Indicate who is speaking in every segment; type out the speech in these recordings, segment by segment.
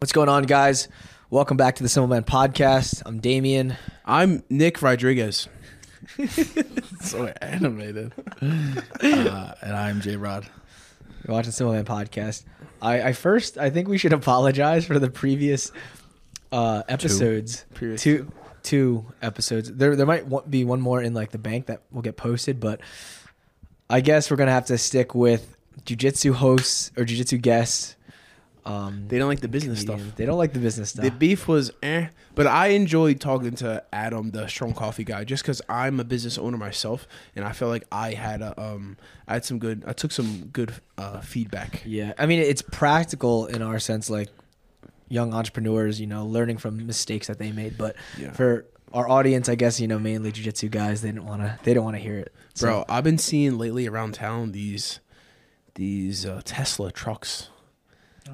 Speaker 1: What's going on, guys? Welcome back to the Simple Man Podcast. I'm Damien.
Speaker 2: I'm Nick Rodriguez. so animated. Uh, and I'm J Rod.
Speaker 1: You're watching Simple Man Podcast. I, I first, I think we should apologize for the previous uh, episodes.
Speaker 2: Previous.
Speaker 1: Two, two episodes. There, there might wa- be one more in like the bank that will get posted, but I guess we're gonna have to stick with jujitsu hosts or jujitsu guests. Um,
Speaker 2: They don't like the business
Speaker 1: comedians.
Speaker 2: stuff.
Speaker 1: They don't like the business stuff.
Speaker 2: The beef was eh, but I enjoyed talking to Adam, the strong coffee guy, just because I'm a business owner myself, and I felt like I had a, um, I had some good, I took some good uh, feedback.
Speaker 1: Yeah, I mean it's practical in our sense, like young entrepreneurs, you know, learning from mistakes that they made. But
Speaker 2: Yeah.
Speaker 1: for our audience, I guess you know mainly jujitsu guys, they didn't want to, they don't want to hear it. So,
Speaker 2: Bro, I've been seeing lately around town these, these uh, Tesla trucks.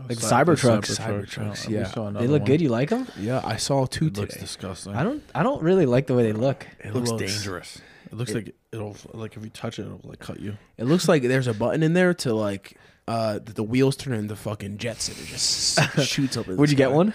Speaker 1: Like Cybertrucks.
Speaker 2: Oh, Cybertrucks,
Speaker 3: Cybertrucks.
Speaker 2: yeah.
Speaker 1: they look good. You like them?
Speaker 2: Yeah, I saw two
Speaker 3: It looks
Speaker 2: today.
Speaker 3: disgusting.
Speaker 1: I don't, I don't really like the way they look.
Speaker 3: It looks
Speaker 2: looks-
Speaker 3: dangerous. It looks like it'll like if you touch it, it'll like cut you.
Speaker 2: It looks like there's a button in there to like uh that the wheels turn into fucking jets and it just shoots up. in the
Speaker 1: Would you get
Speaker 2: sky.
Speaker 1: one?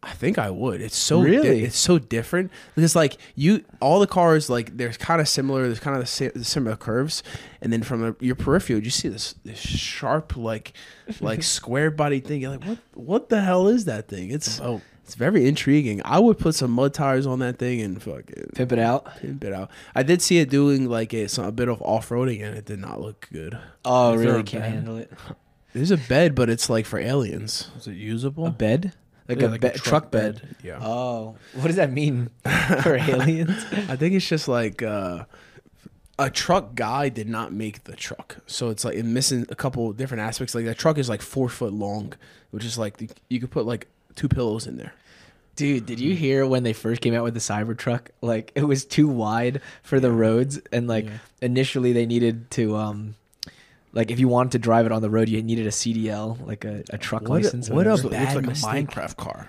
Speaker 2: I think I would. It's so di-
Speaker 1: Really?
Speaker 2: it's so different because like you all the cars like they're kind of similar. There's kind of the same similar curves, and then from your peripheral you see this, this sharp like like square body thing. You're like what what the hell is that thing? It's
Speaker 3: Oh,
Speaker 2: it's very intriguing. I would put some mud tires on that thing and fuck it.
Speaker 1: Pimp it out.
Speaker 2: Pimp it out. I did see it doing like a, some, a bit of off roading and it did not look good.
Speaker 1: Oh,
Speaker 3: Is there
Speaker 1: really?
Speaker 3: a
Speaker 1: Can't
Speaker 3: bed?
Speaker 1: handle it.
Speaker 2: There's a bed, but it's like for aliens.
Speaker 3: is it usable?
Speaker 1: A bed, like
Speaker 3: Yeah,
Speaker 1: a, be- truck, bed.
Speaker 2: Yeah.
Speaker 1: Oh, what does that mean for aliens?
Speaker 2: I think it's just like uh, a truck guy did not make the truck, so it's like it missing a couple different aspects. Like that truck is like four foot long, which is like the, you could put like two pillows in there.
Speaker 1: Dude, did
Speaker 2: Mm-hmm.
Speaker 1: you hear when they first came out with the Cybertruck? Like it was too wide for the roads, and like
Speaker 3: Yeah.
Speaker 1: initially they needed to, um like if you wanted to drive it on the road, you needed a CDL, like a, a truck license. or
Speaker 2: what a
Speaker 1: whatever.
Speaker 2: bad looks like a
Speaker 3: mistake.
Speaker 2: Minecraft car.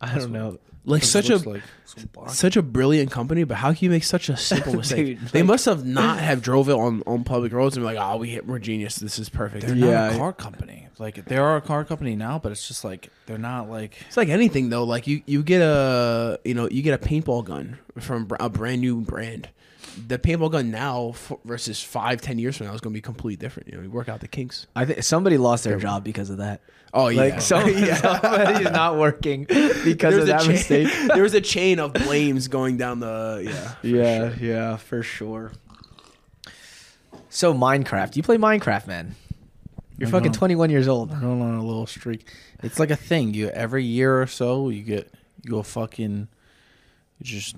Speaker 1: I don't know.
Speaker 2: Like
Speaker 3: It
Speaker 2: such a
Speaker 3: looks like some block.
Speaker 2: such a brilliant company, but how can you make such a simple mistake?
Speaker 1: Dude,
Speaker 2: they
Speaker 1: like-
Speaker 2: must have not have drove it on, on public roads and be like, oh, we hit, we're genius. This is perfect.
Speaker 3: They're
Speaker 1: Yeah,
Speaker 3: not
Speaker 1: I-
Speaker 3: a car company. Like they are a car company now, but it's just like they're not like
Speaker 2: It's like anything though. Like you, you get a you know you get a paintball gun from br- a brand new brand. The paintball gun now f- versus five ten years from now is going to be completely different. You know, you work out the kinks.
Speaker 1: I think somebody lost their job because of that.
Speaker 2: Oh yeah,
Speaker 1: Like some, somebody is not working because of that
Speaker 2: chain,
Speaker 1: mistake.
Speaker 2: there was a chain of blames going down the yeah.
Speaker 1: Yeah, yeah, for sure. So Minecraft, you play Minecraft, man. You're
Speaker 3: I
Speaker 1: fucking
Speaker 3: know.
Speaker 1: 21 years old.
Speaker 3: they're going on a little streak. It's like a thing. You every year or so you get you go fucking you just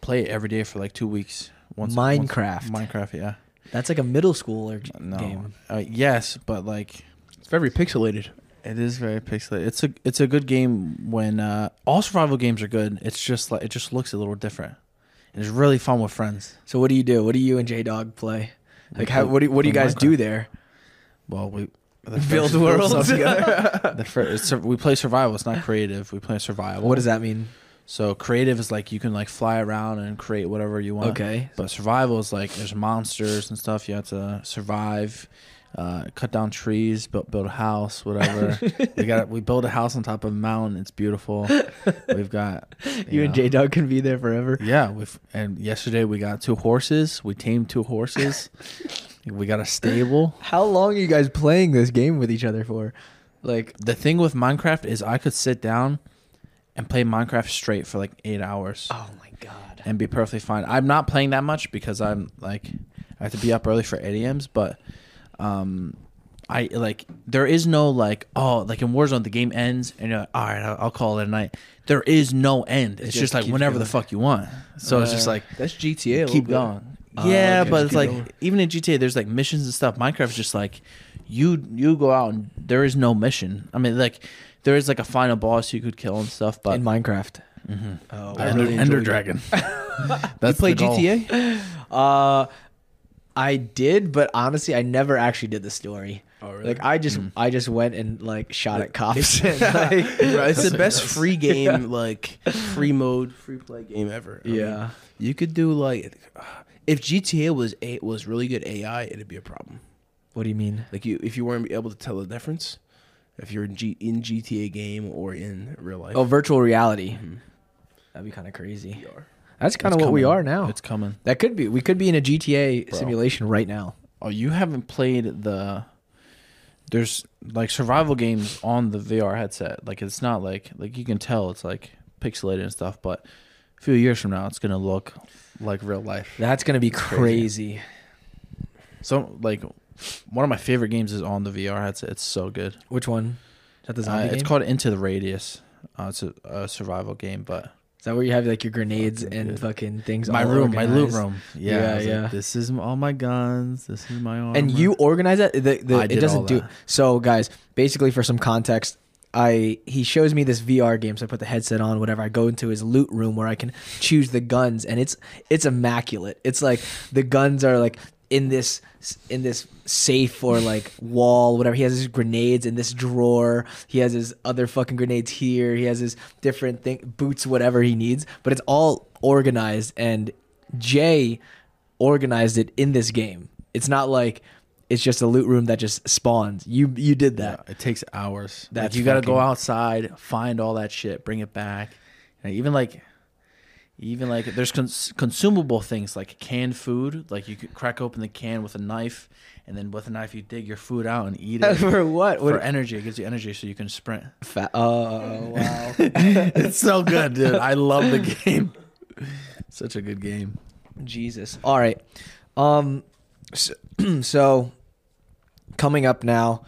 Speaker 3: play it every day for like two weeks. Once
Speaker 1: Minecraft.
Speaker 3: once, Minecraft, yeah.
Speaker 1: That's like a middle schooler j-
Speaker 3: No,
Speaker 1: game.
Speaker 3: Uh, yes, but like
Speaker 2: It's very pixelated.
Speaker 3: It is very pixelated. It's a it's a good game when uh, all survival games are good. It's just like it just looks a little different, and it's really fun with friends.
Speaker 1: So what do you do? What do you and J Dog play? Like
Speaker 3: We
Speaker 1: how
Speaker 3: play-
Speaker 1: what do what do you
Speaker 3: play
Speaker 1: guys
Speaker 3: Minecraft.
Speaker 1: do there?
Speaker 3: Well, we the
Speaker 1: Build
Speaker 3: first-
Speaker 1: worlds.
Speaker 3: The first, it's, sur- we play survival. It's not creative. We play survival.
Speaker 1: what does that mean?
Speaker 3: So creative is like you can like fly around and create whatever you want.
Speaker 1: Okay.
Speaker 3: But survival is like there's monsters and stuff. You have to survive, uh, cut down trees, build, build a house, whatever. we got we build a house on top of a mountain. It's beautiful. We've got
Speaker 1: You and
Speaker 3: know.
Speaker 1: J Dog can be there forever.
Speaker 3: Yeah, we've and yesterday we got two horses. We tamed two horses. we got a stable.
Speaker 1: How long are you guys playing this game with each other for? Like
Speaker 3: The thing with Minecraft is I could sit down and play Minecraft straight for like eight hours
Speaker 1: oh my god.
Speaker 3: and be perfectly fine. I'm not playing that much because I'm like I have to be up early for 8 a.m.s, but um I like there is no like oh like in Warzone the game ends and you're like all right I'll, I'll call it a night. There is no end. It's,
Speaker 1: just
Speaker 3: just, like
Speaker 1: keeps
Speaker 3: whenever the
Speaker 1: going.
Speaker 3: fuck you want. So it's just
Speaker 2: Uh,
Speaker 3: like
Speaker 2: That's GTA. a
Speaker 3: keep
Speaker 2: little bit.
Speaker 3: going.
Speaker 1: Oh,
Speaker 3: yeah,
Speaker 1: okay.
Speaker 3: but
Speaker 1: Just
Speaker 3: it's
Speaker 2: keep
Speaker 3: like
Speaker 2: going.
Speaker 3: even in GTA, there's like missions and stuff. Minecraft's just like you you go out and there is no mission. I mean, like there is like a final boss you could kill and stuff, but
Speaker 1: In Minecraft.
Speaker 3: Mhm.
Speaker 1: Oh,
Speaker 2: I
Speaker 1: wow.
Speaker 2: really enjoyed it.
Speaker 3: That's
Speaker 2: you play
Speaker 3: the goal.
Speaker 2: GTA?
Speaker 1: Uh I did, but honestly, I never actually did the story.
Speaker 2: Oh
Speaker 1: Like I just,
Speaker 3: Hmm.
Speaker 1: I just went and like shot at cops. and,
Speaker 2: Bro,
Speaker 1: like,
Speaker 2: it's the best free game, like free mode, free play game ever. I mean,
Speaker 1: Yeah.
Speaker 2: you could do like if GTA was a was really good AI, it'd be a problem.
Speaker 1: what do you mean?
Speaker 2: Like you, if you weren't able to tell the difference, if you're in, G- in GTA game or in real life.
Speaker 1: Oh, virtual reality.
Speaker 2: Mhm.
Speaker 1: That'd be kind of
Speaker 2: VR.
Speaker 1: crazy. That's kind of
Speaker 3: Mm-hmm. It's
Speaker 1: what we
Speaker 3: coming.
Speaker 1: are now.
Speaker 3: It's coming.
Speaker 1: that could be. We could be in a GTA
Speaker 3: Bro.
Speaker 1: simulation right now.
Speaker 3: Oh, you haven't played the. There's like survival games on the VR headset. Like it's not like like you can tell it's like pixelated and stuff, but a few years from now it's gonna look like real life.
Speaker 1: That's gonna be
Speaker 3: crazy.
Speaker 1: crazy.
Speaker 3: So like one of my favorite games is on the VR headset. It's so good.
Speaker 1: Which one? Is that the
Speaker 3: Uh,
Speaker 1: zombie
Speaker 3: it's
Speaker 1: game?
Speaker 3: called Into the Radius. Uh, it's a, a survival game, but
Speaker 1: Is that where you have like your grenades
Speaker 3: Fucking
Speaker 1: and
Speaker 3: good.
Speaker 1: fucking things?
Speaker 3: my
Speaker 1: all
Speaker 3: room, my loot
Speaker 1: organized?
Speaker 3: room.
Speaker 1: Yeah,
Speaker 3: Yeah, I was like,
Speaker 1: yeah.
Speaker 3: this is all my guns. This is my armor.
Speaker 1: And you organize that? The, the,
Speaker 3: I
Speaker 1: it
Speaker 3: did all
Speaker 1: doesn't do.
Speaker 3: that.
Speaker 1: So guys, basically for some context, I he shows me this VR game. So I put the headset on. Whatever. I go into his loot room where I can choose the guns, and it's it's immaculate. It's like the guns are like in this in this safe or like wall whatever he has his grenades in this drawer he has his other fucking grenades here he has his different thing boots whatever he needs but it's all organized and jay organized it in this game it's not like it's just a loot room that just spawns you you did that
Speaker 3: Yeah, it takes hours.
Speaker 1: That's
Speaker 3: like you got to go
Speaker 1: fucking-
Speaker 3: outside, find all that shit, bring it back. And even like, even like, there's cons- consumable things like canned food. Like you could crack open the can with a knife, and then with a knife you dig your food out and eat it.
Speaker 1: for what,
Speaker 3: For
Speaker 1: what
Speaker 3: energy, it gives you energy so you can sprint.
Speaker 1: fa- oh wow
Speaker 3: it's so good, dude. I love the game. Such a good game.
Speaker 1: Jesus. All right. Um. So, so coming up now,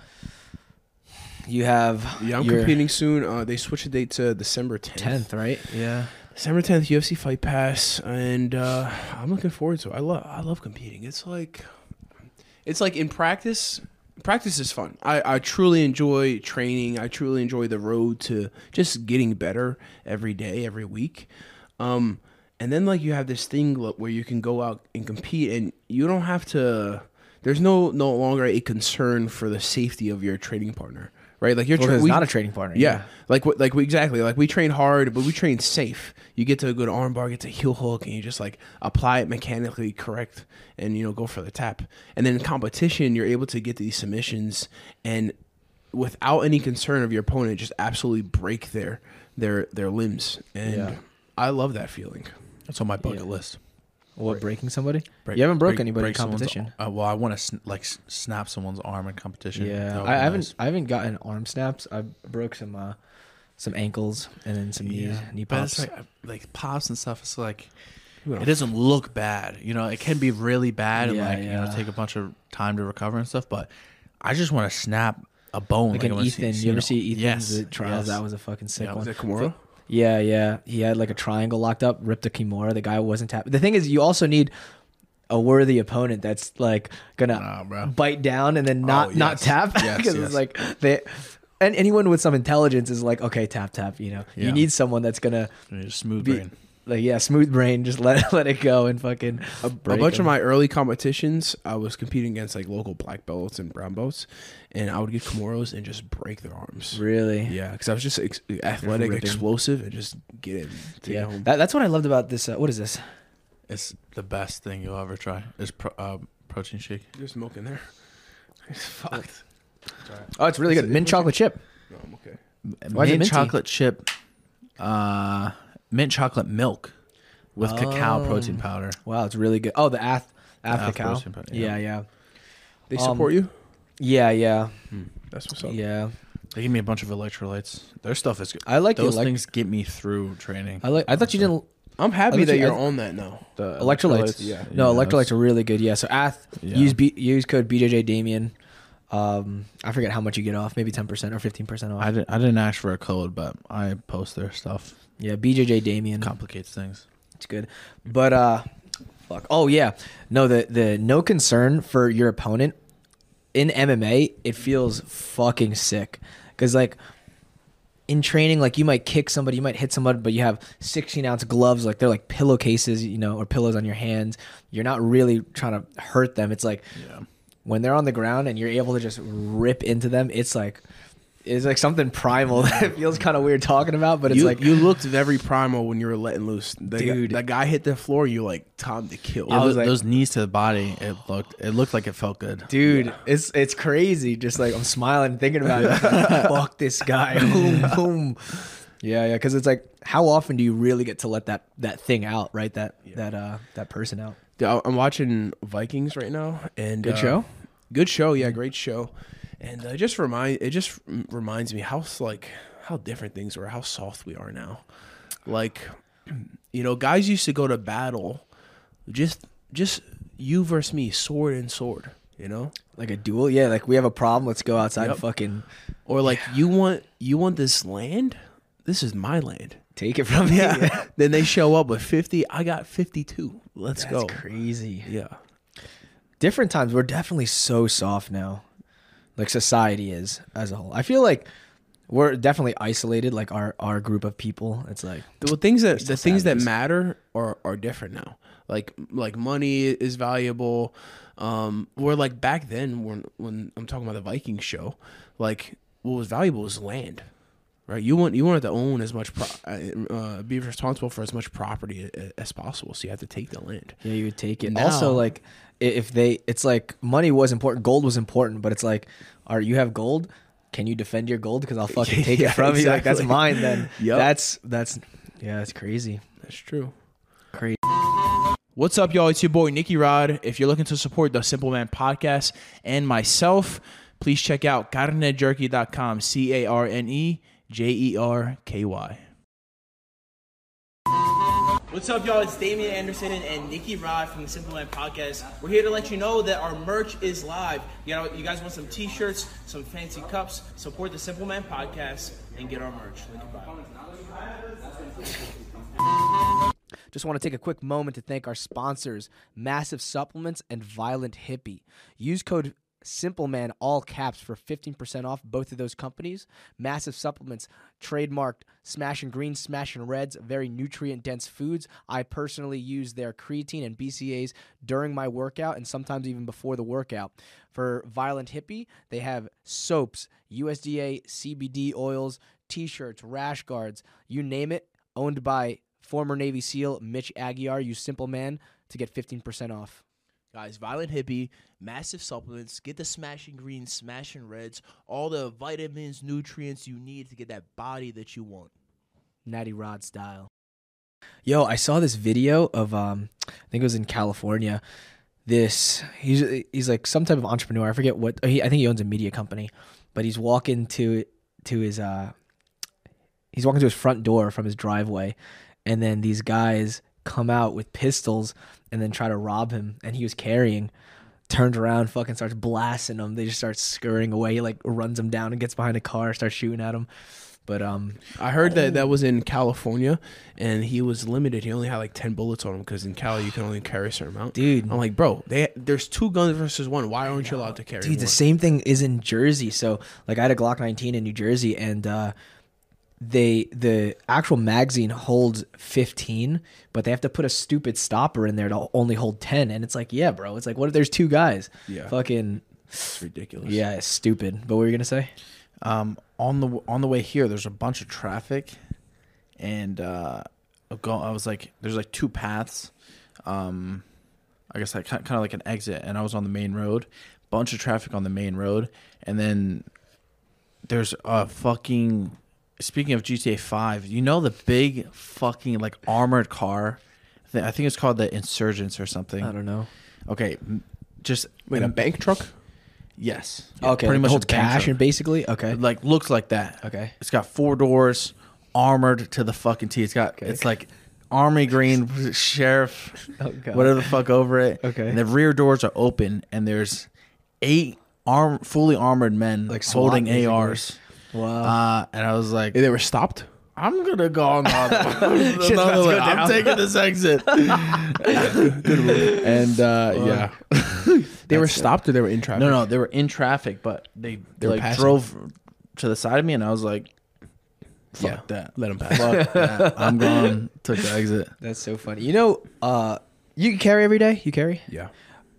Speaker 1: you have
Speaker 2: Yeah, I'm
Speaker 1: your
Speaker 2: competing soon. Uh, they switched the date to December 10th.
Speaker 1: tenth, right? Yeah.
Speaker 2: December 10th, UFC Fight Pass, and uh, I'm looking forward to it. I love I love competing. It's like it's like in practice. Practice is fun. I, I truly enjoy training. I truly enjoy the road to just getting better every day, every week. Um, and then like you have this thing lo- where you can go out and compete, and you don't have to. There's no no longer a concern for the safety of your training partner, right? Like you're
Speaker 1: Well, 'cause it's not a trading partner.
Speaker 2: yeah, like what, like we exactly like we train hard, but we train safe. You get to a good armbar, get to heel hook, and you just like apply it mechanically correct, and you know go for the tap. And then in competition, you're able to get these submissions and without any concern of your opponent, just absolutely break their their their limbs. And
Speaker 3: Yeah.
Speaker 2: I love that feeling.
Speaker 3: That's on my bucket
Speaker 1: Yeah.
Speaker 3: list.
Speaker 1: What breaking somebody?
Speaker 3: Break-
Speaker 1: you haven't broke
Speaker 3: break-
Speaker 1: anybody
Speaker 3: break
Speaker 1: in
Speaker 3: someone's
Speaker 1: competition.
Speaker 3: ar- uh, well, I want to sn- like s- snap someone's arm in competition. That
Speaker 1: Yeah,
Speaker 3: would
Speaker 1: I, I
Speaker 3: be
Speaker 1: haven't.
Speaker 3: nice.
Speaker 1: I haven't gotten arm snaps. I broke some, uh, some ankles and then some knees, knee
Speaker 3: But it's
Speaker 1: pops.
Speaker 3: like, uh, like pops and stuff. It's like it doesn't look bad. You know, it can be really bad and
Speaker 1: Yeah,
Speaker 3: like you
Speaker 1: yeah.
Speaker 3: know take a bunch of time to recover and stuff. But I just want to snap a bone.
Speaker 1: like
Speaker 3: I
Speaker 1: an
Speaker 3: wanna
Speaker 1: Ethan,
Speaker 3: see-
Speaker 1: you ever
Speaker 3: know-
Speaker 1: see Ethan's
Speaker 3: Yes,
Speaker 1: uh, trials?
Speaker 3: yes.
Speaker 1: That was a fucking sick
Speaker 3: Yeah,
Speaker 1: one.
Speaker 2: Was that Kimura?
Speaker 1: Yeah, yeah. He had like a triangle locked up, ripped a Kimura. The guy wasn't tapped. The thing is, you also need a worthy opponent that's like gonna
Speaker 3: Nah, bro.
Speaker 1: bite down and then not
Speaker 2: Uh, Oh,
Speaker 1: not
Speaker 2: yes.
Speaker 1: tap because
Speaker 2: Yes,
Speaker 1: it's
Speaker 2: yes.
Speaker 1: like they and anyone with some intelligence is like okay tap tap. You know,
Speaker 3: Yeah.
Speaker 1: you need someone that's gonna
Speaker 3: You're just smooth
Speaker 1: be-
Speaker 3: brain.
Speaker 1: like yeah smooth brain, just let let it go and fucking
Speaker 2: a, a bunch of my early competitions, I was competing against like local black belts and brown belts, and I would get Kimuras and just break their arms.
Speaker 1: really
Speaker 2: Yeah, because I was just ex- athletic,
Speaker 1: ripping.
Speaker 2: explosive, and just get it. Take
Speaker 1: yeah.
Speaker 2: it home.
Speaker 1: That, that's what I loved about this. Uh, what is this?
Speaker 3: It's the best thing you'll ever try. It's pro- uh, protein shake.
Speaker 2: There's milk in there. It's fucked.
Speaker 1: Oh, it's really
Speaker 2: Is
Speaker 1: good.
Speaker 2: it-
Speaker 1: Mint chocolate chip.
Speaker 2: No, I'm okay.
Speaker 1: Why is it
Speaker 3: mint
Speaker 1: minty?
Speaker 3: chocolate chip, uh, mint chocolate milk with cacao protein
Speaker 1: Um,
Speaker 3: powder.
Speaker 1: Wow, it's really good. Oh, the ath, ath,
Speaker 3: ath
Speaker 1: cacao.
Speaker 3: protein powder,
Speaker 1: Yeah,
Speaker 3: yeah.
Speaker 1: yeah,
Speaker 2: They
Speaker 1: Um,
Speaker 2: support you.
Speaker 1: yeah, yeah,
Speaker 2: That's what's
Speaker 1: yeah.
Speaker 2: up.
Speaker 3: They give me a bunch of electrolytes. Their stuff is good.
Speaker 1: I like the
Speaker 3: Those
Speaker 1: elec-
Speaker 3: things get me through training.
Speaker 1: I like. I thought you didn't
Speaker 2: I'm happy
Speaker 1: I
Speaker 2: that
Speaker 1: think-
Speaker 2: you're
Speaker 1: I-
Speaker 2: on that now.
Speaker 3: The
Speaker 1: electrolytes.
Speaker 2: Yeah.
Speaker 1: No,
Speaker 3: that's-
Speaker 1: electrolytes are really good. Yeah. So Ath
Speaker 3: Yeah.
Speaker 1: use B, use code BJJ Damien. Um, I forget how much you get off, maybe ten percent or fifteen percent off.
Speaker 3: I didn't. I didn't ask for a code, but I post their stuff.
Speaker 1: yeah, BJJ Damien.
Speaker 3: Complicates things.
Speaker 1: It's good. But uh, fuck. Oh yeah. No, the the no concern for your opponent in MMA, it feels fucking sick. Cause like in training, like you might kick somebody, you might hit somebody, but you have 16 ounce gloves, like they're like pillowcases, you know, or pillows on your hands. You're not really trying to hurt them. It's like
Speaker 3: Yeah.
Speaker 1: when they're on the ground and you're able to just rip into them, it's like It's like something primal that feels kind of weird talking about, but it's
Speaker 2: you,
Speaker 1: like
Speaker 2: you looked very primal when you were letting loose. The
Speaker 1: Dude.
Speaker 2: guy, that guy hit the floor. You like time to kill.
Speaker 1: Yeah, I
Speaker 3: Those-
Speaker 1: was like-
Speaker 3: those knees to the body, it looked it looked like it felt good.
Speaker 1: dude it's it's crazy just like i'm smiling thinking about it fuck this guy boom boom yeah yeah because it's like how often do you really get to let that that thing out right that that uh that person out
Speaker 2: Dude, I- I'm watching Vikings right now, and
Speaker 1: Good
Speaker 2: uh,
Speaker 1: show? Mm-hmm.
Speaker 2: Good show, yeah, great show. And uh, it just remind it just rem- reminds me how s- like how different things were, how soft we are now. Like, you know, guys used to go to battle, just just you versus me, sword and sword. You know,
Speaker 1: like a duel yeah like we have a problem let's go outside
Speaker 2: Yep.
Speaker 1: and fucking
Speaker 2: or like you want you want this land. This is my land.
Speaker 1: take it from me
Speaker 2: then they show up with fifty. I got fifty-two. Let's
Speaker 1: that's
Speaker 2: go.
Speaker 1: crazy
Speaker 2: Yeah.
Speaker 1: different times we're definitely so soft now like society is as a whole i feel like we're definitely isolated like our our group of people it's like
Speaker 2: the well, things that the things that
Speaker 1: savages.
Speaker 2: matter are are different now. Like like money is valuable. Um, where like back then when when I'm talking about the Viking show, like what was valuable was land, right? You want you wanted to own as much, pro- uh, uh, be responsible for as much property a- as possible. So you have to take the land.
Speaker 1: Yeah, you would take it.
Speaker 2: Now-
Speaker 1: Also, like i- if they, it's like money was important, gold was important, but it's like, all right, you have gold. Can you defend your gold? Because I'll fucking take
Speaker 2: Yeah,
Speaker 1: it from you. Like that's
Speaker 2: exactly.
Speaker 1: mine. Then
Speaker 2: Yep.
Speaker 1: that's that's yeah, that's crazy.
Speaker 2: That's true.
Speaker 1: Crazy.
Speaker 3: What's up, y'all? It's your boy Nicky Rod. If you're looking to support the Simple Man podcast and myself, please check out carnejerky.com, C A R N E J E R K Y.
Speaker 4: What's up, y'all? It's Damian Anderson and, and Nikki Rod from the Simple Land Podcast. We're here to let you know that our merch is live. You, know, you guys want some t-shirts, some fancy cups? Support the Simple Man Podcast and get our merch. Link in bio.
Speaker 1: Just want to take a quick moment to thank our sponsors, Massive Supplements and Violent Hippie. Use code SimpleMan, all caps, for 15% off both of those companies. Massive Supplements, trademarked Smashing Greens, Smashing Reds, very nutrient dense foods. I personally use their creatine and BCAs during my workout and sometimes even before the workout. For Violent Hippie, they have soaps, USDA CBD oils, t shirts, rash guards, you name it, owned by former Navy SEAL Mitch Aguiar, you simple man, to get 15% off.
Speaker 4: Guys, Violent Hippie, massive supplements. Get the Smashing Greens, Smashing Reds, all the vitamins, nutrients you need to get that body that you want.
Speaker 1: Natty Rod style. Yo, I saw this video of um I think it was in California. This he's he's like some type of entrepreneur. I forget what he, I think he owns a media company, but he's walking to to his uh he's walking to his front door from his driveway and then these guys come out with pistols and then try to rob him and he was carrying turns around fucking starts blasting them they just start scurrying away he like runs them down and gets behind a car starts shooting at him but um
Speaker 2: I heard that that was in California, and he was limited. He only had like ten bullets on him because in Cali you can only carry a certain amount.
Speaker 1: Dude.
Speaker 2: I'm like, bro, they, there's two guns versus one. Why aren't you allowed to carry?
Speaker 1: Dude,
Speaker 2: more?
Speaker 1: the same thing is in Jersey. So, like, I had a Glock 19 in New Jersey, and uh, they the actual magazine holds 15, but they have to put a stupid stopper in there to only hold 10. And it's like, yeah, bro. It's like, what if there's two guys?
Speaker 2: Yeah.
Speaker 1: Fucking
Speaker 2: It's ridiculous.
Speaker 1: yeah, it's stupid. But what were you gonna say?
Speaker 3: um, on the on the way here, there's a bunch of traffic, and uh, I go- I was like, there's like two paths, um, I guess like kind of like an exit, and I was on the main road, bunch of traffic on the main road, and then there's a fucking. Speaking of GTA Five, you know the big fucking like armored car. Th- I think it's called the Insurgents or something.
Speaker 1: I don't know.
Speaker 3: Okay, m- just
Speaker 2: Wait, a bank truck?
Speaker 3: Yes.
Speaker 1: okay,
Speaker 3: Pretty much
Speaker 1: hold
Speaker 3: a bank
Speaker 1: cash
Speaker 3: truck.
Speaker 1: and basically okay.
Speaker 3: It, like looks like that.
Speaker 1: Okay.
Speaker 3: It's got four doors, armored to the fucking T. It's got it's like army green sheriff,
Speaker 1: Oh, God.
Speaker 3: whatever the fuck over it.
Speaker 1: Okay.
Speaker 3: And the rear doors are open, and there's eight arm fully armored men
Speaker 1: Like SWAT,
Speaker 3: holding
Speaker 1: basically.
Speaker 3: ARs.
Speaker 1: Wow.
Speaker 3: Uh, and I was like,
Speaker 2: And they were stopped. Uh,
Speaker 3: I'm gonna go on the other
Speaker 1: about to
Speaker 3: another way.
Speaker 1: go
Speaker 3: I'm
Speaker 1: down.
Speaker 3: taking this exit. and uh, yeah,
Speaker 2: They were stopped, or they were in traffic.
Speaker 3: no, no, they were in traffic, but they,
Speaker 2: were
Speaker 3: like
Speaker 2: passing.
Speaker 3: drove to the side of me, and I was like, "Fuck
Speaker 2: Yeah.
Speaker 3: that,
Speaker 2: Let 'em pass.
Speaker 3: Fuck that. I'm gone. Took the exit.
Speaker 1: That's so funny. You know, uh, you carry every day. You carry.
Speaker 2: Yeah.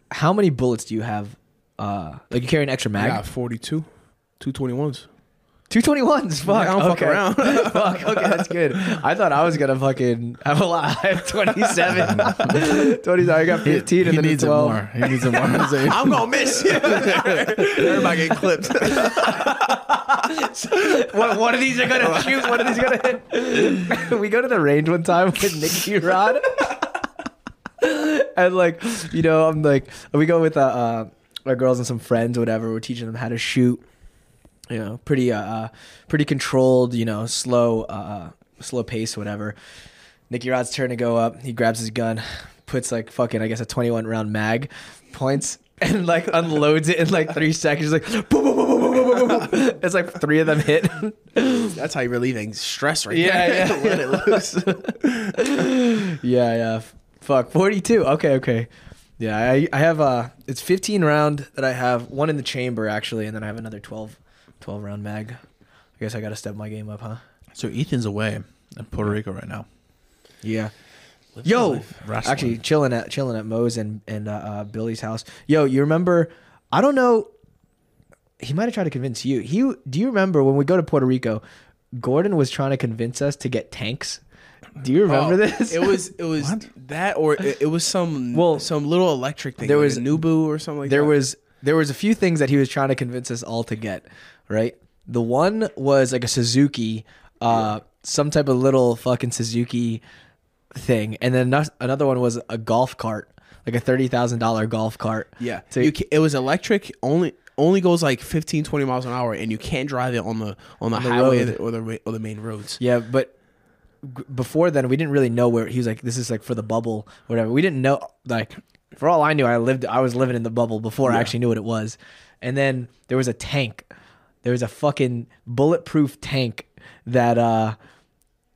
Speaker 1: How many bullets do you have? Uh, like you carry an extra
Speaker 2: I
Speaker 1: mag.
Speaker 2: got 42, two twenty ones.
Speaker 1: Two twenty ones. Fuck.
Speaker 2: I don't fuck
Speaker 1: okay.
Speaker 2: around.
Speaker 1: fuck. Okay, that's good. I thought I was gonna fucking have a lot. I have twenty seven. Twenty. I got fifteen and then a
Speaker 3: needs it
Speaker 1: twelve.
Speaker 3: more. He needs it more.
Speaker 2: I'm gonna miss you. Everybody get clipped.
Speaker 1: What, what of these are gonna shoot? What are these gonna hit? we go to the range one time with Nicky Rod, and like, you know, I'm like, we go with uh, uh, our girls and some friends, or whatever. We're teaching them how to shoot. You know, pretty uh, uh pretty controlled. You know, slow uh, slow pace, whatever. Nicky Rod's turn to go up. He grabs his gun, puts like fucking I guess a 21 round mag, points and like unloads it in like three seconds. Like, boom, boom, boom, boom, boom, boom, boom, boom. It's like three of them hit.
Speaker 2: That's how you're relieving stress right
Speaker 1: Yeah,
Speaker 2: there.
Speaker 1: yeah.
Speaker 2: Let it loose.
Speaker 1: yeah, yeah. F- Fuck, 42. Okay, okay. Yeah, I, I have uh it's 15 round that I have one in the chamber actually, and then I have another 12, 12 round mag. I guess I got to step my game up, huh?
Speaker 3: so Ethan's away in Puerto Rico right now.
Speaker 1: Yeah. Yo,
Speaker 3: Wrestling.
Speaker 1: actually chilling at chilling at Moe's and and uh, uh, Billy's house. Yo, you remember? I don't know. He might have tried to convince you. He, do you remember when we go to Puerto Rico? Gordon was trying to convince us to get tanks. Do you remember
Speaker 2: Oh,
Speaker 1: this?
Speaker 2: It was it was that or it, it was some
Speaker 1: Well,
Speaker 2: well some little electric thing.
Speaker 1: there
Speaker 2: like
Speaker 1: was-
Speaker 2: a Nubu or something like
Speaker 1: there
Speaker 2: that.
Speaker 1: was there was a few things that he was trying to convince us all to get right the one was like a suzuki uh some type of little fucking suzuki thing and then ano- another one was a golf cart like a $30000 golf cart
Speaker 2: yeah.
Speaker 1: to,
Speaker 2: you ca it was electric only only goes like 15 20 miles an hour and you can't drive it on the on the,
Speaker 1: the
Speaker 2: highway
Speaker 1: road.
Speaker 2: or the ra- or the main roads.
Speaker 1: yeah but g- before then we didn't really know where he was like this is like for the bubble whatever we didn't know like for all i knew i lived i was living in the bubble before i actually knew what it was and then there was a tank there was a fucking bulletproof tank that uh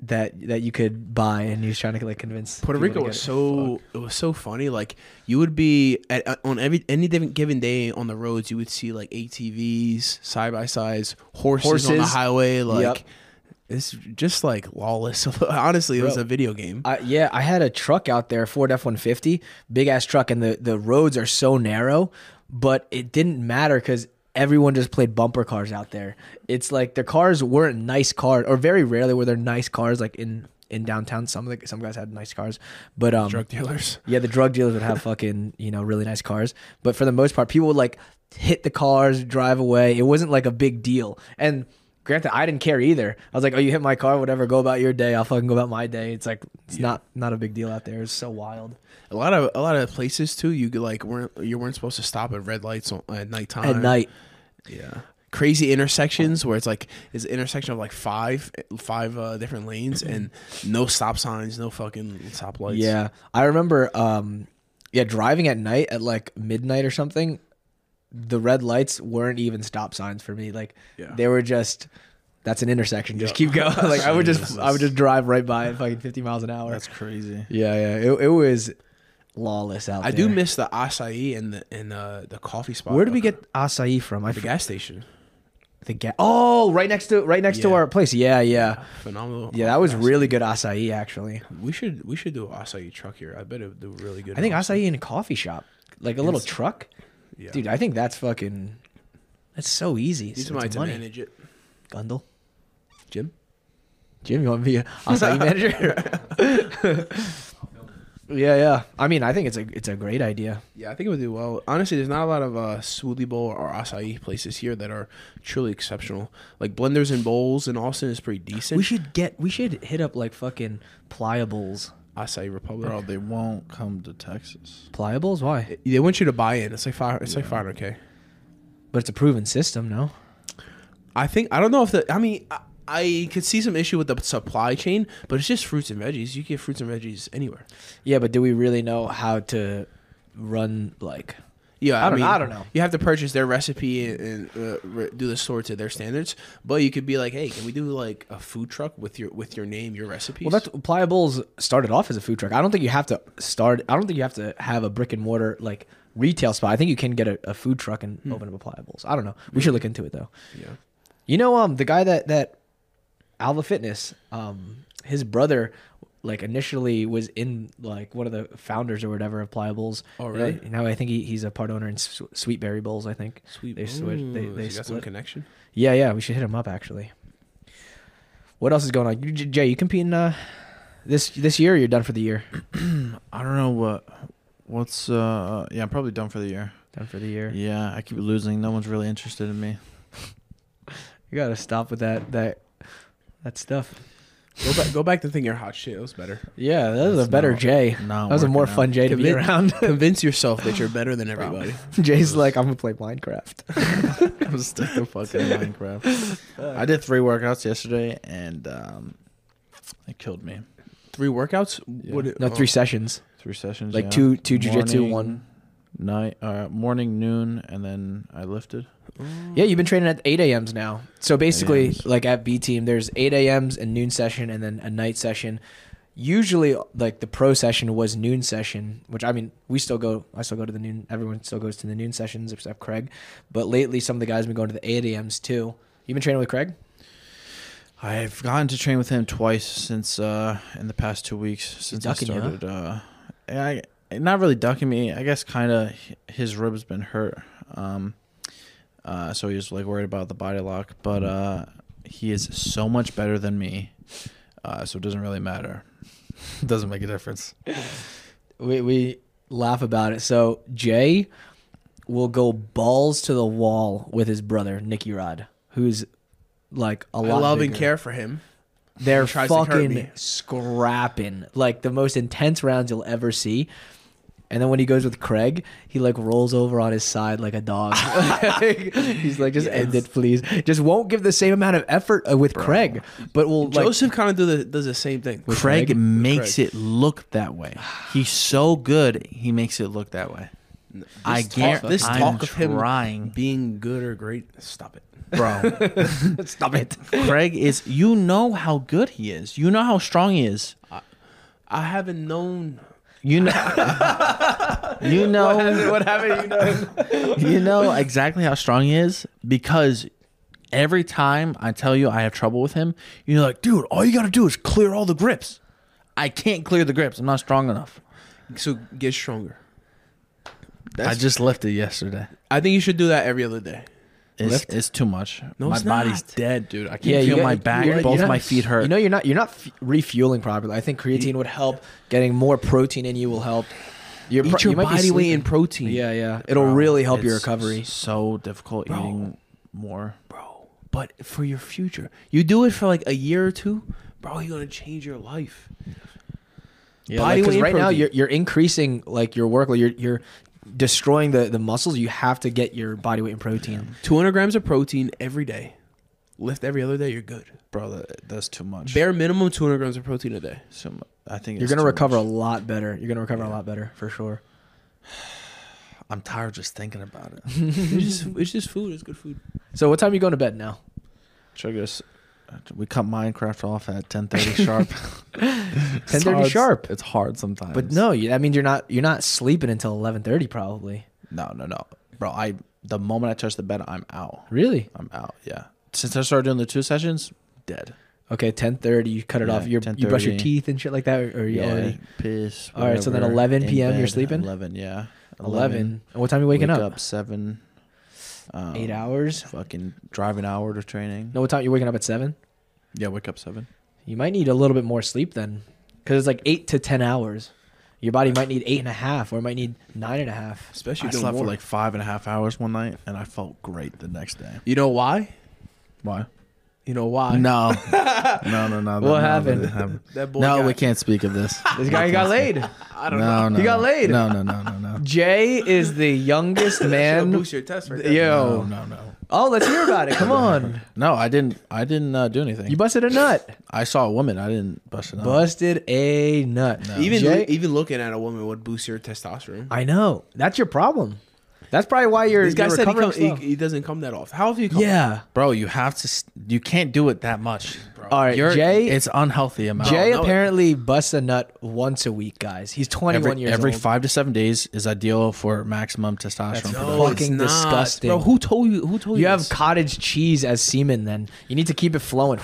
Speaker 1: that that you could buy and he was trying to like convince
Speaker 2: Puerto
Speaker 1: people to
Speaker 2: Rico
Speaker 1: get
Speaker 2: was
Speaker 1: it.
Speaker 2: so it was so funny. Like you would be at, on every any given- given day on the roads, you would see like ATVs, side by sides, horses, on the
Speaker 1: Horses.
Speaker 2: highway. Like
Speaker 1: Yep.
Speaker 2: it's just like lawless. Honestly, it was
Speaker 1: Bro.
Speaker 2: a video game.
Speaker 1: I, yeah, I had a truck out there, Ford F one fifty, big ass truck, and the the roads are so narrow, but it didn't matter because everyone just played bumper cars out there. It's like their cars weren't nice cars, or very rarely were there nice cars. Like in in downtown, some of the, some guys had nice cars, but um,
Speaker 2: Drug dealers.
Speaker 1: yeah, the drug dealers would have fucking, you know, really nice cars. But for the most part, people would like hit the cars, drive away. It wasn't like a big deal. And granted, I didn't care either. I was like, oh, you hit my car, whatever, go about your day. I'll fucking go about my day. It's like, it's not not a big deal out there. It's so wild.
Speaker 2: A lot of a lot of places too. You could, like weren't you weren't supposed to stop at red lights on, at nighttime.
Speaker 1: At night.
Speaker 2: yeah. Crazy intersections where it's like it's an intersection of like five five uh, different lanes and no stop signs, no fucking stop lights.
Speaker 1: Yeah. I remember, um, yeah, driving at night at like midnight or something, the red lights weren't even stop signs for me. Like,
Speaker 2: Yeah.
Speaker 1: they were just. That's an intersection. Just keep going. like I would just, I would just drive right by at fucking fifty miles an hour.
Speaker 3: That's crazy.
Speaker 1: Yeah, yeah. It, it was lawless out
Speaker 2: I
Speaker 1: there.
Speaker 2: do miss the acai and the and uh, the coffee spot.
Speaker 1: Where did we get acai from? I
Speaker 2: the
Speaker 1: forget
Speaker 2: gas station?
Speaker 1: the gas. Oh, right next to right next to
Speaker 2: Yeah.
Speaker 1: our place. Yeah, yeah,
Speaker 2: Phenomenal.
Speaker 1: Uh, yeah. That was
Speaker 2: acai.
Speaker 1: really good acai, actually.
Speaker 2: We should we should do an acai truck here. I bet it would do really good.
Speaker 1: I think acai in a coffee shop, like a little
Speaker 2: Yes.
Speaker 1: truck.
Speaker 2: Yeah.
Speaker 1: Dude, I think that's fucking. That's so easy.
Speaker 2: need
Speaker 1: It's,
Speaker 2: somebody
Speaker 1: it's
Speaker 2: to
Speaker 1: money.
Speaker 2: manage it.
Speaker 1: Gundel.
Speaker 2: Jim.
Speaker 1: Jim, you want to be an acai manager? yeah, yeah. I mean, I think it's a it's a great idea.
Speaker 2: Yeah, I think it would do well. Honestly, there's not a lot of uh, smoothie bowl or acai places here that are truly exceptional. Like blenders and bowls in Austin is pretty decent.
Speaker 1: We should get we should hit up like fucking pliables.
Speaker 2: acai Republic.
Speaker 3: Bro, they won't come to Texas.
Speaker 1: Pliables? Why?
Speaker 2: They want you to buy in. It's like five. It's like five okay.
Speaker 1: But it's a proven system, no?
Speaker 2: I think I don't know if the. I mean, I, I could see some issue with the supply chain, but it's just fruits and veggies. You get fruits and veggies anywhere.
Speaker 1: Yeah, but do we really know how to run like?
Speaker 2: Yeah,
Speaker 1: I don't-
Speaker 2: mean,
Speaker 1: I don't know.
Speaker 2: You have to purchase their recipe and, and uh, re- do the store to their standards. But you could be like, hey, can we do like a food truck with your with your name, your recipes?
Speaker 1: Well, that's Pliables started off as a food truck. I don't think you have to start. I don't think you have to have a brick and mortar like retail spot. I think you can get a, a food truck and
Speaker 2: Hmm.
Speaker 1: open up a Pliables. I don't know. We should look into it though.
Speaker 2: yeah.
Speaker 1: You know, um, the guy that that Alva Fitness, um, his brother like initially was in like one of the founders or whatever of Pliables.
Speaker 2: Oh, really?
Speaker 1: And now I think he, he's a part owner in Su- Sweetberry Bowls. I think
Speaker 2: Sweet.
Speaker 1: they switched. They,
Speaker 2: Ooh,
Speaker 1: they
Speaker 2: so you got some
Speaker 1: split.
Speaker 2: connection.
Speaker 1: Yeah, yeah. We should hit him up actually. What else is going on? You, Jay, you competing uh, this this year? or You're done for the year.
Speaker 3: I don't know what. What's uh? Yeah, I'm probably done for the year.
Speaker 1: Done for the year.
Speaker 3: Yeah, I keep losing. No one's really interested in me.
Speaker 1: You gotta stop with that that that stuff.
Speaker 2: Go back. Go back to thinking you're hot shit. It was better.
Speaker 1: Yeah, that was
Speaker 3: That's
Speaker 1: a better
Speaker 3: not-
Speaker 1: Jay.
Speaker 3: No,
Speaker 1: That was a more fun Jay to be
Speaker 2: Commit.
Speaker 1: around.
Speaker 2: Convince yourself that you're better than everybody.
Speaker 1: Jay's like, I'm gonna play Minecraft.
Speaker 3: I'm stick to fucking Minecraft. I did three workouts yesterday, and um, it killed me.
Speaker 2: Three workouts.
Speaker 3: Yeah.
Speaker 2: What?
Speaker 1: No, three sessions.
Speaker 3: Three sessions,
Speaker 1: Like
Speaker 3: yeah.
Speaker 1: two two jujitsu,
Speaker 3: Morning,
Speaker 1: one.
Speaker 3: night, uh, morning, noon, and then I lifted.
Speaker 2: Oh.
Speaker 1: Yeah, you've been training at 8 a.m.s now. So basically,
Speaker 3: 8 a.m.s.
Speaker 1: like at B team, there's 8 a.m.s and noon session, and then a night session. Usually, like the pro session was noon session, which I mean, we still go. I still go to the noon. Everyone still goes to the noon sessions except Craig. But lately, some of the guys have been going to the 8 a.m.s too. You've been training with Craig.
Speaker 3: I've gotten to train with him twice since uh, in the past two weeks since I
Speaker 1: ducking you, huh?
Speaker 3: started. Uh, I not really ducking me. I guess kind of his ribs been hurt, um, uh, so he was like worried about the body lock. But uh, he is so much better than me, uh, so it doesn't really matter. doesn't make a difference.
Speaker 1: we we laugh about it. So Jay will go balls to the wall with his brother Nicky Rod, who's like a
Speaker 2: I
Speaker 1: lot.
Speaker 2: love and
Speaker 1: bigger.
Speaker 2: care for him.
Speaker 1: They're
Speaker 2: tries to hurt me.
Speaker 1: fucking scrapping, like the most intense rounds you'll ever see. And then when he goes with Craig, he like rolls over on his side like a dog. He's like, just end it, please. Just won't give the same amount of effort uh, with Craig, but will like
Speaker 2: Joseph kind of do the, does the same thing.
Speaker 1: With
Speaker 3: Craig,
Speaker 1: Craig?
Speaker 3: makes it look that way. He's so good. He makes it look that way. I
Speaker 2: talk-
Speaker 3: guarantee.
Speaker 2: this talk of him
Speaker 3: trying.
Speaker 2: Being good or great, stop it.
Speaker 3: bro. Stop it. Craig is. You know how good he is. You know how strong he is.
Speaker 2: I haven't known.
Speaker 3: You know. you know.
Speaker 2: What happened? You know.
Speaker 3: You know exactly how strong he is because every time I tell you I have trouble with him, you're like, dude, all you gotta do is clear all the grips. I can't clear the grips. I'm not strong enough.
Speaker 2: so get stronger.
Speaker 3: I just lifted yesterday.
Speaker 2: I think you should do that every other day.
Speaker 3: It's, it's too much.
Speaker 2: No,
Speaker 3: my
Speaker 2: it's
Speaker 3: body's
Speaker 2: not.
Speaker 3: dead, dude. I can't
Speaker 1: you
Speaker 3: feel
Speaker 1: got-
Speaker 3: my
Speaker 1: you-
Speaker 3: back.
Speaker 1: you're-
Speaker 3: Both
Speaker 1: you're not-
Speaker 3: my feet hurt.
Speaker 1: You know, you're not you're not f- refueling properly. I think creatine would help. Getting more protein in you will help. You're pro-
Speaker 2: Eat your
Speaker 1: you might be
Speaker 2: body weight
Speaker 1: sleeping.
Speaker 2: in protein.
Speaker 1: Yeah, yeah. It'll really help your
Speaker 3: It's
Speaker 1: recovery.
Speaker 3: So difficult eating more.
Speaker 2: bro. But for your future, you do it for like a year or two, bro. You're gonna change your life.
Speaker 1: Yeah,
Speaker 2: Body
Speaker 1: because
Speaker 2: weight
Speaker 1: right now
Speaker 2: protein.
Speaker 1: you're you're increasing like your workload. You're you're destroying the the muscles. You have to get your body weight in protein.
Speaker 2: 200 grams of protein every day. Lift every other day. You're good.
Speaker 3: Bro, that, that's too much.
Speaker 2: Bare minimum 200 grams of protein a day.
Speaker 3: So mu- I think
Speaker 1: You're
Speaker 3: it's
Speaker 1: gonna
Speaker 3: too
Speaker 1: recover
Speaker 3: much.
Speaker 1: a lot better. You're gonna recover a lot better for sure.
Speaker 3: I'm tired just thinking about it.
Speaker 2: it's, just, it's just food. It's good food.
Speaker 1: So what time are you going to bed now?
Speaker 3: Triggers. We cut Minecraft off at 10:30 sharp. It's
Speaker 1: 10:30
Speaker 3: hard-
Speaker 1: sharp.
Speaker 3: Uh, It's hard sometimes.
Speaker 1: But no, you, that means you're not you're not sleeping until eleven thirty probably.
Speaker 3: no, no, no, bro. I the moment I touch the bed, I'm out.
Speaker 1: Really?
Speaker 3: I'm out. Yeah. Since I started doing the two sessions, dead.
Speaker 1: Okay, ten thirty. You cut it
Speaker 3: Yeah,
Speaker 1: off. You're, you brush your
Speaker 3: 10:30.
Speaker 1: teeth and shit like that, or, or you already
Speaker 3: Piss.
Speaker 1: All right, so then
Speaker 3: whatever,
Speaker 1: 11
Speaker 3: in
Speaker 1: p.m. you're
Speaker 3: bed,
Speaker 1: sleeping?
Speaker 3: 11. Yeah.
Speaker 1: eleven. And what time are you waking
Speaker 3: wake
Speaker 1: up?
Speaker 3: Seven. Um,
Speaker 1: Eight hours.
Speaker 3: Fucking drive an hour to training.
Speaker 1: No, what time you're waking up at seven?
Speaker 3: Yeah, wake up seven.
Speaker 1: You might need a little bit more sleep then, because it's like eight to ten hours. Your body might need eight and a half, or it might need nine and a half.
Speaker 2: Especially
Speaker 3: I
Speaker 2: doing
Speaker 3: slept
Speaker 2: more.
Speaker 3: for like five and a half hours one night, and I felt great the next day.
Speaker 2: You know why?
Speaker 3: Why?
Speaker 2: You know why?
Speaker 3: No, no, no,
Speaker 1: What
Speaker 3: no. no,
Speaker 1: happened?
Speaker 3: that happened.
Speaker 2: That boy.
Speaker 3: No,
Speaker 2: got-
Speaker 3: we can't speak of this.
Speaker 1: This guy got laid.
Speaker 2: I don't know.
Speaker 3: No, no,
Speaker 1: He got
Speaker 3: no.
Speaker 1: laid.
Speaker 3: No, no, no, no, no.
Speaker 1: Jay is the youngest
Speaker 2: Should've
Speaker 1: man.
Speaker 2: boost your test right there.
Speaker 3: No,
Speaker 1: Yo,
Speaker 3: no, no.
Speaker 1: oh, let's hear about it. Come on,
Speaker 3: No, I didn't. I didn't uh, do anything.
Speaker 1: you busted a nut.
Speaker 3: I saw a woman. I didn't bust it. up.
Speaker 1: Busted a nut.
Speaker 2: Even
Speaker 1: Jay,
Speaker 2: even looking at a woman would boost your testosterone.
Speaker 1: I know that's your problem. That's probably why you're.
Speaker 2: This guy
Speaker 1: you're
Speaker 2: said he,
Speaker 1: recovering
Speaker 2: come, he,
Speaker 1: slow.
Speaker 2: he doesn't come that often. How often you come?
Speaker 1: yeah.
Speaker 3: Bro, you have to. s- You can't do it that much. Bro.
Speaker 1: All right, Uh, Jay-
Speaker 3: It's unhealthy amount.
Speaker 1: Jay
Speaker 2: Oh, no.
Speaker 1: apparently busts a nut once a week, guys. He's 21
Speaker 3: every,
Speaker 1: years
Speaker 3: every
Speaker 1: old.
Speaker 3: five to seven days is ideal for maximum
Speaker 1: no.
Speaker 3: testosterone. production.
Speaker 2: No, it's
Speaker 1: Fucking
Speaker 2: not.
Speaker 1: disgusting.
Speaker 2: Bro, who told you? Who told you?
Speaker 1: you have
Speaker 2: this?
Speaker 1: cottage cheese as semen. Then you need to keep it flowing.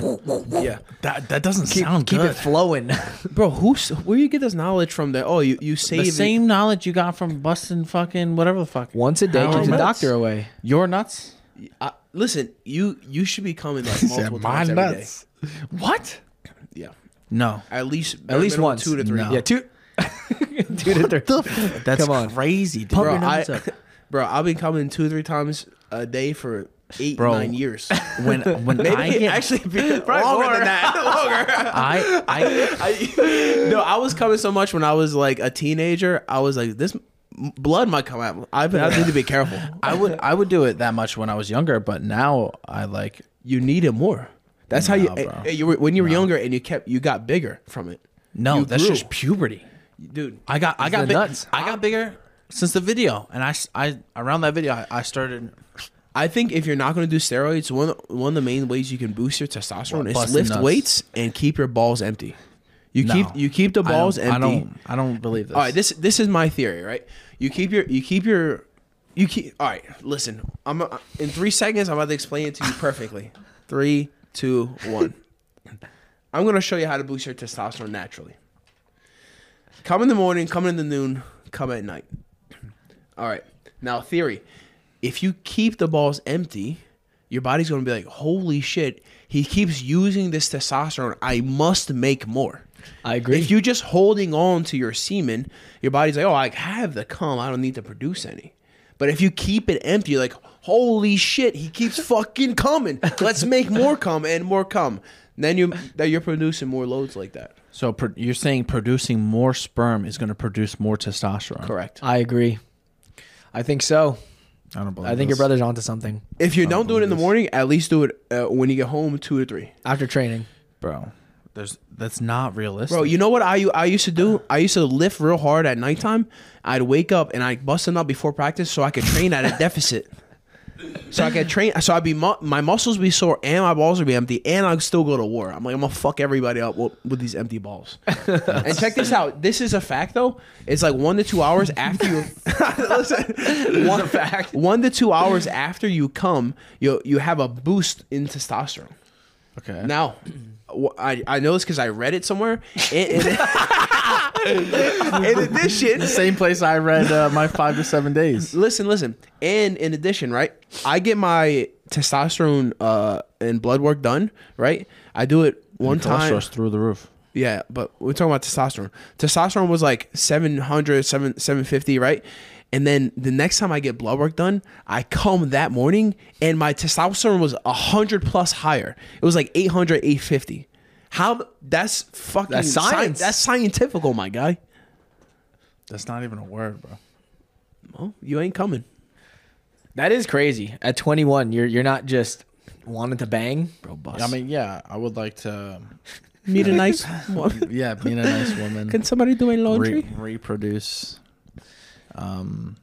Speaker 2: yeah,
Speaker 3: That that doesn't
Speaker 1: Keep,
Speaker 3: sound
Speaker 1: keep
Speaker 3: good.
Speaker 1: it flowing.
Speaker 2: bro. Who? s- Where you get this knowledge from? That oh, you you save
Speaker 3: the
Speaker 2: it-
Speaker 3: same knowledge you got from busting fucking whatever the fuck.
Speaker 1: Once a day
Speaker 3: How
Speaker 1: keeps the
Speaker 3: nuts?
Speaker 1: doctor away.
Speaker 3: Your nuts.
Speaker 2: I, listen, you you should be coming like multiple times every day.
Speaker 3: What?
Speaker 2: Yeah,
Speaker 3: No.
Speaker 2: at least
Speaker 1: At least
Speaker 2: minimum
Speaker 1: once.
Speaker 2: two to three.
Speaker 1: Yeah, two. two to three.
Speaker 3: That's
Speaker 1: Come on.
Speaker 3: crazy, dude.
Speaker 1: Pump
Speaker 2: bro.
Speaker 1: your
Speaker 2: I,
Speaker 1: numbers up.
Speaker 2: bro, I've been coming two three times a day for eight
Speaker 3: Bro.
Speaker 2: nine years.
Speaker 3: when when I get
Speaker 2: actually longer than that. Longer.
Speaker 3: I I
Speaker 2: I, no, I was coming so much when I was like a teenager. I was like, this m- blood might come out. I've been, I need to be careful.
Speaker 3: I would I would do it that much when I was younger, but now I like
Speaker 2: You need it more. That's how you,
Speaker 3: Nah, bro.
Speaker 2: eh, eh, you were, when you were younger and you kept you got bigger from it,
Speaker 3: no.
Speaker 2: You
Speaker 3: that's
Speaker 2: grew.
Speaker 3: just puberty.
Speaker 2: dude.
Speaker 3: I got I
Speaker 1: the
Speaker 3: got big,
Speaker 1: nuts.
Speaker 3: I got bigger since the video, and I, s- I- around that video I, I started
Speaker 2: I think if you're not going to do steroids, one one of the main ways you can boost your testosterone is
Speaker 3: busting
Speaker 2: lift
Speaker 3: nuts.
Speaker 2: weights and keep your balls empty. You
Speaker 3: No.
Speaker 2: keep you keep the
Speaker 3: I don't-
Speaker 2: balls
Speaker 3: I
Speaker 2: empty.
Speaker 3: don't I don't believe this.
Speaker 2: All right, this this is my theory, right? You keep your you keep your you keep. All right, listen. I'm uh, in three seconds. I'm about to explain it to you perfectly. three, two, one. I'm gonna show you how to boost your testosterone naturally. Come in the morning. Come in the noon. Come at night. All right. Now theory. If you keep the balls empty, your body's gonna be like, holy shit. He keeps using this testosterone. I must make more.
Speaker 1: I agree.
Speaker 2: If you're just holding on to your semen, your body's like, oh, I have the cum. I don't need to produce any. But if you keep it empty, you're like, holy shit, he keeps fucking coming. Let's make more cum and more cum. Then you that you're producing more loads like that.
Speaker 3: so pro- you're saying producing more sperm is going to produce more testosterone?
Speaker 2: Correct.
Speaker 1: I agree. I think so.
Speaker 3: I don't believe.
Speaker 1: I think your
Speaker 3: this.
Speaker 1: brother's onto something
Speaker 2: If you don't do it in the morning, at least do it uh, when you get home, two or three.
Speaker 1: after training.
Speaker 3: bro. There's that's not realistic,
Speaker 2: Bro, you know what I I used to do? I used to lift real hard at nighttime. I'd wake up and I'd bust it up before practice so I could train at a deficit. So I could train. So I'd be mu- my muscles would be sore and my balls would be empty and I'd still go to war. I'm like I'm gonna fuck everybody up with, with these empty balls. and check this out. This is a fact though. It's like one to two hours after you. Listen, one fact. One to two hours after you come, you you have a boost in testosterone.
Speaker 3: Okay.
Speaker 2: Now, wh- I, I know this because I read it somewhere. In, in, in addition,
Speaker 3: same place I read uh, my five to seven days.
Speaker 2: listen, listen. And in addition, right, I get my testosterone uh, and blood work done, right? I do it one time.
Speaker 3: Testosterone's through the roof.
Speaker 2: Yeah, but we're talking about testosterone. Testosterone was like 700, 7, 750, right? And then the next time I get blood work done, I come that morning and my testosterone was 100 plus higher. It was like 800, 850. How that's fucking
Speaker 1: That's
Speaker 2: sci-
Speaker 1: science.
Speaker 2: that's scientific, oh my guy.
Speaker 3: That's not even a word, bro.
Speaker 2: Well, you ain't coming.
Speaker 1: That is crazy. At 21, you're you're not just wanting to bang.
Speaker 2: Bro, bust.
Speaker 3: I mean, yeah, I would like to.
Speaker 2: meet a nice woman.
Speaker 3: Yeah, being a nice woman.
Speaker 2: Can somebody do my laundry?
Speaker 3: re- reproduce. Um,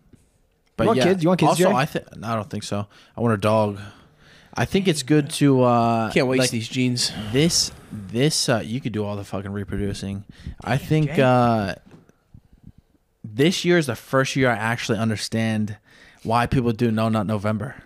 Speaker 3: but
Speaker 1: want
Speaker 3: yeah.
Speaker 1: kids? You want kids,
Speaker 3: Also,
Speaker 1: Jay?
Speaker 3: I think I don't think so. I want a dog. I think it's good to uh,
Speaker 2: Can't waste
Speaker 3: like,
Speaker 2: these jeans.
Speaker 3: This this uh, you could do all the fucking reproducing. I think uh, this year is the first year I actually understand why people do no not November.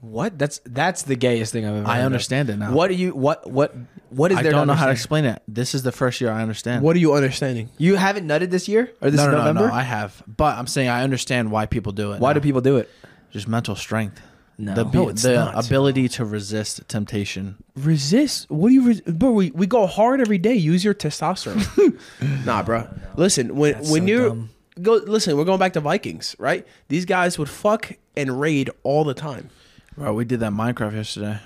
Speaker 1: What? That's that's the gayest thing I've ever.
Speaker 3: I
Speaker 1: heard of.
Speaker 3: understand it now.
Speaker 1: What do you? What what what is
Speaker 3: I
Speaker 1: there?
Speaker 3: don't know how to
Speaker 1: understand?
Speaker 3: explain it. This is the first year I understand.
Speaker 2: What are you understanding?
Speaker 1: You haven't nutted this year or this
Speaker 3: no,
Speaker 1: is
Speaker 3: no, no,
Speaker 1: November.
Speaker 3: no, I have, but I'm saying I understand why people do it.
Speaker 1: Why
Speaker 3: now.
Speaker 1: do people do it?
Speaker 3: just mental strength?
Speaker 1: No.
Speaker 3: the,
Speaker 1: No,
Speaker 2: it's
Speaker 3: the
Speaker 2: not.
Speaker 3: ability to resist temptation.
Speaker 2: Resist? What do you, res- bro? We, we go hard every day. Use your testosterone. nah, bro. Listen, when when
Speaker 1: so
Speaker 2: you're
Speaker 1: dumb.
Speaker 2: go, listen. We're going back to Vikings, right? These guys would fuck and raid all the time.
Speaker 3: Bro, we did that Minecraft yesterday.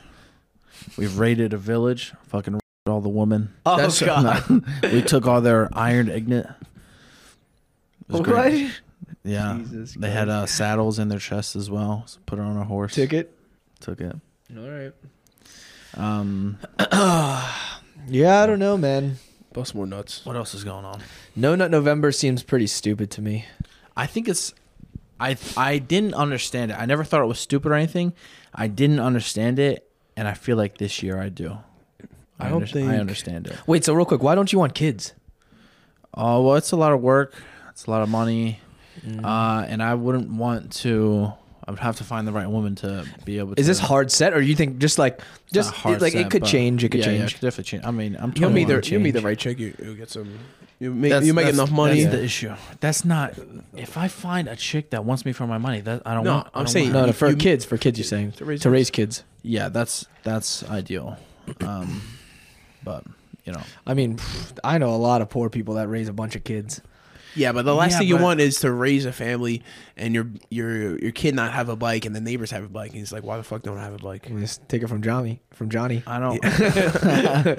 Speaker 3: We've raided a village, fucking raped all the women.
Speaker 1: Oh
Speaker 3: we took all their iron ignet. It was
Speaker 1: What?
Speaker 3: great. Yeah,
Speaker 1: Jesus
Speaker 3: they had uh, saddles in their chests as well. So put it on a horse.
Speaker 1: Ticket.
Speaker 3: Took it.
Speaker 1: All right.
Speaker 3: Um,
Speaker 1: Yeah, I don't know, man.
Speaker 2: Bust more nuts.
Speaker 3: what else is going on?
Speaker 1: No Nut November seems pretty stupid to me.
Speaker 3: I think it's. I I didn't understand it. I never thought it was stupid or anything. I didn't understand it, and I feel like this year I do. I,
Speaker 2: I don't
Speaker 3: under-
Speaker 2: think-
Speaker 3: I understand it.
Speaker 1: Wait, so real quick, why don't you want kids?
Speaker 3: Oh well, it's a lot of work. It's a lot of money, uh, and I wouldn't want to. I would have to find the right woman to be able. to...
Speaker 1: Is this hard set, or you think just like
Speaker 3: It's not
Speaker 1: just
Speaker 3: hard
Speaker 1: like it
Speaker 3: set,
Speaker 1: could
Speaker 3: but-
Speaker 1: change? It could
Speaker 3: yeah, yeah,
Speaker 1: change.
Speaker 3: could definitely change. I mean, I'm
Speaker 2: You'll meet
Speaker 3: 21,
Speaker 2: the
Speaker 3: change.
Speaker 2: you'll meet the right chick. You you get some. You make
Speaker 3: That's-
Speaker 2: you make
Speaker 3: that's-
Speaker 2: enough money.
Speaker 3: That's the issue. That's not. If I find a chick that wants me for my money, that I don't
Speaker 2: No,
Speaker 3: want. I
Speaker 2: I'm
Speaker 3: don't
Speaker 2: saying-
Speaker 3: want her.
Speaker 1: No, no,
Speaker 2: You-
Speaker 1: for
Speaker 2: you-
Speaker 1: kids, for kids, you're saying to
Speaker 2: raise
Speaker 1: raise,
Speaker 2: kids.
Speaker 1: kids.
Speaker 3: yeah, that's that's ideal. Um, but you know,
Speaker 1: I mean, pfft, I know a lot of poor people that raise a bunch of kids.
Speaker 2: Yeah, but the last
Speaker 3: Yeah,
Speaker 2: thing you
Speaker 3: but-
Speaker 2: want is to raise a family and your your your kid not have a bike and the neighbors have a bike and he's like, why the fuck don't I have a bike?
Speaker 1: Can we Just take it from Johnny, from Johnny.
Speaker 3: I don't.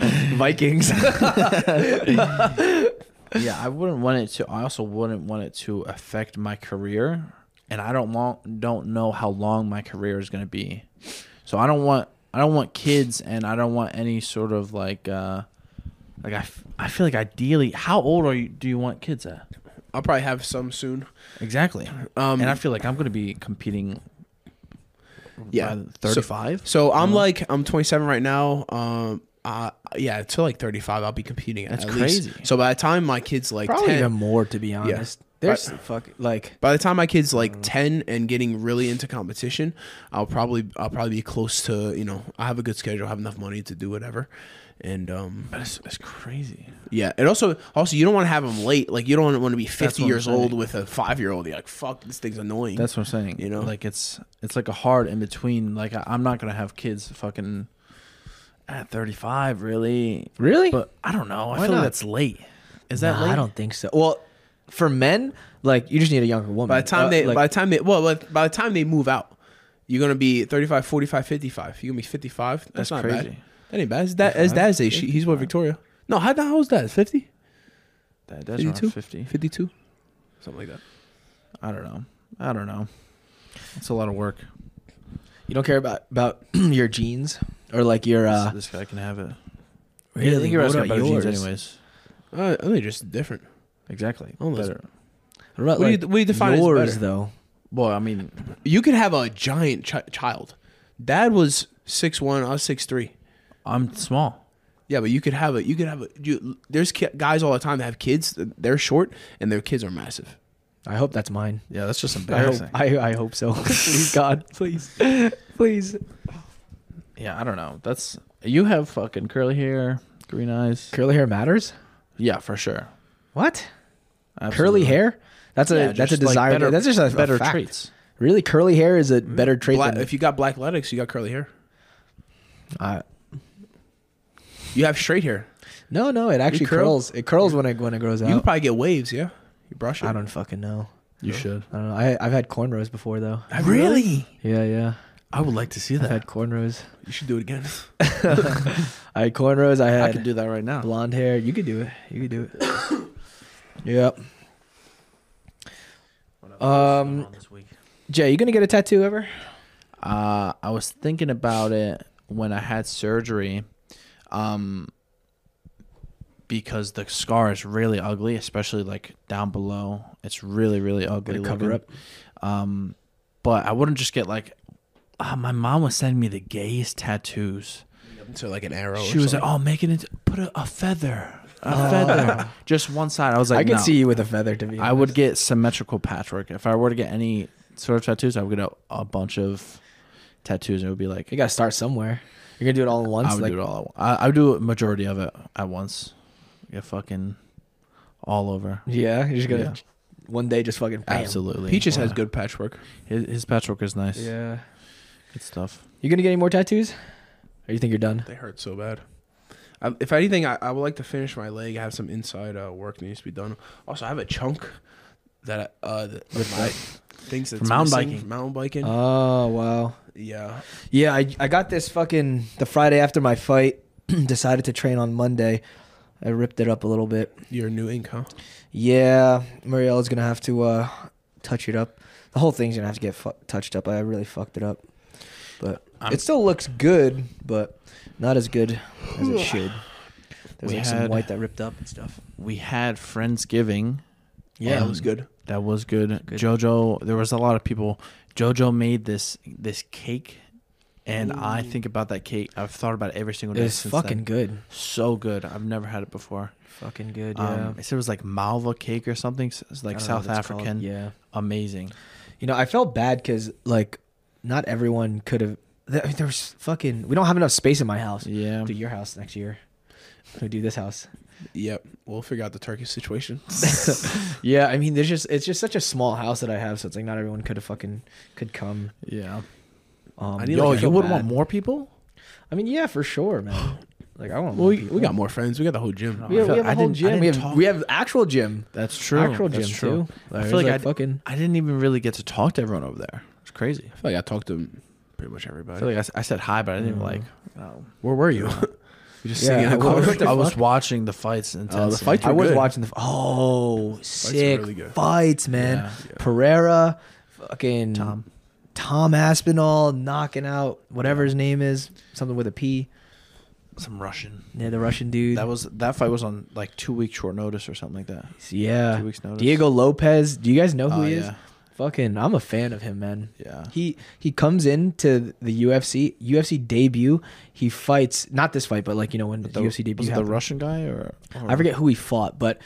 Speaker 1: Vikings.
Speaker 3: yeah, I wouldn't want it to. I also wouldn't want it to affect my career, and I don't want don't know how long my career is going to be. So I don't want I don't want kids, and I don't want any sort of like uh like I, f- I feel like ideally, how old are you? Do you want kids at?
Speaker 2: I'll probably have some soon.
Speaker 3: Exactly.
Speaker 2: Um,
Speaker 3: and I feel like I'm going to be competing.
Speaker 2: Yeah.
Speaker 3: by 35.
Speaker 2: So I'm
Speaker 3: Uh-huh.
Speaker 2: like I'm 27 right now. Um, uh, yeah, till like 35, I'll be competing.
Speaker 3: That's
Speaker 2: at least.
Speaker 3: crazy.
Speaker 2: So by the time my kids like
Speaker 1: Probably
Speaker 2: 10,
Speaker 1: even more, to be honest. There's fuck like
Speaker 2: by the time my kids
Speaker 3: Mm.
Speaker 2: like 10 and getting really into competition, I'll probably I'll probably be close to you know I have a good schedule, I have enough money to do whatever, and um,
Speaker 3: that's, that's crazy.
Speaker 2: Yeah, and also, also you don't want to have them late. Like you don't want to be fifty
Speaker 3: what I'm
Speaker 2: years old
Speaker 3: saying.
Speaker 2: with a five year old. You're like, fuck, this thing's annoying.
Speaker 3: That's what I'm saying.
Speaker 2: You know?
Speaker 3: like it's it's like a hard in between. Like I, I'm not gonna have kids fucking at 35, really.
Speaker 1: really.
Speaker 3: But I don't know. I
Speaker 1: Why
Speaker 3: feel
Speaker 1: not?
Speaker 3: like that's late. Is that
Speaker 1: Nah,
Speaker 3: late?
Speaker 1: I don't think so. Well, for men, like you just need a younger woman.
Speaker 2: by the time
Speaker 1: Uh,
Speaker 2: they,
Speaker 1: like,
Speaker 2: by the time they, well, by- by the time they move out, you're gonna be 35, 45, 55. You're gonna be fifty five. That's,
Speaker 3: That's
Speaker 2: not
Speaker 3: crazy.
Speaker 2: bad. That ain't bad. His dad, his
Speaker 3: 55?
Speaker 2: dad's age. She, he's what Victoria. No, how the hell is that? 50?
Speaker 3: That, that's around
Speaker 2: 52?
Speaker 3: 50.
Speaker 2: 52? something like that.
Speaker 3: I don't know. I don't know. It's a lot of work.
Speaker 1: you don't care about about your genes or like your
Speaker 3: This-
Speaker 1: uh,
Speaker 3: this guy can have it.
Speaker 1: really.
Speaker 3: I think you're
Speaker 1: what
Speaker 3: asking
Speaker 1: about
Speaker 3: about genes,
Speaker 1: yours?
Speaker 3: anyways.
Speaker 2: Uh, I think just different.
Speaker 3: Exactly.
Speaker 1: Oh,
Speaker 2: Almost.
Speaker 3: Better.
Speaker 1: What about
Speaker 2: What do you-
Speaker 1: like
Speaker 2: what do you define as
Speaker 1: yours
Speaker 2: better?
Speaker 1: though?
Speaker 3: Well, I mean,
Speaker 2: You could have a giant chi- child. Dad was six one. I was six three.
Speaker 3: I'm small.
Speaker 2: Yeah, but you could have a you could have a you, there's ki- guys all the time that have kids. They're short and their kids are massive.
Speaker 1: I hope that's mine.
Speaker 3: Yeah, that's just
Speaker 1: I hope,
Speaker 3: embarrassing.
Speaker 1: I, I hope so. please, God, please, please.
Speaker 3: yeah, I don't know. That's you have fucking curly hair, green eyes.
Speaker 1: Curly hair matters.
Speaker 3: yeah, for sure.
Speaker 1: What?
Speaker 3: Absolutely.
Speaker 1: Curly hair? That's a
Speaker 3: Yeah,
Speaker 1: that's a
Speaker 3: just, like,
Speaker 1: desire.
Speaker 3: better-
Speaker 1: that's just a
Speaker 3: better
Speaker 1: a fact.
Speaker 3: traits. Mm,
Speaker 1: Really, curly hair is a better trait.
Speaker 2: Black,
Speaker 1: than,
Speaker 2: if you got black latics, you got curly hair.
Speaker 1: I-
Speaker 2: You have straight hair.
Speaker 1: no, no, it actually
Speaker 2: curl?
Speaker 1: curls. It curls when it when it grows
Speaker 2: You could
Speaker 1: out.
Speaker 2: probably get waves. Yeah, you brush it.
Speaker 1: I don't fucking know.
Speaker 3: You should.
Speaker 1: I don't know. I I've had cornrows before though.
Speaker 2: Have you really?
Speaker 1: Yeah, yeah.
Speaker 3: I would like to see
Speaker 1: I've had cornrows.
Speaker 2: You should do it again.
Speaker 1: I had cornrows. I
Speaker 3: I
Speaker 1: had
Speaker 3: could do that right now.
Speaker 1: blonde hair. You could do it. You could do it. yep. Um, Jay, you gonna get a tattoo ever?
Speaker 3: Uh, I was thinking about it when I had surgery, um, because the scar is really ugly, especially like down below. It's really really ugly.
Speaker 1: Gonna cover
Speaker 3: looking. Um, but I wouldn't just get like. Uh, my mom was sending me the gayest tattoos.
Speaker 2: so like an arrow.
Speaker 3: She was like, "Oh, make it into put a, a feather, a feather, just one side." I was like,
Speaker 1: I could
Speaker 3: no.
Speaker 1: see you with a feather. To be,
Speaker 3: I would get symmetrical patchwork if I were to get any sort of tattoos. I would get a, a bunch of tattoos, and it would be like
Speaker 1: You gotta start somewhere. You're gonna do it all at once.
Speaker 3: I would
Speaker 1: like,
Speaker 3: do it all. At, once. I, I would do a majority of it at once. Yeah, fucking all over.
Speaker 1: Yeah, you're just gonna
Speaker 3: Yeah.
Speaker 1: one day just fucking bam.
Speaker 3: Absolutely.
Speaker 2: uh, Peaches has
Speaker 3: Yeah.
Speaker 2: good patchwork.
Speaker 3: His, his patchwork is nice.
Speaker 1: Yeah.
Speaker 3: good stuff.
Speaker 1: You gonna get any more tattoos? Or you think you're done?
Speaker 2: They hurt so bad. I, Um, if anything, I, I would like to finish my leg. I have some inside uh, work that needs to be done. Also, I have a chunk that uh, that- of my things that's
Speaker 3: mountain
Speaker 2: missing
Speaker 3: biking. Uh.
Speaker 2: from Mountain biking.
Speaker 1: Oh wow.
Speaker 2: yeah,
Speaker 1: Yeah, I I got this fucking the Friday after my fight. decided to train on Monday. I ripped it up a little bit.
Speaker 2: your new ink, huh?
Speaker 1: Yeah, Mariella's gonna have to uh touch it up. The whole thing's gonna have to get fu- touched up. I really fucked it up, but
Speaker 3: I'm-
Speaker 1: it still looks good, but not as good as it should. There's
Speaker 3: We
Speaker 1: like
Speaker 3: had-
Speaker 1: some white that ripped up and stuff.
Speaker 3: We had friendsgiving, Yeah,
Speaker 2: that was good.
Speaker 3: That was good. JoJo, there was a lot of people. JoJo made this this cake, and I think about that cake. I've thought about it every single day.
Speaker 1: It's
Speaker 3: since
Speaker 1: fucking
Speaker 3: then.
Speaker 1: good.
Speaker 3: so good. I've never had it before.
Speaker 1: Fucking good. Yeah.
Speaker 3: Um, it said it was like malva cake or something. s- It's like
Speaker 1: I don't know what
Speaker 3: South
Speaker 1: it's called.
Speaker 3: African.
Speaker 1: Yeah.
Speaker 3: Amazing.
Speaker 1: You know, I felt bad because like not everyone could have. There, I mean, there was fucking. We don't have enough space in my house.
Speaker 3: Yeah.
Speaker 1: We'll do your house next year. We do this house.
Speaker 2: Yep, we'll figure out the turkey situation.
Speaker 1: yeah, I mean, there's just it's just such a small house that I have, so it's like not everyone could have fucking could come.
Speaker 3: Yeah.
Speaker 1: Um,
Speaker 2: I
Speaker 1: I,
Speaker 2: need,
Speaker 3: Yo,
Speaker 2: like,
Speaker 3: you
Speaker 2: so
Speaker 3: would
Speaker 2: bad.
Speaker 3: want more people?
Speaker 1: mean, yeah, for sure, man. Like I want.
Speaker 2: Well,
Speaker 1: more
Speaker 2: we,
Speaker 1: people.
Speaker 2: we got more friends. We got the whole gym.
Speaker 1: We have, we have a
Speaker 3: I
Speaker 1: whole
Speaker 3: didn't- I
Speaker 1: gym. We
Speaker 3: didn't
Speaker 1: have,
Speaker 3: talk-
Speaker 1: we have actual gym.
Speaker 3: That's true.
Speaker 1: Actual
Speaker 3: That's
Speaker 1: gym,
Speaker 3: true.
Speaker 1: too.
Speaker 3: I
Speaker 1: There's,
Speaker 3: feel like,
Speaker 1: like,
Speaker 3: I d-
Speaker 1: fucking-
Speaker 3: I didn't even really get to talk to everyone over there. It's crazy.
Speaker 2: I feel like I talked to pretty much everybody.
Speaker 3: I feel like I s- I, said hi, but I didn't like. Oh.
Speaker 2: Where were you? you just
Speaker 1: Mm. Yeah,
Speaker 2: singing
Speaker 1: I
Speaker 2: in a
Speaker 1: was-
Speaker 2: car.
Speaker 1: What the
Speaker 3: I was
Speaker 1: fuck?
Speaker 3: watching Uh, the fights. Intensely.
Speaker 2: fights
Speaker 1: I
Speaker 2: were
Speaker 1: was
Speaker 2: good.
Speaker 1: watching the oh sick
Speaker 2: really good.
Speaker 1: fights, man.
Speaker 3: Yeah.
Speaker 1: Pereira, fucking
Speaker 3: Tom.
Speaker 1: Tom Aspinall knocking out whatever his name is, something with a P.
Speaker 3: some Russian.
Speaker 1: Yeah, the Russian dude.
Speaker 3: That was that fight was on like two weeks short notice or something like that.
Speaker 1: yeah.
Speaker 3: two weeks notice.
Speaker 1: Diego Lopez. Do you guys know who
Speaker 3: Oh,
Speaker 1: he is?
Speaker 3: yeah.
Speaker 1: Fucking, I'm a fan of him, man.
Speaker 3: Yeah.
Speaker 1: He he comes into the UFC UFC debut. He fights not this fight, but like you know when the,
Speaker 3: The,
Speaker 1: UFC debut
Speaker 3: was it the
Speaker 1: happened.
Speaker 3: Russian guy or, or-
Speaker 1: I forget who he fought, but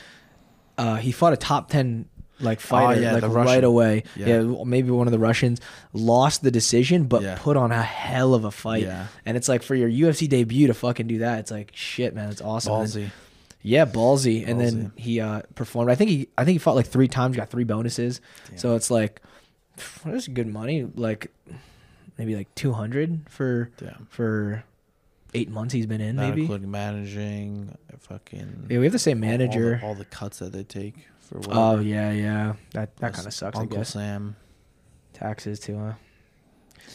Speaker 1: uh, he fought a top ten like fighter
Speaker 3: Oh, yeah,
Speaker 1: like
Speaker 3: the
Speaker 1: right
Speaker 3: Russian.
Speaker 1: away.
Speaker 3: Yeah.
Speaker 1: Yeah. maybe one of the Russians lost the decision, but
Speaker 3: Yeah.
Speaker 1: put on a hell of a fight.
Speaker 3: Yeah.
Speaker 1: And it's like for your UFC debut to fucking do that, it's like shit, man. It's awesome. And-
Speaker 3: Ballsy.
Speaker 1: yeah, ballsy. And
Speaker 3: Ballsy.
Speaker 1: then he uh, performed. I think he I think he fought like three times, got three bonuses. So it's like pff, that's good money. Like maybe like two hundred for
Speaker 3: Damn.
Speaker 1: for eight months he's been in.
Speaker 3: Not
Speaker 1: maybe
Speaker 3: including managing, uh, fucking.
Speaker 1: yeah, we have the same
Speaker 3: all- all the-
Speaker 1: manager.
Speaker 3: All the, cuts that they take for. Whatever.
Speaker 1: Oh yeah, yeah. That that
Speaker 3: That's
Speaker 1: kind of sucks.
Speaker 3: Uncle
Speaker 1: I guess
Speaker 3: Sam.
Speaker 1: taxes too. Huh?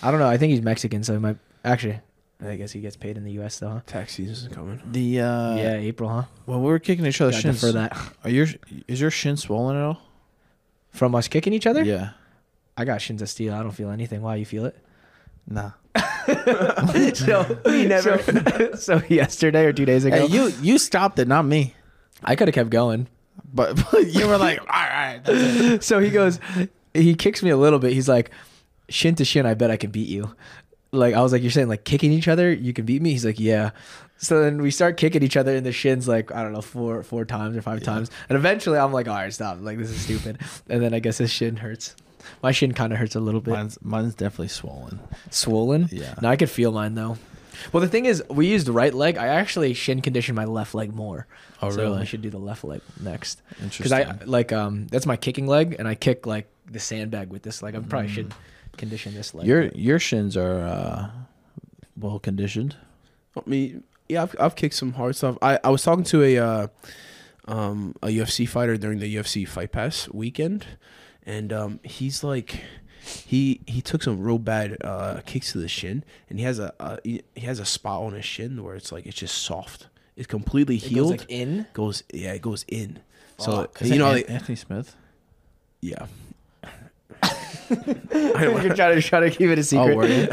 Speaker 1: I don't know. I think he's Mexican, so he might actually. I guess he gets paid in the U.S. though. Huh?
Speaker 2: Tax season's coming.
Speaker 3: The uh,
Speaker 1: yeah, April, huh?
Speaker 3: When we were kicking each other's
Speaker 1: Gotta
Speaker 3: shins,
Speaker 1: defer that
Speaker 3: are your is your shin swollen at all?
Speaker 1: from us kicking each other.
Speaker 3: Yeah.
Speaker 1: I got shins of steel. I don't feel anything. Why you feel it?
Speaker 3: Nah.
Speaker 1: so we never. So, yesterday or two days ago,
Speaker 3: Hey, you you stopped it, not me.
Speaker 1: I could have kept going.
Speaker 3: But, but you were like, all right. that's it."
Speaker 1: So he goes, he kicks me a little bit. He's like, shin to shin, I bet I can beat you. Like I was like, you're saying like kicking each other, you can beat me. He's like, yeah. So then we start kicking each other in the shins like I don't know four four times or five times, and eventually I'm like, all right, stop. Like this is stupid. And then I guess his shin hurts. My shin kind of hurts a little bit.
Speaker 3: Mine's mine's definitely swollen.
Speaker 1: Swollen.
Speaker 3: Yeah.
Speaker 1: No, I could feel mine though. Well, the thing is, we used the right leg. I actually shin conditioned my left leg more.
Speaker 3: Oh,
Speaker 1: so
Speaker 3: really?
Speaker 1: I should do the left leg next. Because I
Speaker 3: Interesting.
Speaker 1: like um that's my kicking leg, and I kick like the sandbag with this leg. I probably should
Speaker 3: Mm.
Speaker 1: condition this leg.
Speaker 3: Your your shins are uh, well conditioned.
Speaker 2: I mean, yeah, I've, I've kicked some hard stuff. I, I was talking to a uh, um, a UFC fighter during the UFC Fight Pass weekend, and um, he's like, he he took some real bad uh, kicks to the shin, and he has a uh, he, he has a spot on his shin where it's like it's just soft. It's completely
Speaker 1: It goes,
Speaker 2: healed.
Speaker 1: like, in?
Speaker 2: Goes yeah, it goes in. So
Speaker 3: Fuck. Is
Speaker 2: you
Speaker 3: that
Speaker 2: know,
Speaker 3: An-
Speaker 2: like,
Speaker 3: Anthony Smith.
Speaker 2: yeah,
Speaker 1: You're trying to try to keep it a secret.
Speaker 3: Oh, were you?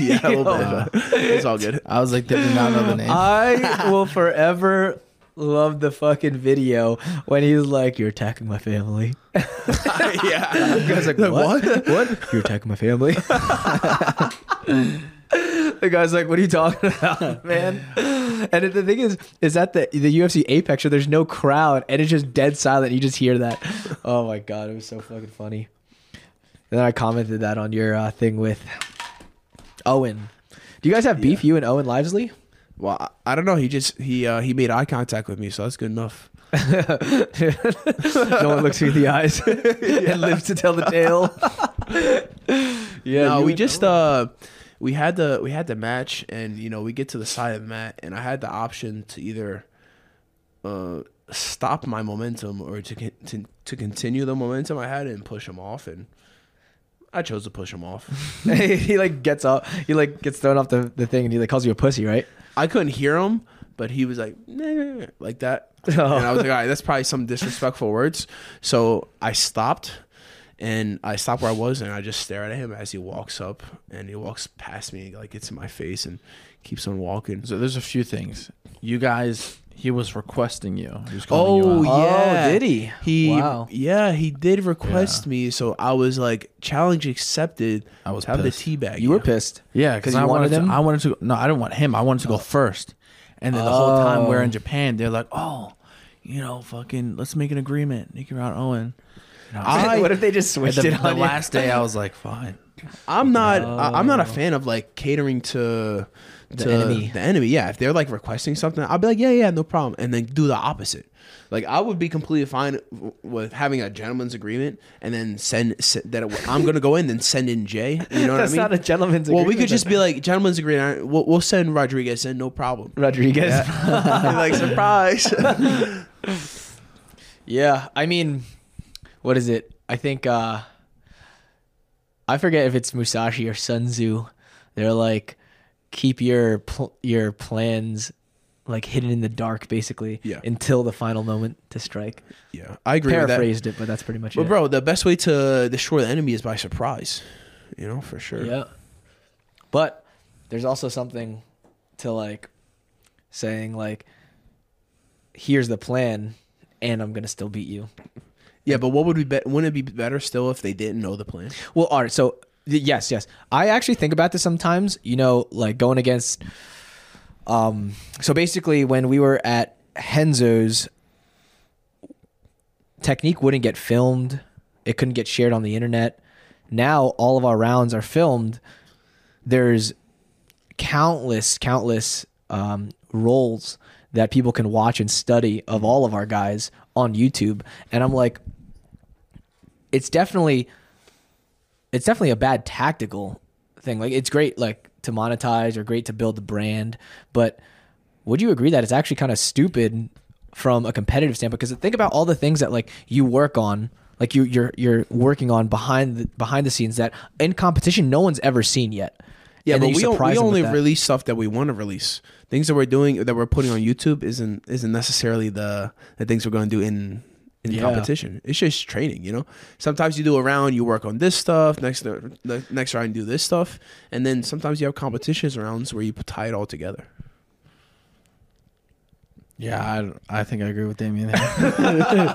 Speaker 2: yeah, a little bit. it's all good.
Speaker 3: I was like, did not know the name.
Speaker 1: I will forever love the fucking video when he's like, "You're attacking my family."
Speaker 2: yeah,
Speaker 1: The guy's like, what? What? You're attacking my family. the guy's like, what are you talking about, man? And the thing is, is that the the UFC Apex, so there's no crowd, and it's just dead silent. You just hear that. Oh my god, it was so fucking funny. And then I commented that on your uh, thing with Owen. Do you guys have beef? You and Owen Livesley?
Speaker 2: Well, I- I don't know. He just he uh, he made eye contact with me, so that's good enough.
Speaker 1: no one looks you in the eyes and lives to tell the tale. yeah,
Speaker 2: no,
Speaker 1: you
Speaker 2: we
Speaker 1: and
Speaker 2: just uh we had the we had the match and you know, we get to the side of the mat and I had the option to either uh stop my momentum or to con- to, to continue the momentum I had and push him off and I chose to push him off.
Speaker 1: he like gets off he like gets thrown off the, the thing and he like calls you a pussy right
Speaker 2: I couldn't hear him, but he was like "Nah," like that.
Speaker 1: Oh.
Speaker 2: And I was like, "All right, that's probably some disrespectful words." So, I stopped and I stopped where I was and I just stared at him as he walks up and he walks past me like it's in my face and keeps on walking.
Speaker 3: So there's a few things. You guys, He was requesting you. He was calling
Speaker 2: Oh
Speaker 3: you out.
Speaker 2: yeah,
Speaker 1: Oh, did he?
Speaker 2: He
Speaker 1: Wow.
Speaker 2: yeah, he did request
Speaker 3: Yeah.
Speaker 2: me, so I was like challenge accepted.
Speaker 3: I was
Speaker 2: Time to
Speaker 3: pissed.
Speaker 2: teabag.
Speaker 1: You were pissed.
Speaker 3: Yeah, because
Speaker 1: you
Speaker 3: I
Speaker 1: wanted
Speaker 3: wanted, Oh.
Speaker 1: him?
Speaker 3: to. I wanted to. No, I didn't want him. I wanted to go first. And then the whole time we're
Speaker 1: Oh.
Speaker 3: in Japan, they're like, "Oh, you know, fucking, let's make an agreement, Nicky Ron Owen." And I,
Speaker 2: I-
Speaker 1: what if they just
Speaker 3: at
Speaker 1: switched
Speaker 3: the,
Speaker 1: it
Speaker 3: the
Speaker 1: on you?
Speaker 3: last day, I was like, "Fine."
Speaker 2: I'm not. I- I'm not a fan of like catering to to the
Speaker 1: enemy.
Speaker 2: enemy. Yeah, if they're like requesting something, I'll be like, yeah, yeah, no problem, and then do the opposite. Like I would be completely fine w- with having a gentleman's agreement, and then send, send that it, I'm gonna go in and send in Jay. You know
Speaker 1: That's
Speaker 2: what I mean?
Speaker 1: not a gentleman's
Speaker 2: Well, we
Speaker 1: agreement,
Speaker 2: could just
Speaker 1: then.
Speaker 2: be like gentleman's agreement. We'll, we'll send Rodriguez in, no problem.
Speaker 1: Rodriguez.
Speaker 2: like surprise.
Speaker 1: Yeah, I mean, what is it? I think uh I forget if it's Musashi or Sun Tzu. They're like keep your pl- your plans like hidden in the dark basically
Speaker 2: Yeah.
Speaker 1: until the final moment to strike.
Speaker 2: yeah, I agree. with that.
Speaker 1: Paraphrased it, but that's pretty much
Speaker 2: But
Speaker 1: it.
Speaker 2: bro, the best way to destroy the enemy is by surprise. You know, for sure.
Speaker 1: Yeah. But there's also something to like saying like here's the plan and I'm going to still beat you.
Speaker 2: Yeah, but what would we bet? Wouldn't it be better still if they didn't know the plan?
Speaker 1: Well, all right. So y- yes, yes. I actually think about this sometimes. You know, like going against. Um. So basically, when we were at Henzo's, technique wouldn't get filmed. It couldn't get shared on the internet. Now all of our rounds are filmed. There's countless, countless um, roles that people can watch and study of all of our guys on YouTube. And I'm like, it's definitely it's definitely a bad tactical thing. Like it's great like to monetize or great to build the brand, but would you agree that it's actually kind of stupid from a competitive standpoint? Because think about all the things that like you work on, like you you're you're working on behind the behind the scenes that in competition no one's ever seen yet.
Speaker 2: Yeah,
Speaker 1: And
Speaker 2: but
Speaker 1: then you
Speaker 2: we, don't-
Speaker 1: surprise
Speaker 2: we
Speaker 1: them with
Speaker 2: only
Speaker 1: that.
Speaker 2: release stuff that we want to release. Things that we're doing that we're putting on YouTube isn't isn't necessarily the the things we're going to do in in
Speaker 1: Yeah.
Speaker 2: competition. It's just training, you know. Sometimes you do a round, you work on this stuff. Next the next round, you do this stuff, and then sometimes you have competitions rounds where you tie it all together.
Speaker 3: Yeah, I, I think I agree with Damien. there.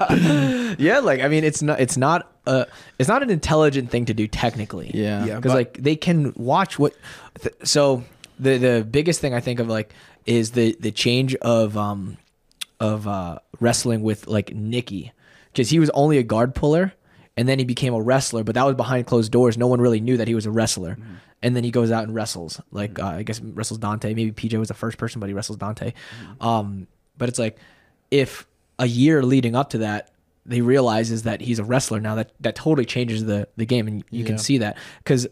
Speaker 1: yeah, like I mean, it's not it's not a it's not an intelligent thing to do technically.
Speaker 3: yeah.
Speaker 2: Yeah.
Speaker 1: because
Speaker 2: but-
Speaker 1: like they can watch what th- so the the biggest thing i think of like is the the change of um of uh wrestling with like nikki because he was only a guard puller and then he became a wrestler but that was behind closed doors no one really knew that he was a wrestler and then he goes out and wrestles like uh, i guess wrestles dante maybe pj was the first person but he wrestles dante um but it's like if a year leading up to that they realizes that he's a wrestler now that that totally changes the the game and you can
Speaker 3: Yeah.
Speaker 1: see that because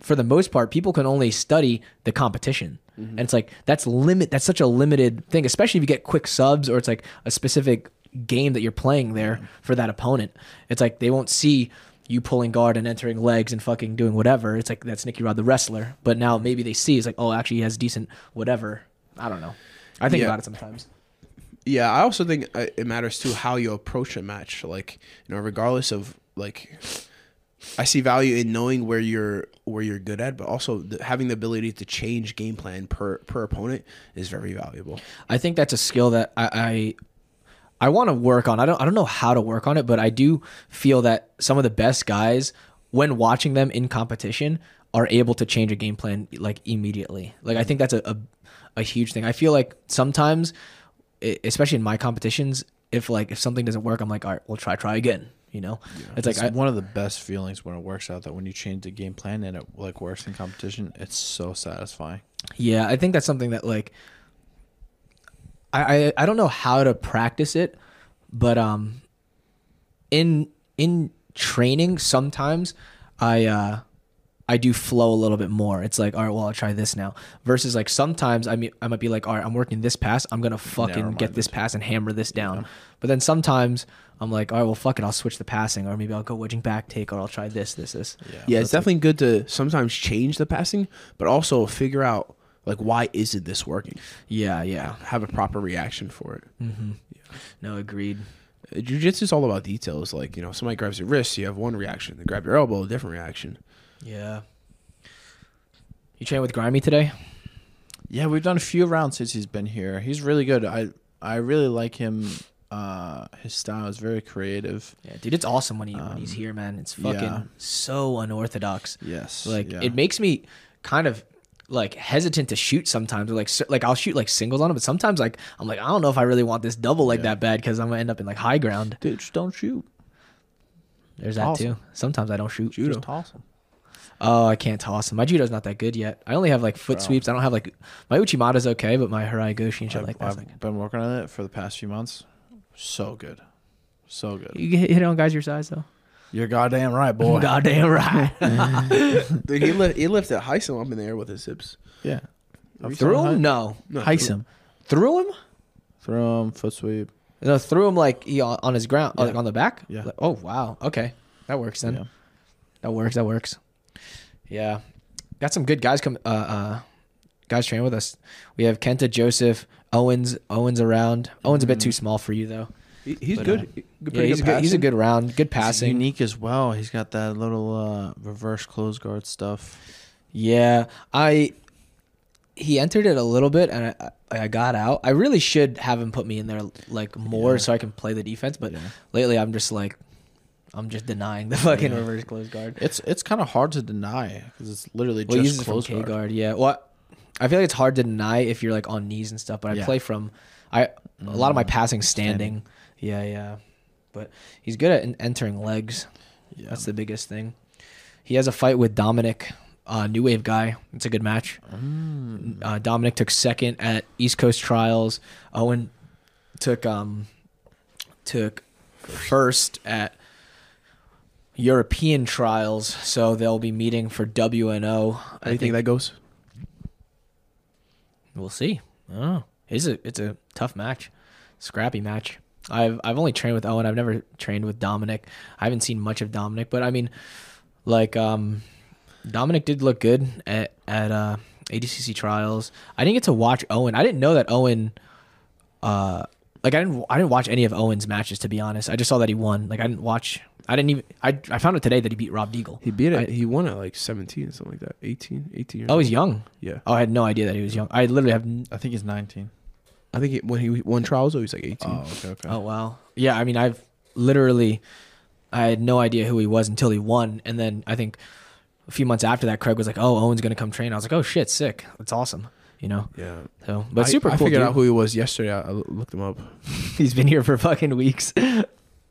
Speaker 1: for the most part people can only study the competition and it's like that's limit that's such a limited thing especially if you get quick subs or it's like a specific game that you're playing there for that opponent it's like they won't see you pulling guard and entering legs and fucking doing whatever it's like that's nicky rod the wrestler but now maybe they see it's like oh actually he has decent whatever i don't know i think
Speaker 2: Yeah.
Speaker 1: about it sometimes
Speaker 2: Yeah, I also think uh, it matters too how you approach a match. Like you know, regardless of like, I see value in knowing where you're where you're good at, but also the, having the ability to change game plan per per opponent is very valuable.
Speaker 1: I think that's a skill that I I, I want to work on. I don't I don't know how to work on it, but I do feel that some of the best guys, when watching them in competition, are able to change a game plan like immediately. Like I think that's a a, a huge thing. I feel like sometimes, e- especially in my competitions, if like if something doesn't work, I'm like, all right, we'll try try again. You know, it's like
Speaker 3: It's
Speaker 1: I,
Speaker 3: one of the best feelings when it works out that when you change the game plan and it like works in competition, it's so satisfying.
Speaker 1: Yeah, I think that's something that like I, I I don't know how to practice it, but um in in training sometimes I uh I do flow a little bit more. It's like, all right, well, I'll try this now. Versus like sometimes I mean I might be like, all right, I'm working this pass, I'm gonna fucking
Speaker 3: mind
Speaker 1: get this pass and hammer this down. But then sometimes I'm like, all right, well, fuck it, I'll switch the passing, or maybe I'll go wedging back take, or I'll try this, this, this.
Speaker 2: Yeah, it's definitely good to sometimes change the passing, but also figure out like why isn't this working?
Speaker 1: Yeah, yeah.
Speaker 2: Have a proper reaction for it.
Speaker 1: No, agreed.
Speaker 2: Jiu jitsu is all about details. Like you know, if somebody grabs your wrist, you have one reaction. They grab your elbow, a different reaction.
Speaker 1: Yeah. You train with Grimy today?
Speaker 3: Yeah, we've done a few rounds since he's been here. He's really good. I I really like him. Uh, his style is very creative.
Speaker 1: Yeah, dude, it's awesome when he when he's here, man. It's fucking
Speaker 3: yeah.
Speaker 1: so unorthodox.
Speaker 3: Yes,
Speaker 1: like
Speaker 3: yeah.
Speaker 1: it makes me kind of like hesitant to shoot sometimes. Like cer- like I'll shoot like singles on him, but sometimes like I'm like I don't know if I really want this double like that bad because I'm gonna end up in like high ground.
Speaker 3: Dude, just don't shoot.
Speaker 1: There's that
Speaker 3: Awesome.
Speaker 1: too. Sometimes I don't shoot.
Speaker 3: Just toss him.
Speaker 1: Oh, I can't toss him. My judo's not that good yet. I only have like foot sweeps. I don't have like my uchimata's okay, but my haraigoshi and shit
Speaker 3: I've,
Speaker 1: like that.
Speaker 3: I've been working on it for the past few months. So good, so good.
Speaker 1: You hit on guys your size though.
Speaker 3: You're goddamn right, boy.
Speaker 1: Goddamn right.
Speaker 2: Dude, he lift, he lifted Heisem up in the air with his hips.
Speaker 3: Yeah,
Speaker 1: threw him? No.
Speaker 3: hikes him,
Speaker 1: Threw him?
Speaker 3: throw him, foot sweep.
Speaker 1: No, threw him like he on, on his ground, like on the back.
Speaker 3: Yeah.
Speaker 1: Like, oh wow. Okay, that works then.
Speaker 3: Yeah.
Speaker 1: That works. That works. Yeah, got some good guys come. Uh, uh guys training with us. We have Kenta Joseph Owens. Owens around. Owens a bit too small for you though.
Speaker 2: He, he's
Speaker 1: But,
Speaker 2: good.
Speaker 1: uh,
Speaker 2: He-
Speaker 1: yeah,
Speaker 2: good pretty
Speaker 1: he's a good, he's a
Speaker 2: passing.
Speaker 1: good round. Good
Speaker 3: He's
Speaker 1: passing.
Speaker 3: unique as well. He's got that little uh, reverse close guard stuff.
Speaker 1: Yeah, I he entered it a little bit, and I I I got out. I really should have him put me in there like more
Speaker 3: Yeah.
Speaker 1: so I can play the defense. But
Speaker 3: Yeah.
Speaker 1: lately, I'm just like, I'm just denying the fucking
Speaker 3: Yeah.
Speaker 1: reverse close guard.
Speaker 3: It's it's kind of hard to deny because it's literally
Speaker 1: Well, he
Speaker 3: just
Speaker 1: uses it from
Speaker 3: close
Speaker 1: K guard.
Speaker 3: guard.
Speaker 1: Yeah. Well, I feel like it's hard to deny if you're like on knees and stuff. But I
Speaker 3: Yeah. Mm-hmm.
Speaker 1: play from I a lot of my passing standing. Yeah, yeah. But he's good at en- entering legs.
Speaker 3: Yeah.
Speaker 1: That's the biggest thing. He has a fight with Dominic, uh, new wave guy. It's a good match. Uh, Dominic took second at East Coast Trials. Owen took um took first at European Trials. So they'll be meeting for WNO.
Speaker 2: How do you think that goes?
Speaker 1: We'll see. Oh, it's a it's a tough match, scrappy match. I've I've only trained with Owen. I've never trained with Dominic. I haven't seen much of Dominic, but I mean, like um, Dominic did look good at at uh, ADCC trials. I didn't get to watch Owen. I didn't know that Owen, uh, like I didn't I didn't watch any of Owen's matches to be honest. I just saw that he won. Like I didn't watch. I didn't even. I I found out today that he beat Rob Deagle.
Speaker 2: He beat it.
Speaker 1: I-
Speaker 2: he won at like 17 or something like that. 18, 18 years
Speaker 1: Oh, he's
Speaker 2: old.
Speaker 1: young.
Speaker 2: Yeah.
Speaker 1: Oh, I had no idea that he was young. I literally have. n-
Speaker 3: I think he's 19.
Speaker 2: I think he, when he won trials, he was like 18.
Speaker 3: Oh, okay, okay.
Speaker 1: Oh wow. Yeah, I mean I've literally I had no idea who he was until he won and then I think a few months after that Craig was like, "Oh, Owen's going to come train." I was like, "Oh shit, sick. That's awesome." You know.
Speaker 2: Yeah.
Speaker 1: So, but
Speaker 2: I-
Speaker 1: super
Speaker 2: I
Speaker 1: cool.
Speaker 2: figured
Speaker 1: dude.
Speaker 2: out who he was yesterday. I, I looked him up.
Speaker 1: He's been here for fucking weeks. yeah,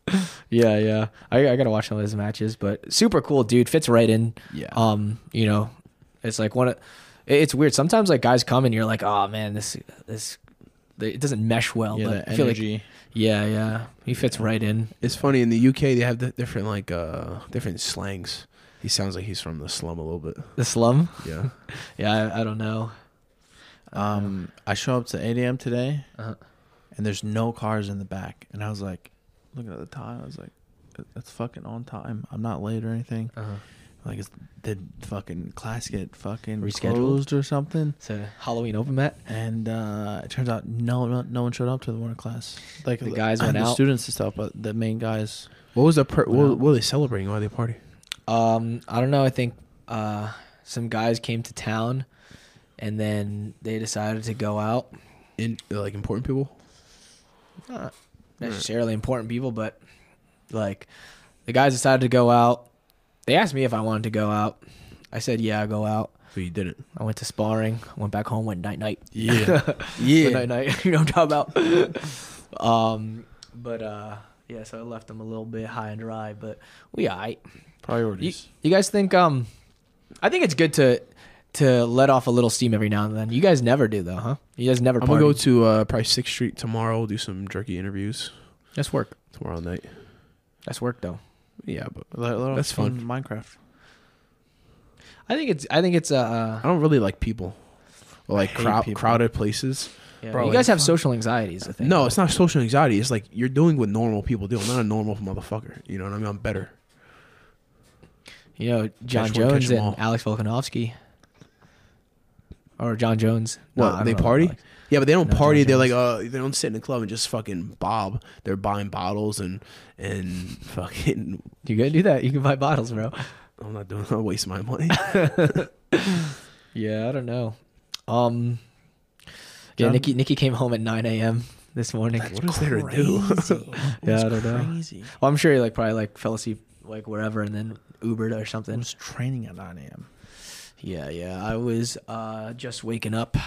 Speaker 1: yeah. I, I got to watch all his matches, but super cool dude. Fits right in.
Speaker 3: Yeah.
Speaker 2: Uh,
Speaker 1: Um, you know, it's like one of it- it's weird. Sometimes like guys come and you're like, "Oh man, this this it doesn't mesh well."
Speaker 3: yeah,
Speaker 1: but
Speaker 3: that
Speaker 1: I feel like
Speaker 3: energy.
Speaker 1: yeah, yeah. He fits right in.
Speaker 2: It's funny in the UK they have the different like uh different slangs. He sounds like he's from the slum a little bit.
Speaker 1: The slum.
Speaker 2: Yeah.
Speaker 1: Yeah, I, I don't know.
Speaker 3: um, I show up to 8 a.m. today,
Speaker 1: Uh-huh.
Speaker 3: and there's no cars in the back, and I was like, looking at the time, I was like, "That- that's fucking on time. I'm not late or anything.
Speaker 1: Uh-huh.
Speaker 3: Like, is, did fucking class get fucking
Speaker 1: Rescheduled?
Speaker 3: closed or something?
Speaker 1: It's a Halloween open mat.
Speaker 3: And uh, it turns out no, no no one showed up to the morning class. Like
Speaker 1: The guys went
Speaker 3: the
Speaker 1: out?
Speaker 3: students and stuff, but the main guys.
Speaker 2: What was the per-
Speaker 3: Wow.
Speaker 2: what, what were they celebrating? Why they party?
Speaker 1: Um, I don't know. I think uh, some guys came to town, and then they decided to go out.
Speaker 2: In like important people?
Speaker 1: Not necessarily important people, but like the guys decided to go out. They asked me if I wanted to go out. I said, "Yeah, I'll go out."
Speaker 2: So you didn't.
Speaker 1: I went to sparring. Went back home. Went night night.
Speaker 2: Yeah.
Speaker 1: yeah. night night. you know what I'm talking about. um, but uh, yeah, so I left them a little bit high and dry, but we alright. You,
Speaker 3: Priorities.
Speaker 1: you guys think um I think it's good to to let off a little steam every now and then. You guys never do though, huh? You guys never
Speaker 2: I'm gonna
Speaker 1: party.
Speaker 2: go to uh probably Sixth Street tomorrow, do some jerky interviews
Speaker 1: That's work.
Speaker 2: tomorrow night.
Speaker 1: That's work though.
Speaker 2: Yeah, but
Speaker 3: Let- let off
Speaker 2: That's
Speaker 3: some Minecraft.
Speaker 1: I think it's I think it's uh
Speaker 2: I don't really like people. Or like
Speaker 3: hate
Speaker 2: crowd
Speaker 3: people.
Speaker 2: crowded places.
Speaker 1: yeah,
Speaker 2: Bro,
Speaker 1: you guys
Speaker 2: like,
Speaker 1: have social anxieties, I think.
Speaker 2: No, it's not social anxiety. It's like you're doing what normal people do. I'm not a normal motherfucker. You know what I mean? I'm better.
Speaker 1: You know, John
Speaker 2: Catch one, catch
Speaker 1: Jones
Speaker 2: them
Speaker 1: and
Speaker 2: all.
Speaker 1: Alex Volkanovsky. Or John Jones.
Speaker 2: What
Speaker 1: Nah, I don't know
Speaker 2: they
Speaker 1: about
Speaker 2: party?
Speaker 1: Alex.
Speaker 2: Yeah, but they don't
Speaker 1: No, John
Speaker 2: party. They're
Speaker 1: Jones.
Speaker 2: like, uh, they don't sit in the club and just fucking bob. They're buying bottles and and fucking.
Speaker 1: You gotta do that. You can buy bottles, bro.
Speaker 2: I'm not doing. I'm wasting my money.
Speaker 1: Yeah, I don't know. Um, yeah,
Speaker 3: John-
Speaker 1: Nikki Nikki came home at 9 a.m. this morning.
Speaker 2: What is there to do?
Speaker 1: yeah, I don't know.
Speaker 3: Crazy.
Speaker 1: Well, I'm sure he like probably like fell asleep like wherever and then Ubered or
Speaker 3: I
Speaker 1: something.
Speaker 3: was training at 9 a.m.
Speaker 1: Yeah, yeah. I was uh just waking up.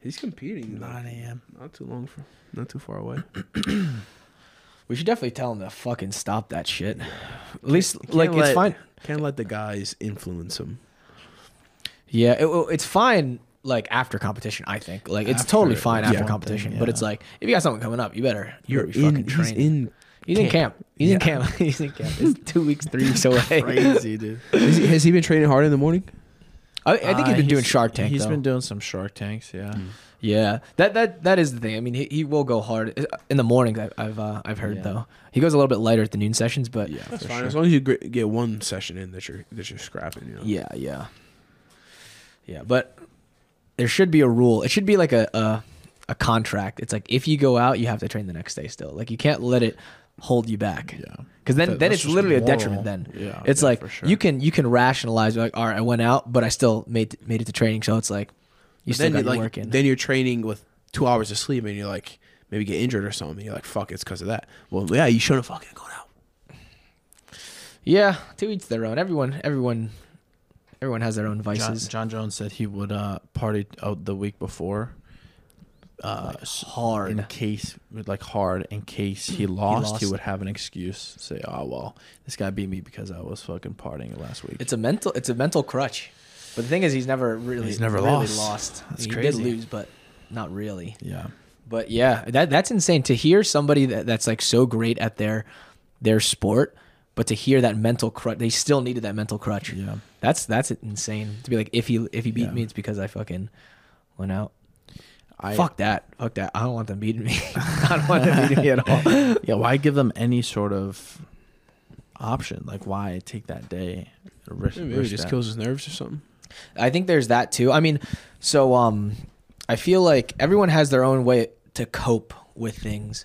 Speaker 2: He's competing. Not,
Speaker 3: 9 a.m.
Speaker 2: not too long from. Not too far away.
Speaker 1: We should definitely tell him to fucking stop that shit. At least like it's fine.
Speaker 2: Can't let the guys influence him.
Speaker 1: Yeah, it, well, it's fine. Like after competition, I think like it's
Speaker 3: After,
Speaker 1: totally fine
Speaker 2: yeah.
Speaker 1: after competition. But it's
Speaker 3: Yeah.
Speaker 1: like if you got something coming up, you better you
Speaker 2: You're
Speaker 1: better be
Speaker 2: in.
Speaker 1: fucking
Speaker 2: He's
Speaker 1: training.
Speaker 2: in.
Speaker 1: He's in camp. He's in camp. He's in camp. It's two weeks, three weeks away.
Speaker 3: Crazy, dude.
Speaker 2: Is he, has he been training hard in the morning?
Speaker 1: I, I think Uh, he's been doing Shark Tank.
Speaker 3: Ah, He's
Speaker 1: though.
Speaker 3: been doing some Shark Tanks, yeah.
Speaker 1: Yeah, that that that is the thing. I mean, he, he will go hard uh, in the morning. I, I've uh, I've heard
Speaker 3: Yeah.
Speaker 1: though he goes a little bit lighter at the noon sessions, but yeah,
Speaker 2: That's fine. As long as you gr- get one session in that you're that you're scrapping. You know?
Speaker 1: yeah, yeah, yeah. But there should be a rule. It should be like a, a a contract. It's like if you go out, you have to train the next day. Still, like you can't let it hold you back.
Speaker 3: Yeah.
Speaker 1: Because then,
Speaker 3: That-
Speaker 1: then
Speaker 3: that's
Speaker 1: it's
Speaker 3: just
Speaker 1: literally a
Speaker 3: moral.
Speaker 1: detriment. Then
Speaker 3: Yeah,
Speaker 1: it's
Speaker 3: yeah,
Speaker 1: like
Speaker 3: for sure.
Speaker 1: you can you can rationalize like, all right, I went out, but I still made made it to training. So it's like you
Speaker 2: But
Speaker 1: still
Speaker 2: then
Speaker 1: got
Speaker 2: you
Speaker 1: your
Speaker 2: like
Speaker 1: work in.
Speaker 2: then you're training with two hours of sleep and you're like maybe get injured or something. You're like fuck, it's because of that. Well, yeah, you shouldn't have fucking gone out.
Speaker 1: Yeah, to each their own. Everyone, everyone, everyone has their own
Speaker 3: John,
Speaker 1: vices.
Speaker 3: John Jones said he would uh, party out the week before. Uh, s- in
Speaker 1: hard.
Speaker 3: case like hard in case he lost, he
Speaker 1: lost.
Speaker 3: would have an excuse say oh well this guy beat me because i was fucking partying last week
Speaker 1: It's a mental. It's a mental crutch. But the thing is, he's never really.
Speaker 3: He's never
Speaker 1: really
Speaker 3: lost. That's
Speaker 1: he
Speaker 3: crazy.
Speaker 1: did lose, but not really.
Speaker 3: yeah
Speaker 1: But yeah, that that's insane to hear somebody that, that's like so great at their their sport, but to hear that mental crutch, they still needed that mental crutch.
Speaker 3: yeah
Speaker 1: That's that's insane to be like if he if he beat
Speaker 3: Yeah.
Speaker 1: me, it's because I fucking went out.
Speaker 3: I,
Speaker 1: Fuck that. Fuck that. I don't want them beating me. I don't want them beating me at all.
Speaker 3: yeah why give them any sort of option like why take that day risk,
Speaker 2: Maybe
Speaker 3: risk
Speaker 2: it just
Speaker 3: that?
Speaker 2: kills his nerves or something.
Speaker 1: I think there's that too. I mean, so um, I feel like everyone has their own way to cope with things.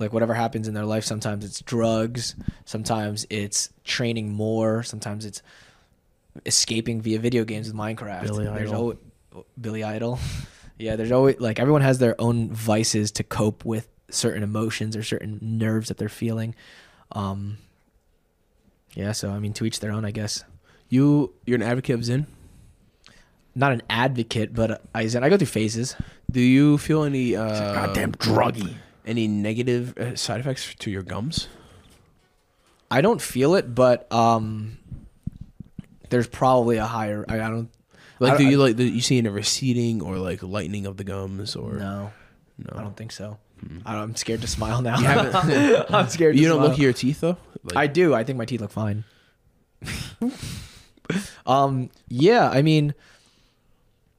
Speaker 1: Like whatever happens in their life, sometimes it's drugs, sometimes it's training more, sometimes it's escaping via video games with Minecraft.
Speaker 3: Billy
Speaker 1: there's
Speaker 3: Idol.
Speaker 1: al- Billy Idol. yeah, there's always like everyone has their own vices to cope with certain emotions or certain nerves that they're feeling. Um, yeah, so I mean, to each their own, I guess
Speaker 2: You you're an advocate of Zen.
Speaker 1: not an advocate, but I I go through phases.
Speaker 2: Do you feel any uh,
Speaker 3: goddamn druggy.
Speaker 2: Any negative uh, side effects to your gums?
Speaker 1: I don't feel it, but um, there's probably a higher. I, I don't
Speaker 2: Like,
Speaker 1: I-
Speaker 2: do
Speaker 1: I-
Speaker 2: you like do you see any receding or like lightening of the gums or
Speaker 1: no,
Speaker 2: no?
Speaker 1: I don't think so. I don't, I'm scared to smile now.
Speaker 2: You haven't-
Speaker 1: I'm scared.
Speaker 2: You
Speaker 1: to
Speaker 2: don't look at
Speaker 1: smile.
Speaker 2: your teeth though. Like,
Speaker 1: I do. I think my teeth look fine. um. Yeah. I mean,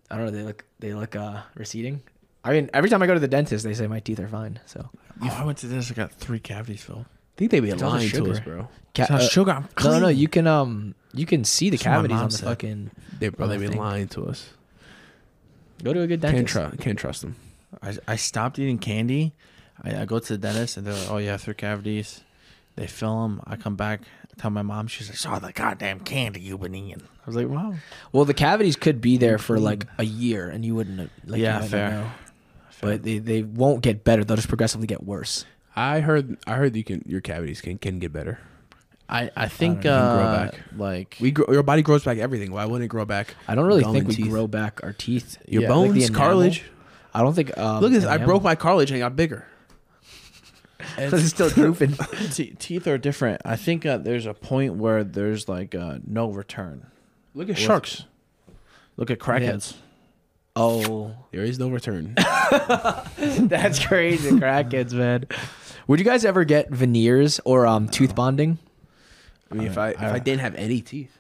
Speaker 1: I don't know. They look. They look uh receding. I mean, every time I go to the dentist, they say my teeth are fine. So
Speaker 3: oh, i went to this i got three cavities filled
Speaker 2: think they'd be
Speaker 1: It's all the
Speaker 2: lying to
Speaker 1: sugar.
Speaker 2: us, bro.
Speaker 1: Ca-
Speaker 3: It's not
Speaker 1: uh,
Speaker 3: sugar i'm
Speaker 1: no,
Speaker 3: clean.
Speaker 1: no. You can um. You can see the
Speaker 3: That's what my
Speaker 1: cavities
Speaker 3: mom
Speaker 1: on the
Speaker 3: said.
Speaker 1: fucking.
Speaker 2: They'd probably be
Speaker 1: think.
Speaker 2: lying to us.
Speaker 1: Go to a good
Speaker 2: Can't
Speaker 1: dentist.
Speaker 2: trust. Can't trust them.
Speaker 3: I, I stopped eating candy. I, I go to the dentist and they're like, "Oh, you have three cavities." They fill them. I come back, tell my mom. She's like, "Saw the goddamn candy you've been eating." I was like, "Wow,
Speaker 1: Well, the cavities could be there for like a year, and you wouldn't. Like,
Speaker 3: Yeah,
Speaker 1: you might not
Speaker 3: fair.
Speaker 1: know. But they, they won't get better. They'll just progressively get worse.
Speaker 2: I heard. I heard you can. Your cavities can can get better.
Speaker 3: I I think
Speaker 2: know, you can grow
Speaker 3: uh,
Speaker 2: back.
Speaker 3: like
Speaker 2: We grow, your body grows back everything. Why wouldn't it grow back?
Speaker 1: I don't really
Speaker 2: gum
Speaker 1: think
Speaker 2: and
Speaker 1: we
Speaker 2: teeth?
Speaker 1: grow back our teeth.
Speaker 2: Your
Speaker 1: Yeah, like the
Speaker 2: bones,
Speaker 1: enamel.
Speaker 2: cartilage.
Speaker 1: I don't think. Um,
Speaker 2: Look at this. I
Speaker 1: enamel-
Speaker 2: broke my cartilage and got bigger.
Speaker 1: It's still drooping.
Speaker 3: te- teeth are different. I think uh, there's a point where there's like uh, no return.
Speaker 2: Look at
Speaker 3: With-
Speaker 2: sharks.
Speaker 3: Look at crackheads.
Speaker 1: oh,
Speaker 2: There is no return.
Speaker 1: that's crazy, crackheads, man. Would you guys ever get veneers or um, tooth bonding,
Speaker 2: I mean, if I if I didn't have any teeth,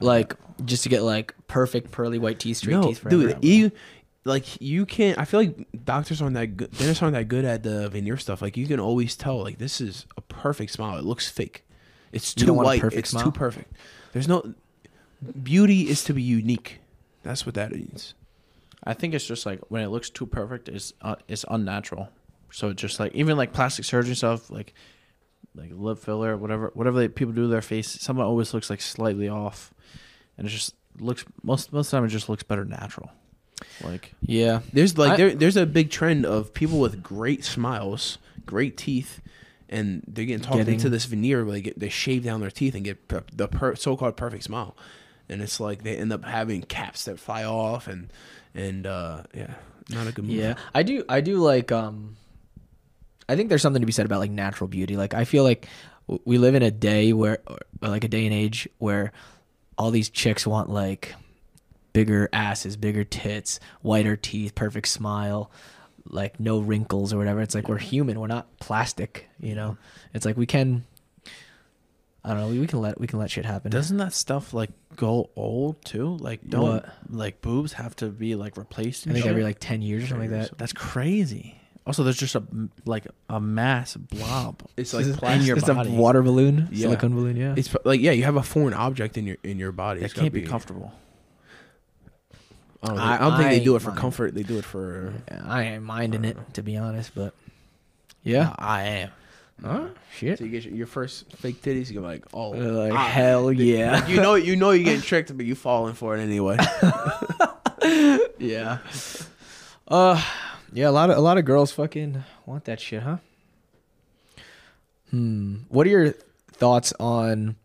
Speaker 1: like just to get like perfect pearly white teeth, straight
Speaker 2: no,
Speaker 1: teeth forever?
Speaker 2: dude, you like you can't. I feel like doctors aren't that good. Dentists aren't that good at the veneer stuff. Like you can always tell. Like this is a perfect smile. It looks fake. It's
Speaker 1: You
Speaker 2: too
Speaker 1: don't want a
Speaker 2: white.
Speaker 1: perfect
Speaker 2: It's
Speaker 1: smile?
Speaker 2: too perfect. There's no beauty is to be unique. That's what that means.
Speaker 3: I think it's just like when it looks too perfect, it's uh, it's unnatural. So it's just like even like plastic surgery stuff, like like lip filler, whatever whatever they, people do to their face, someone always looks like slightly off, and it just looks most most of the time it just looks better natural. Like
Speaker 1: Yeah.
Speaker 2: There's like
Speaker 1: I-
Speaker 2: there, there's a big trend of people with great smiles, great teeth, and they're getting talked
Speaker 1: Getting-
Speaker 2: into this veneer where they get they shave down their teeth and get per, the per, so-called perfect smile, and it's like they end up having caps that fly off and and uh, yeah, not a good move.
Speaker 1: Yeah, I do. I do like. Um, I think there's something to be said about like natural beauty. Like I feel like w- we live in a day where, or, like a day and age where all these chicks want like bigger asses, bigger tits, whiter teeth, perfect smile, like no wrinkles or whatever. It's like we're human. We're not plastic. You know. It's like we can. I don't know. We, we can let we can let shit happen.
Speaker 3: doesn't that stuff like go old too? Like don't
Speaker 1: What?
Speaker 3: like boobs have to be like replaced?
Speaker 1: I
Speaker 3: And
Speaker 1: think
Speaker 3: shit?
Speaker 1: every like ten years or something like that.
Speaker 3: That's crazy. Also, there's just a like a mass blob.
Speaker 2: It's like
Speaker 3: in
Speaker 2: plastic.
Speaker 3: your
Speaker 1: it's
Speaker 3: body.
Speaker 1: a water balloon,
Speaker 2: Yeah.
Speaker 1: silicone balloon. Yeah.
Speaker 2: It's like yeah, you have a foreign object in your in your body.
Speaker 3: That
Speaker 2: It's gotta
Speaker 3: can't be comfortable.
Speaker 2: I don't,
Speaker 1: I-
Speaker 2: think- I don't think they
Speaker 1: I
Speaker 2: do it for
Speaker 1: mind.
Speaker 2: comfort. They do it for
Speaker 1: I ain't minding it to be honest, but
Speaker 3: Yeah, I am.
Speaker 1: Huh? Shit. Uh,
Speaker 2: So you get your, your first fake titties, you're like, oh,
Speaker 1: Like,
Speaker 2: ah.
Speaker 1: hell yeah.
Speaker 2: You know, you know, you're getting tricked, but you falling for it anyway.
Speaker 1: yeah. Uh yeah, a lot of a lot of girls fucking want that shit, huh? Hmm. What are your thoughts on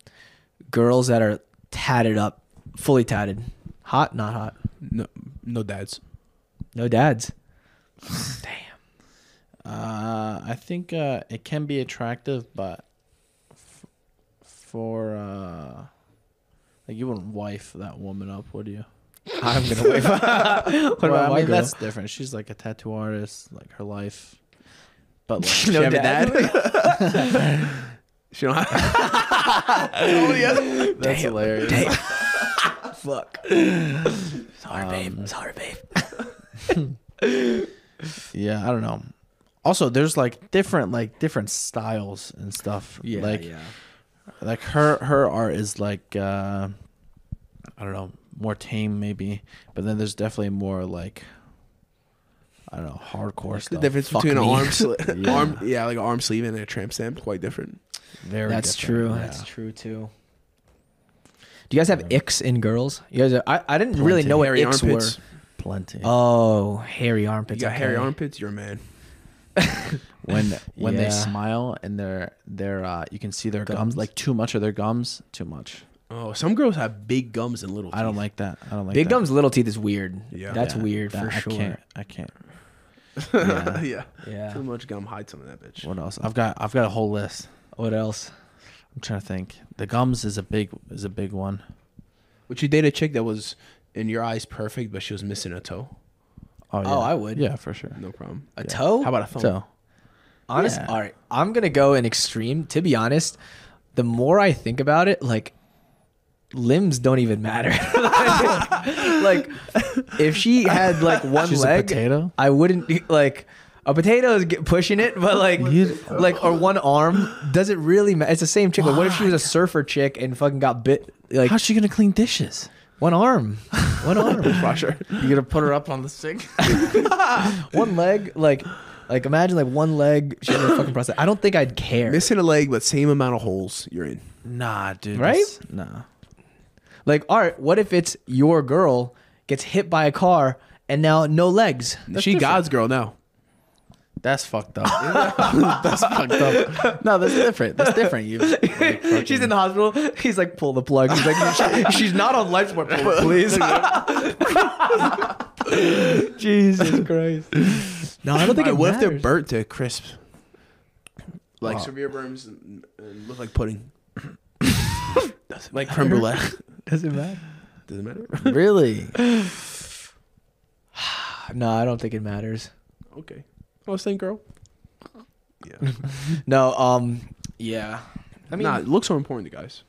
Speaker 1: girls that are tatted up, fully tatted? Hot, not hot.
Speaker 2: no, no dads.
Speaker 1: No dads.
Speaker 3: Uh, I think uh, it can be attractive, but f- for uh, like you wouldn't wife that woman up, would you?
Speaker 1: I'm gonna wait. what
Speaker 3: Well,
Speaker 1: about
Speaker 3: I
Speaker 1: my
Speaker 3: mean,
Speaker 1: girl?
Speaker 3: that's different. She's like a tattoo artist, like her life. But like,
Speaker 2: She
Speaker 3: she
Speaker 2: have
Speaker 3: have
Speaker 2: a dad? she don't have.
Speaker 3: a- that's hilarious.
Speaker 1: Fuck. Sorry,
Speaker 3: Um,
Speaker 1: babe. Sorry, babe.
Speaker 3: Yeah, I don't know. Also, there's like different like different styles and stuff. like like her her art is like uh I don't know, more tame maybe, but then there's definitely more like I don't know, hardcore
Speaker 2: What's the
Speaker 3: stuff.
Speaker 2: difference
Speaker 1: fuck
Speaker 2: between an
Speaker 1: me.
Speaker 2: arm, sli-
Speaker 3: Yeah.
Speaker 2: arm, yeah, like an arm sleeve and a tramp stamp? Quite different.
Speaker 3: Very
Speaker 1: That's
Speaker 3: different,
Speaker 1: true.
Speaker 3: yeah.
Speaker 1: That's true too. Do you guys have icks in girls? You guys, are, I I didn't really know what
Speaker 2: Hairy
Speaker 1: icks
Speaker 2: armpits.
Speaker 1: were.
Speaker 3: plenty.
Speaker 2: Uh,
Speaker 1: Oh, hairy armpits.
Speaker 2: you got
Speaker 1: okay.
Speaker 2: hairy armpits. You're a man.
Speaker 3: when when
Speaker 1: Yeah.
Speaker 3: they smile and their their uh you can see their gums.
Speaker 1: Gums.
Speaker 3: like too much of their gums, too much.
Speaker 2: Oh, some girls have big gums and little.
Speaker 3: I don't like that. I don't like
Speaker 1: Big
Speaker 3: that.
Speaker 1: gums, little teeth is weird.
Speaker 2: Yeah.
Speaker 1: that's
Speaker 3: Yeah,
Speaker 1: weird
Speaker 3: that-
Speaker 1: for
Speaker 3: I
Speaker 1: sure.
Speaker 3: Can't, I can't.
Speaker 2: yeah.
Speaker 3: Yeah.
Speaker 1: Yeah.
Speaker 2: Too much gum. Hide some of that bitch.
Speaker 3: What else? I've got I've got a whole list.
Speaker 1: What else?
Speaker 3: I'm trying to think. The gums is a big is a big one.
Speaker 2: Would you date a chick that was in your eyes perfect, but she was missing a toe?
Speaker 3: Oh, yeah.
Speaker 1: I would.
Speaker 3: Yeah, for sure.
Speaker 2: No problem.
Speaker 1: A toe?
Speaker 2: How about a thumb?
Speaker 3: So
Speaker 1: Honest.
Speaker 3: Yeah.
Speaker 1: All right, I'm gonna go in extreme. To be honest, the more I think about it, like limbs don't even matter. like, if she had like one
Speaker 3: She's a
Speaker 1: leg,
Speaker 3: potato?
Speaker 1: I wouldn't like. A potato is get- pushing it, but like,
Speaker 3: You-
Speaker 1: like or one arm does it really matter? It's the same chick. Like, what if she was a surfer chick and fucking got bit? Like
Speaker 3: how's she gonna clean dishes?
Speaker 1: one arm, one arm.
Speaker 2: Crusher.
Speaker 3: You gonna put her up on the sink?
Speaker 1: one leg, like, like imagine like one leg. She had a fucking prostate. I don't think I'd care.
Speaker 2: Missing a leg, but same amount of holes. You're in.
Speaker 3: nah, dude.
Speaker 1: Right?
Speaker 3: that's- Nah.
Speaker 1: like, all right, what if it's your girl gets hit by a car and now no legs?
Speaker 2: she God's girl now.
Speaker 3: That's fucked up. that's fucked up. No, that's different. That's different. You. like,
Speaker 1: She's
Speaker 3: fucking-
Speaker 1: in the hospital. He's like, pull the plug. He's like, she's not on life support, please. Jesus Christ. No, I don't think
Speaker 2: Alright,
Speaker 1: it
Speaker 2: what if they're
Speaker 1: matters.
Speaker 2: burnt to a crisp? Like
Speaker 3: Wow.
Speaker 2: severe burns and, and look like pudding. like creme brulee.
Speaker 1: Doesn't matter.
Speaker 2: Doesn't matter.
Speaker 3: really?
Speaker 1: No, I don't think it matters.
Speaker 2: Okay. I was saying, girl. Yeah.
Speaker 1: No, um, yeah. I mean,
Speaker 2: nah, looks are important to guys.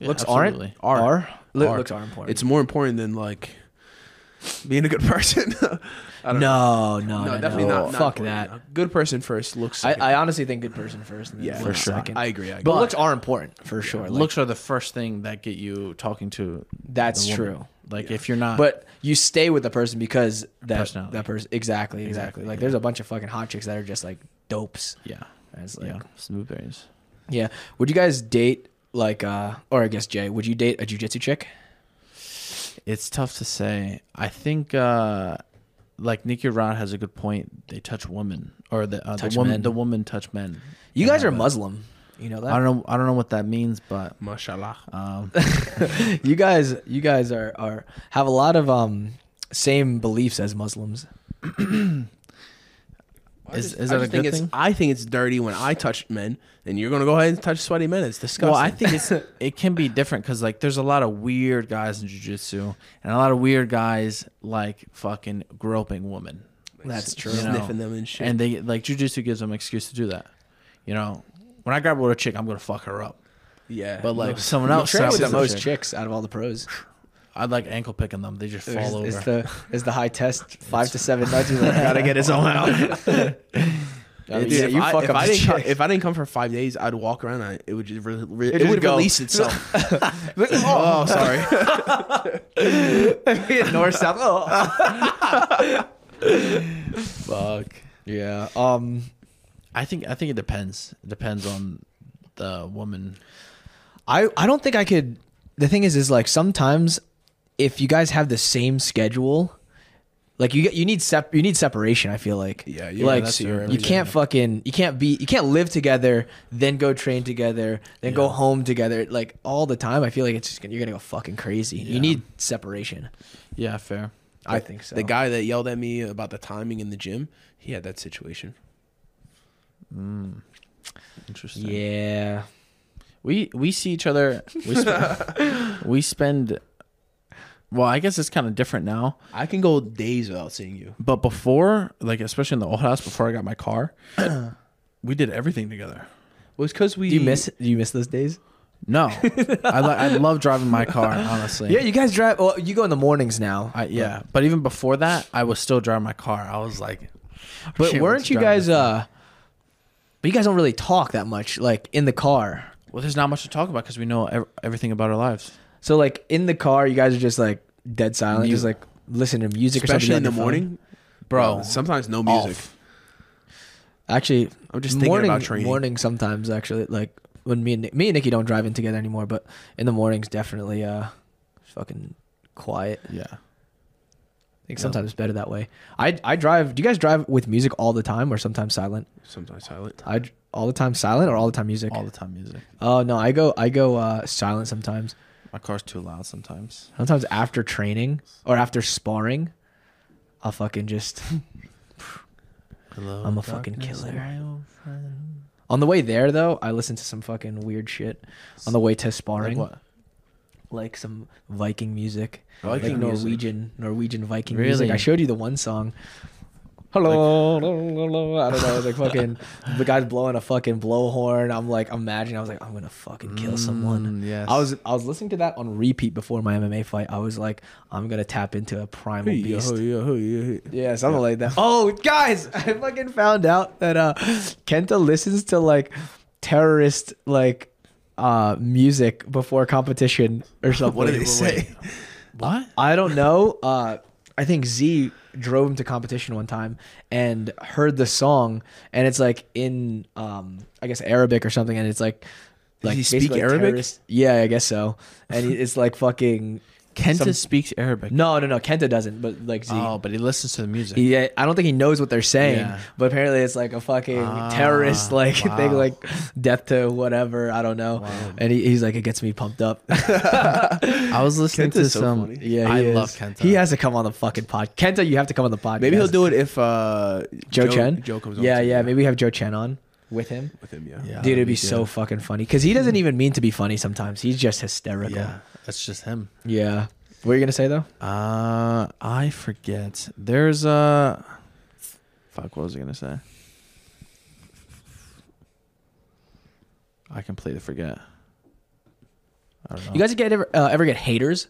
Speaker 1: looks
Speaker 3: absolutely.
Speaker 1: aren't are, Look-
Speaker 2: Are.
Speaker 1: looks are important.
Speaker 2: It's more important than like being a good person. I don't know.
Speaker 1: no, no, no,
Speaker 2: no, definitely
Speaker 1: no.
Speaker 2: not. not
Speaker 1: Fuck
Speaker 2: important,
Speaker 1: that.
Speaker 2: no. Good person first. Looks.
Speaker 1: I,
Speaker 2: second.
Speaker 1: I honestly think good person first. And then
Speaker 2: yeah,
Speaker 1: looks
Speaker 2: for sure.
Speaker 1: Second.
Speaker 2: I agree. I agree.
Speaker 1: but looks are important for sure. Like,
Speaker 3: Looks are the first thing that get you talking to.
Speaker 1: that's
Speaker 3: the woman.
Speaker 1: true.
Speaker 3: Like
Speaker 2: Yeah.
Speaker 3: if you're not,
Speaker 1: But you stay with the person because that
Speaker 3: Personality.
Speaker 1: that person exactly, exactly
Speaker 3: Exactly,
Speaker 1: Like
Speaker 3: yeah.
Speaker 1: there's a bunch of fucking hot chicks that are just like dopes.
Speaker 3: yeah,
Speaker 1: And it's like, yeah.
Speaker 3: yeah, smooth brains.
Speaker 1: Would you guys date like uh or I guess Jay? Would you date a jujitsu chick?
Speaker 3: It's tough to say. I think uh, like Nikki Rod has a good point. They touch women or the uh,
Speaker 1: Touch
Speaker 3: the woman
Speaker 1: men.
Speaker 3: the woman touch men.
Speaker 1: You guys are
Speaker 3: But
Speaker 1: Muslim. You know
Speaker 3: I
Speaker 1: that.
Speaker 3: don't know. I don't know what that means, but
Speaker 2: Mashallah.
Speaker 3: um,
Speaker 1: you guys, you guys are are have a lot of um same beliefs as Muslims.
Speaker 3: Is-
Speaker 2: I
Speaker 3: is that
Speaker 2: I
Speaker 3: a
Speaker 2: think
Speaker 3: good
Speaker 2: it's,
Speaker 3: thing?
Speaker 2: I think it's dirty when I touch men, and you're gonna go ahead and touch sweaty men. It's disgusting.
Speaker 3: well, I think it's it can be different because like there's a lot of weird guys in jujitsu and a lot of weird guys like fucking groping women.
Speaker 1: That's true.
Speaker 3: you know?
Speaker 2: Sniffing them and shit.
Speaker 3: And they like jujitsu gives them an excuse to do that. You know, when I grab a little chick, I'm gonna fuck her up.
Speaker 2: yeah,
Speaker 3: But like
Speaker 2: No.
Speaker 3: someone
Speaker 1: You
Speaker 3: else,
Speaker 1: train with the
Speaker 3: grabs a
Speaker 1: most
Speaker 3: chick,
Speaker 1: chicks out of all the pros.
Speaker 3: I like ankle picking them. They just fall
Speaker 1: It's,
Speaker 3: over.
Speaker 1: it's the it's the high test five to seven nights. He's like, gotta get it somehow. I mean,
Speaker 2: Dude,
Speaker 1: yeah,
Speaker 2: if
Speaker 1: you
Speaker 2: I,
Speaker 1: fuck
Speaker 2: if
Speaker 1: up
Speaker 2: I
Speaker 1: the
Speaker 2: didn't come,
Speaker 1: chick.
Speaker 2: if I didn't come for five days, I'd walk around. And I, it would just re, re- it,
Speaker 1: just
Speaker 2: would
Speaker 1: go.
Speaker 2: release itself. oh, sorry.
Speaker 1: north south. Oh. Fuck. Yeah. Um.
Speaker 3: I think I think it depends. It depends on the woman.
Speaker 1: I I don't think I could. The thing is, is like sometimes if you guys have the same schedule, like you get you need sep you need separation. I feel like
Speaker 2: Yeah, yeah,
Speaker 1: like
Speaker 2: that's
Speaker 1: you,
Speaker 2: true.
Speaker 1: you can't fucking you can't be you can't live together, then go train together, then go home together. Like all the time, I feel like it's just gonna, you're gonna go fucking crazy. You
Speaker 3: Yeah.
Speaker 1: need separation.
Speaker 3: Yeah, fair.
Speaker 1: I think so.
Speaker 2: The guy that yelled at me about the timing in the gym, he had that situation.
Speaker 3: Mm. Interesting.
Speaker 1: Yeah.
Speaker 3: We we see each other. We spend, we spend. Well, I guess it's kind of different now.
Speaker 2: I can go days without seeing you.
Speaker 3: But before, like especially in the old house, before I got my car, we did everything together.
Speaker 2: Well, it's because we.
Speaker 1: Do you miss do you miss those days?
Speaker 3: No, I li- I love driving my car. Honestly,
Speaker 1: Yeah, you guys drive. Well, you go in the mornings now.
Speaker 3: I, yeah. But even before that, I was still driving my car. I was like,
Speaker 1: But
Speaker 3: Shit,
Speaker 1: weren't
Speaker 3: let's
Speaker 1: you
Speaker 3: drive
Speaker 1: guys
Speaker 3: this thing.
Speaker 1: uh but you guys don't really talk that much like in the car.
Speaker 3: well, there's not much to talk about because we know ev- everything about our lives.
Speaker 1: So like in the car you guys are just like dead silent,
Speaker 3: Mute.
Speaker 1: just like listen to music
Speaker 2: especially
Speaker 1: or something
Speaker 2: in the
Speaker 1: on your phone.
Speaker 2: morning,
Speaker 3: Bro,
Speaker 2: Sometimes no music.
Speaker 3: off.
Speaker 1: Actually,
Speaker 2: I'm just thinking
Speaker 1: morning,
Speaker 2: about training.
Speaker 1: Morning sometimes actually like when me and Nick, me and Nikki don't drive in together anymore, but in the mornings definitely uh it's fucking quiet.
Speaker 3: Yeah.
Speaker 1: I think sometimes it's better that way. I I drive. Do you guys drive with music all the time or sometimes silent?
Speaker 2: Sometimes silent.
Speaker 1: I dr- all the time silent or all the time music?
Speaker 3: all the time music.
Speaker 1: Oh no, I go I go uh, silent sometimes.
Speaker 3: My car's too loud sometimes.
Speaker 1: Sometimes after training or after sparring, I'll fucking just
Speaker 3: Hello,
Speaker 1: I'm a fucking darkness, killer. my on the way there though, I listen to some fucking weird shit on the way to sparring.
Speaker 3: Like what?
Speaker 1: Like some Viking music.
Speaker 3: Viking
Speaker 1: like
Speaker 3: music.
Speaker 1: Norwegian Norwegian Viking music.
Speaker 3: Really?
Speaker 1: I showed you the one song. Hello, I don't know. It's like fucking the guy's blowing a fucking blowhorn. I'm like, I'm imagining. I was like, I'm gonna fucking kill someone.
Speaker 3: Mm, yes.
Speaker 1: I was I was listening to that on repeat before my MMA fight. I was like, I'm gonna tap into a primal beast. Yeah, something like that. Oh, guys, I fucking found out that uh Kenta listens to like terrorist like uh music before competition or something.
Speaker 2: What did they say?
Speaker 3: What?
Speaker 1: I don't know. Uh, I think Z drove him to competition one time and heard the song, and it's like in um, I guess Arabic or something, and it's like.
Speaker 2: Does
Speaker 1: Like
Speaker 2: he speak
Speaker 1: basically
Speaker 2: Arabic?
Speaker 1: terrorist- Yeah, I guess so. And he- it's like fucking
Speaker 3: Kenta
Speaker 1: some-
Speaker 3: speaks Arabic.
Speaker 1: no, no, no. Kenta doesn't, but like Z.
Speaker 3: Oh, but he listens to the music.
Speaker 1: He, I don't think he knows what they're saying,
Speaker 3: Yeah.
Speaker 1: but apparently it's like a fucking
Speaker 3: Ah,
Speaker 1: terrorist like
Speaker 3: wow.
Speaker 1: thing, like death to whatever. I don't know. And he, he's like, it gets me pumped up.
Speaker 3: I was listening to
Speaker 2: Kenta's so
Speaker 3: some.
Speaker 2: funny.
Speaker 1: yeah,
Speaker 3: I
Speaker 1: he
Speaker 3: love
Speaker 1: is.
Speaker 3: Kenta.
Speaker 1: He has to come on the fucking pod. Kenta, you have to come on the podcast.
Speaker 2: Maybe he'll do it if uh,
Speaker 1: Joe, Chen.
Speaker 2: Joe comes.
Speaker 1: Yeah,
Speaker 2: on
Speaker 1: yeah. Maybe we have Joe Chen on with him.
Speaker 2: with him. Yeah.
Speaker 3: Yeah,
Speaker 1: Dude, it'd
Speaker 3: that'd
Speaker 1: be so
Speaker 3: good.
Speaker 1: fucking funny because he doesn't even mean to be funny. Sometimes he's just hysterical.
Speaker 3: Yeah, that's just him.
Speaker 1: Yeah. What are you gonna say though?
Speaker 3: Uh, I forget. There's a. Fuck. What was I gonna say? I completely forget. I don't know.
Speaker 1: You guys get ever uh, ever get haters?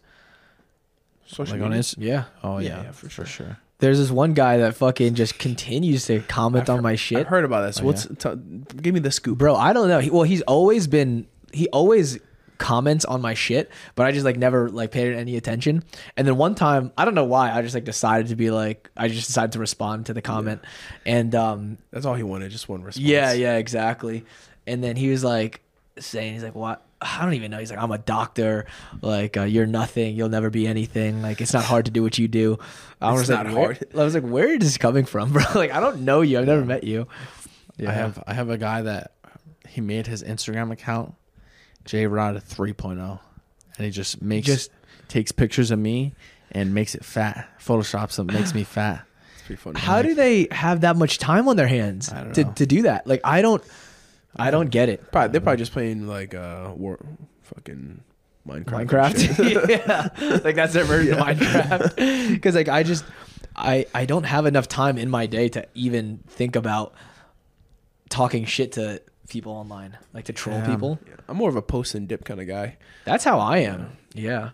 Speaker 2: Social
Speaker 3: like on
Speaker 2: media.
Speaker 3: Inst-
Speaker 1: Yeah.
Speaker 3: Oh
Speaker 2: Yeah,
Speaker 3: yeah,
Speaker 2: yeah,
Speaker 3: for, sure. sure.
Speaker 1: There's this one guy that fucking just continues to comment on my shit.
Speaker 2: I've heard about this.
Speaker 3: Oh,
Speaker 2: What's t- give me the scoop?
Speaker 1: Bro, I don't know. He, well, he's always been he always comments on my shit, but I just like never like paid it any attention. And then one time, I don't know why, I just like decided to be like I just decided to respond to the comment. And um
Speaker 2: That's all he wanted, just one response.
Speaker 1: Yeah, yeah, exactly. And then he was like, saying he's like, "What? I don't even know." He's like, "I'm a doctor. Like uh, you're nothing. You'll never be anything. Like it's not hard to do what you do." I
Speaker 2: It's
Speaker 1: was
Speaker 2: not
Speaker 1: like,
Speaker 2: hard.
Speaker 1: Where? I was like, "Where is this coming from, bro? Like I don't know you. I've never met you." Yeah.
Speaker 3: I have I have a guy that he made his Instagram account J Rod 3.0 oh, and he just makes
Speaker 1: Just-
Speaker 3: just takes pictures of me and makes it fat photoshops it makes me fat
Speaker 2: It's pretty funny.
Speaker 1: How do they have that much time on their hands
Speaker 3: I don't
Speaker 1: to,
Speaker 3: know.
Speaker 1: to do that? Like I don't, I don't get it.
Speaker 2: Probably, they're probably just playing like uh, war, fucking Minecraft. Minecraft.
Speaker 1: Minecraft. yeah, like that's their version of Minecraft. Because like I just, I I don't have enough time in my day to even think about talking shit to people online, like to troll
Speaker 3: Yeah.
Speaker 1: people.
Speaker 2: I'm more of a post and dip kind of guy.
Speaker 1: That's how I am. Yeah.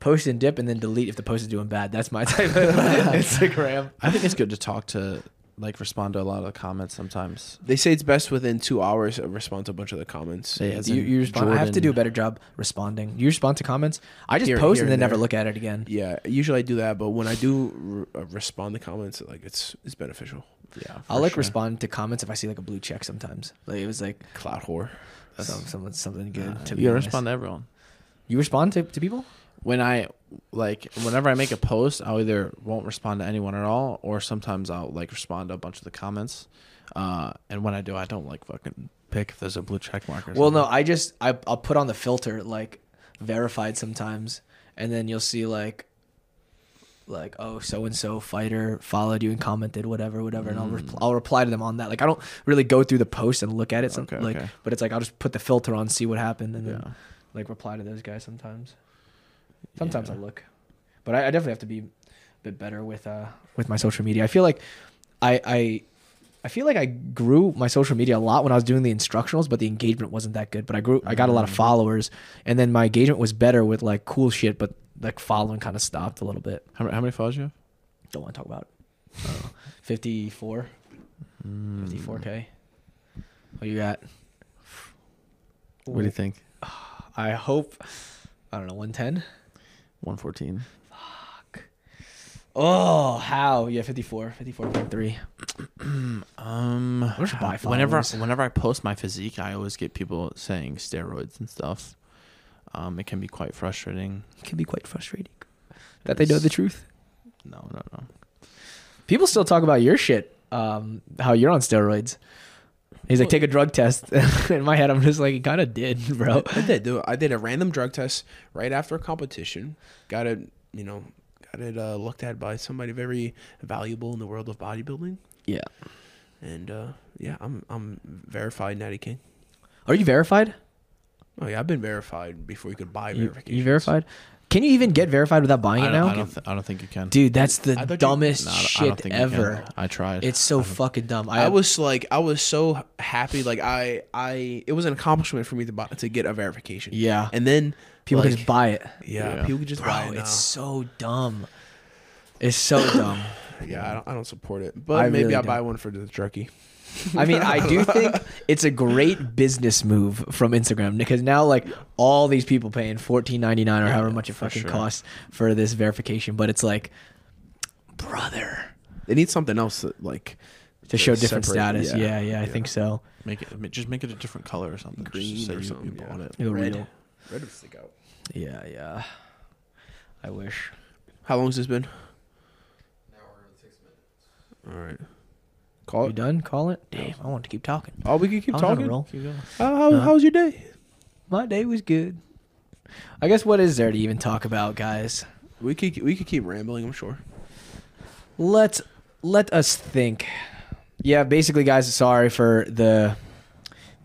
Speaker 1: Post and dip and then delete if the post is doing bad. That's my type of Instagram.
Speaker 3: I think it's good to talk to like respond to a lot of the comments sometimes
Speaker 2: They say it's best within two hours of respond to a bunch of the comments.
Speaker 3: Yeah, as
Speaker 1: You,
Speaker 3: in
Speaker 1: you respond. I have to
Speaker 3: Jordan.
Speaker 1: do a better job responding. You respond to comments. I just
Speaker 2: Here-
Speaker 1: post
Speaker 2: here
Speaker 1: and then
Speaker 2: and
Speaker 1: never
Speaker 2: there.
Speaker 1: look at it again.
Speaker 2: Yeah, usually I do that, but when I do re- uh, respond to comments, like it's it's beneficial.
Speaker 3: yeah
Speaker 1: I'll
Speaker 3: for
Speaker 1: like
Speaker 3: sure.
Speaker 1: respond to comments if I see like a blue check sometimes. Like it was like
Speaker 2: Cloud whore.
Speaker 1: some, someone something good. to be
Speaker 3: you
Speaker 1: honest.
Speaker 3: respond to everyone
Speaker 1: You respond to, to people?
Speaker 3: when I like whenever I make a post, I'll either won't respond to anyone at all, or sometimes I'll like respond to a bunch of the comments. Uh, and when I do, I don't like fucking pick if there's a blue check mark. Or
Speaker 1: Well, no,
Speaker 3: something.
Speaker 1: I just I I'll put on the filter like verified sometimes, and then you'll see like like oh so and so fighter followed you and commented whatever whatever, and I'll repl- I'll reply to them on that. Like I don't really go through the post and look at it. Some,
Speaker 3: Okay,
Speaker 1: like,
Speaker 3: okay.
Speaker 1: but it's like I'll just put the filter on, see what happened, and
Speaker 3: Yeah.
Speaker 1: then like reply to those guys sometimes. Sometimes
Speaker 3: Yeah.
Speaker 1: I look, but I, I definitely have to be a bit better with uh with my social media. I feel like I I I feel like I grew my social media a lot when I was doing the instructionals, but the engagement wasn't that good. But I grew, I got a lot of followers, and then my engagement was better with like cool shit, but like following kind of stopped a little bit.
Speaker 3: how, ma- how many followers you have?
Speaker 1: Don't want to talk about it. I don't know. 54,
Speaker 3: Mm,
Speaker 1: 54k. Mm. What you got?
Speaker 3: What do you think?
Speaker 1: I hope I don't know 110.
Speaker 3: One fourteen.
Speaker 1: Oh, how? Yeah, 54, 54.3.
Speaker 3: Um,
Speaker 1: Where's my
Speaker 3: whenever
Speaker 1: followers?
Speaker 3: whenever I post my physique, I always get people saying steroids and stuff. Um, it can be quite frustrating.
Speaker 1: It can be quite frustrating that they know
Speaker 3: It's-
Speaker 1: the truth.
Speaker 3: No, no, no.
Speaker 1: People still talk about your shit, um, how you're on steroids. He's like, take a drug test. In my head, I'm just like, he kind of did, bro.
Speaker 2: I did do. I did a random drug test right after a competition. Got it. You know, got it uh, looked at by somebody very valuable in the world of bodybuilding.
Speaker 1: Yeah.
Speaker 2: And uh, yeah, I'm I'm verified Natty King.
Speaker 1: Are you verified?
Speaker 2: Oh yeah, I've been verified before you could buy
Speaker 1: You,
Speaker 2: verification.
Speaker 1: you verified? Can you even get verified without buying
Speaker 3: I
Speaker 1: it
Speaker 3: don't,
Speaker 1: now?
Speaker 3: I don't, th- I don't think you can.
Speaker 1: Dude, that's the
Speaker 2: I thought you-
Speaker 1: dumbest
Speaker 3: No, I don't- I don't
Speaker 1: shit
Speaker 3: think you can.
Speaker 1: ever.
Speaker 3: I tried.
Speaker 1: It's so fucking dumb. I,
Speaker 2: I was like, I was so happy. Like I, I, it was an accomplishment for me to buy, to get a verification.
Speaker 1: Yeah.
Speaker 2: And then
Speaker 1: people
Speaker 2: like,
Speaker 1: can just buy it.
Speaker 2: Yeah,
Speaker 3: Yeah.
Speaker 2: people could just buy
Speaker 1: Bro,
Speaker 2: it.
Speaker 1: it's
Speaker 2: Now.
Speaker 1: so dumb. It's so dumb.
Speaker 2: Yeah, I don't, I don't support it, but
Speaker 1: I
Speaker 2: maybe
Speaker 1: really
Speaker 2: I buy
Speaker 1: don't.
Speaker 2: one for the jerky.
Speaker 1: I mean, I do think it's a great business move from Instagram because now like all these people paying fourteen ninety nine or however much it
Speaker 3: for
Speaker 1: fucking
Speaker 3: sure.
Speaker 1: costs for this verification, but it's like, brother,
Speaker 2: They need something else that like
Speaker 1: to show different
Speaker 2: separate-
Speaker 1: status. Yeah, yeah, I think so.
Speaker 3: make it ma- just make it a different color or something.
Speaker 2: Green
Speaker 3: just say
Speaker 2: or
Speaker 3: you,
Speaker 2: something,
Speaker 3: You
Speaker 2: yeah.
Speaker 3: bought it.
Speaker 1: The
Speaker 2: Red.
Speaker 1: real-
Speaker 2: Red would stick out.
Speaker 1: Yeah, yeah. I wish.
Speaker 2: How long has this been? An hour and six minutes. All right. Call
Speaker 1: You
Speaker 2: it.
Speaker 1: done? Call it. Damn, I want to keep talking.
Speaker 2: Oh, we can keep
Speaker 1: I was on a
Speaker 2: talking.
Speaker 1: roll.
Speaker 3: Keep going.
Speaker 2: How, how,
Speaker 1: Uh-huh.
Speaker 2: how was your day?
Speaker 1: My day was good. I guess what is there to even talk about, guys?
Speaker 2: We could we could keep rambling. I'm sure.
Speaker 1: Let's let us think. Yeah, basically, guys, sorry for the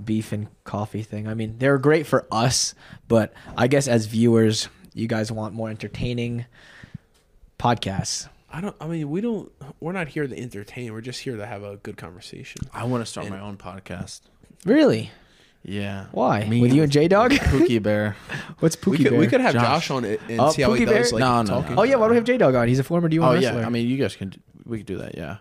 Speaker 1: beef and coffee thing. I mean, they're great for us, but I guess as viewers, you guys want more entertaining podcasts.
Speaker 2: I don't. I mean, we don't. We're not here to entertain. We're just here to have a good conversation.
Speaker 3: I want to start
Speaker 2: And-
Speaker 3: my own podcast.
Speaker 1: Really?
Speaker 3: Yeah.
Speaker 1: Why?
Speaker 3: Me-
Speaker 1: With you and J Dog?
Speaker 3: Pookie Bear.
Speaker 1: What's Pookie
Speaker 2: we could
Speaker 1: Bear?
Speaker 2: we could have
Speaker 3: Josh.
Speaker 2: Josh, on it and
Speaker 1: Oh,
Speaker 2: see how he
Speaker 1: Pookie Bear?
Speaker 2: does. Like,
Speaker 3: No, no,
Speaker 2: talking.
Speaker 3: no.
Speaker 1: oh yeah, why do we have J Dog on? He's a former D1
Speaker 3: Oh
Speaker 1: wrestler.
Speaker 3: yeah. I mean, you guys can. We could do that. Yeah.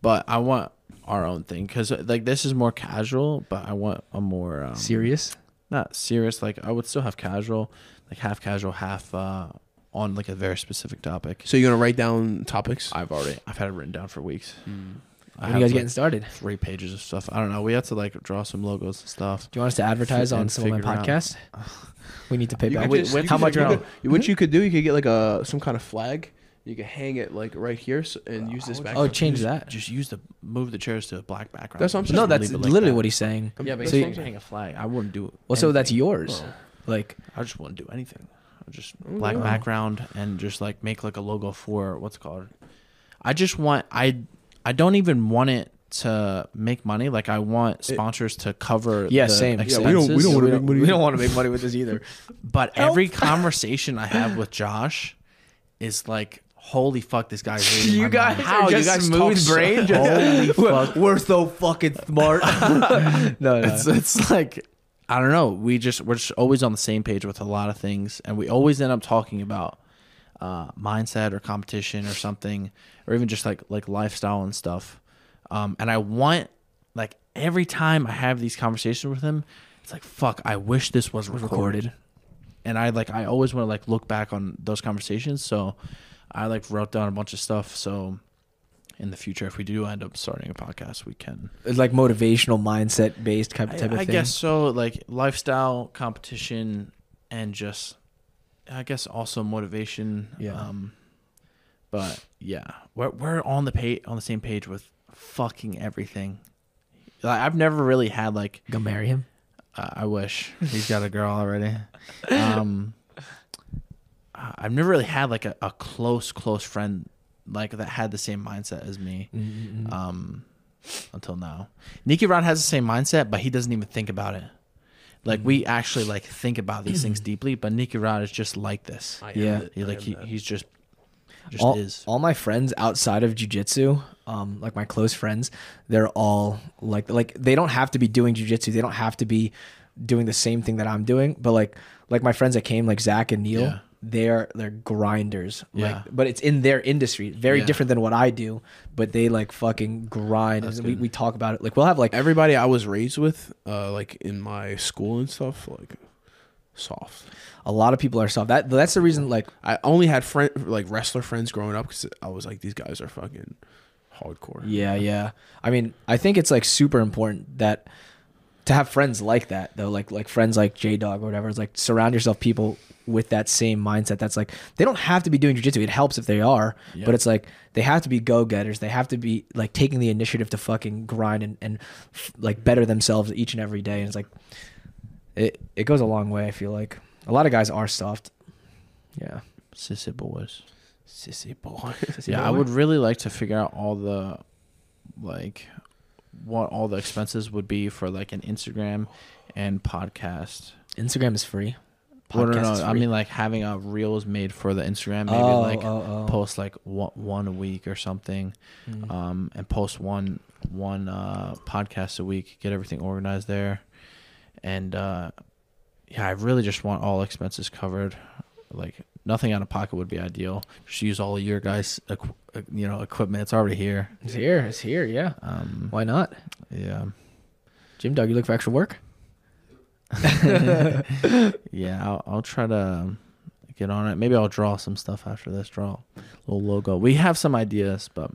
Speaker 3: But I want our own thing because like this is more casual. But I want a more um,
Speaker 1: serious.
Speaker 3: Not serious. Like I would still have casual, like half casual, half uh, on like a very specific topic.
Speaker 2: So you're gonna write down topics.
Speaker 3: I've already I've had it written down for weeks. I
Speaker 1: Hmm. When are
Speaker 3: have,
Speaker 1: you guys
Speaker 3: like,
Speaker 1: getting started? Do
Speaker 3: Three pages of stuff. I don't know. We have to like draw some logos and stuff.
Speaker 1: you want us to advertise
Speaker 3: And
Speaker 1: on Simple Man
Speaker 3: figure out.
Speaker 1: Podcast? We need to pay
Speaker 2: You
Speaker 1: back.
Speaker 2: could
Speaker 3: wait,
Speaker 2: just-
Speaker 3: wait,
Speaker 2: you
Speaker 1: how
Speaker 2: could-
Speaker 1: much?
Speaker 2: you
Speaker 1: are-
Speaker 2: could- What you could do, you could get like a some kind of flag. You could hang it like right here so, and use this back.
Speaker 1: Oh,
Speaker 2: for-
Speaker 1: change
Speaker 3: Use-
Speaker 1: that.
Speaker 3: Just use the move the chairs to a black background.
Speaker 2: That's what I'm saying.
Speaker 3: Just
Speaker 1: No,
Speaker 3: leave
Speaker 1: that's
Speaker 3: it like
Speaker 1: literally
Speaker 3: that.
Speaker 1: what he's saying.
Speaker 2: I'm-
Speaker 3: Yeah, but
Speaker 2: that's
Speaker 1: so
Speaker 2: what
Speaker 1: you-
Speaker 2: I'm
Speaker 3: you
Speaker 2: saying.
Speaker 3: hang a flag. I wouldn't do.
Speaker 1: Well, so that's
Speaker 3: anything.
Speaker 1: yours. Like,
Speaker 3: I just wouldn't do anything. I just
Speaker 1: Mm,
Speaker 2: Oh,
Speaker 3: black
Speaker 2: wow.
Speaker 3: background and just like make like a logo for what's it called. I just want I I don't even want it to make money. Like I want sponsors to cover
Speaker 1: yeah,
Speaker 3: the
Speaker 1: same.
Speaker 3: expenses.
Speaker 2: we don't- we don't wanna make money
Speaker 1: We
Speaker 2: either.
Speaker 1: don't want to make money with this either.
Speaker 3: But every conversation I have with Josh is like, holy fuck, this guy's reading my
Speaker 1: you
Speaker 3: mind."
Speaker 1: guys
Speaker 3: How
Speaker 1: are
Speaker 3: you
Speaker 1: just
Speaker 3: guys talk
Speaker 1: smooth
Speaker 3: so-
Speaker 1: brain.
Speaker 3: Holy fuck.
Speaker 1: We're so fucking smart. no, no.
Speaker 3: It's, it's like I don't know. We just we're just always on the same page with a lot of things, and we always end up talking about uh, mindset or competition or something, or even just like like lifestyle and stuff. Um, and I want like every time I have these conversations with him, it's like fuck. I wish this was recorded. And I like I always want to like look back on those conversations. So I like wrote down a bunch of stuff. So in the future, if we do end up starting a podcast, we can
Speaker 1: It's like motivational mindset based type, type of
Speaker 3: I,
Speaker 1: thing.
Speaker 3: I guess so. Like lifestyle, competition, and just, I guess also motivation.
Speaker 1: Yeah.
Speaker 3: Um, but yeah, we're we're on the page on the same page with fucking everything. Like, I've never really had like
Speaker 1: Go marry him.
Speaker 3: uh, I wish he's got a girl already. Um, I- I've never really had like a, a close close friend like that had the same mindset as me.
Speaker 1: Mm. Uh,
Speaker 3: Um, until now, Nikki Ron has the same mindset, but he doesn't even think about it. Like we
Speaker 2: Mm.
Speaker 3: actually like think about these things deeply, but Nikki Rod is just like this.
Speaker 2: I am
Speaker 1: Yeah.
Speaker 2: that-
Speaker 3: He
Speaker 2: I
Speaker 3: like
Speaker 2: am
Speaker 3: he,
Speaker 2: that.
Speaker 3: he's just just
Speaker 1: all,
Speaker 3: is.
Speaker 1: all my friends outside of jujitsu, um, like my close friends, they're all like like they don't have to be doing jujitsu. They don't have to be doing the same thing that I'm doing. But like like my friends that came, like Zach and Neil,
Speaker 3: Yeah.
Speaker 1: they're they're grinders.
Speaker 3: Yeah.
Speaker 1: Like but it's in their industry. Very
Speaker 3: Yeah.
Speaker 1: different than what I do, but they like fucking grind. And we,
Speaker 3: good.
Speaker 1: we talk about it. Like we'll have like
Speaker 2: Everybody I was raised with, uh, like in my school and stuff, like soft.
Speaker 1: a lot of people are soft. That that's the reason like
Speaker 2: I only had friend like wrestler friends growing up because I was like, these guys are fucking hardcore.
Speaker 1: Yeah, yeah. I mean, I think it's like super important that to have friends like that though, like like friends like J Dog or whatever. It's like surround yourself people with that same mindset. That's like they don't have to be doing jujitsu. It helps if they are, but it's like they have to be go getters. They have to be like taking the initiative to fucking grind and and f- like better themselves each and every day. And it's like it it goes a long way. I feel like a lot of guys are soft. Yeah.
Speaker 3: Sissy boys.
Speaker 2: Sissy boy.
Speaker 3: yeah, I would really like to figure out all the like what all the expenses would be for like an Instagram and podcast.
Speaker 1: Instagram is free.
Speaker 3: Well, no,
Speaker 1: Podcast
Speaker 3: no,
Speaker 1: is
Speaker 3: I
Speaker 1: free.
Speaker 3: mean like having a reels made for the Instagram, maybe
Speaker 1: Oh,
Speaker 3: like
Speaker 1: oh, Mm. oh.
Speaker 3: post like one, one a week or something, um, and post one one uh, podcast a week. Get everything organized there, and uh, yeah, I really just want all expenses covered. Like nothing out of pocket would be ideal. Just use all of your guys, equ- uh, you know, equipment. It's already here.
Speaker 1: it's here. It's here. Yeah.
Speaker 3: Um,
Speaker 1: Why not?
Speaker 3: yeah,
Speaker 1: Jim Dog, you look for extra work?
Speaker 3: yeah. I'll, I'll try to um, get on it. Maybe I'll draw some stuff after this. Draw a little logo. We have some ideas, but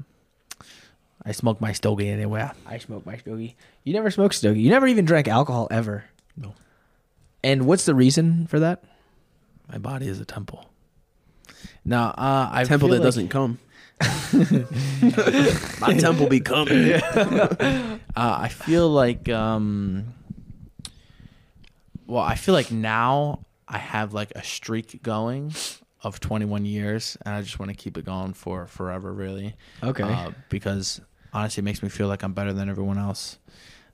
Speaker 3: I smoke my stogie anyway.
Speaker 1: I smoke my stogie. You never smoked stogie. You never even drank alcohol ever.
Speaker 3: No.
Speaker 1: And what's the reason for that?
Speaker 3: My body is a temple. Now, uh, I
Speaker 2: temple
Speaker 3: feel
Speaker 2: that
Speaker 3: like-
Speaker 2: doesn't come. My temple be coming.
Speaker 3: Uh, I feel like. Um, well, I feel like now I have like a streak going of 21 years, and I just want to keep it going for forever, really.
Speaker 1: Okay.
Speaker 3: Uh, because honestly, it makes me feel like I'm better than everyone else.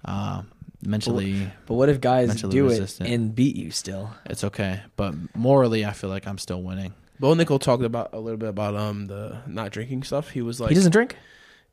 Speaker 3: Uh, mentally,
Speaker 1: But what if guys
Speaker 3: Mentally
Speaker 1: do
Speaker 3: resistant.
Speaker 1: it and beat you still?
Speaker 3: it's okay, but morally, I feel like I'm still winning.
Speaker 2: Bo Nickel talked about a little bit about um the not drinking stuff. He was like,
Speaker 1: he doesn't drink?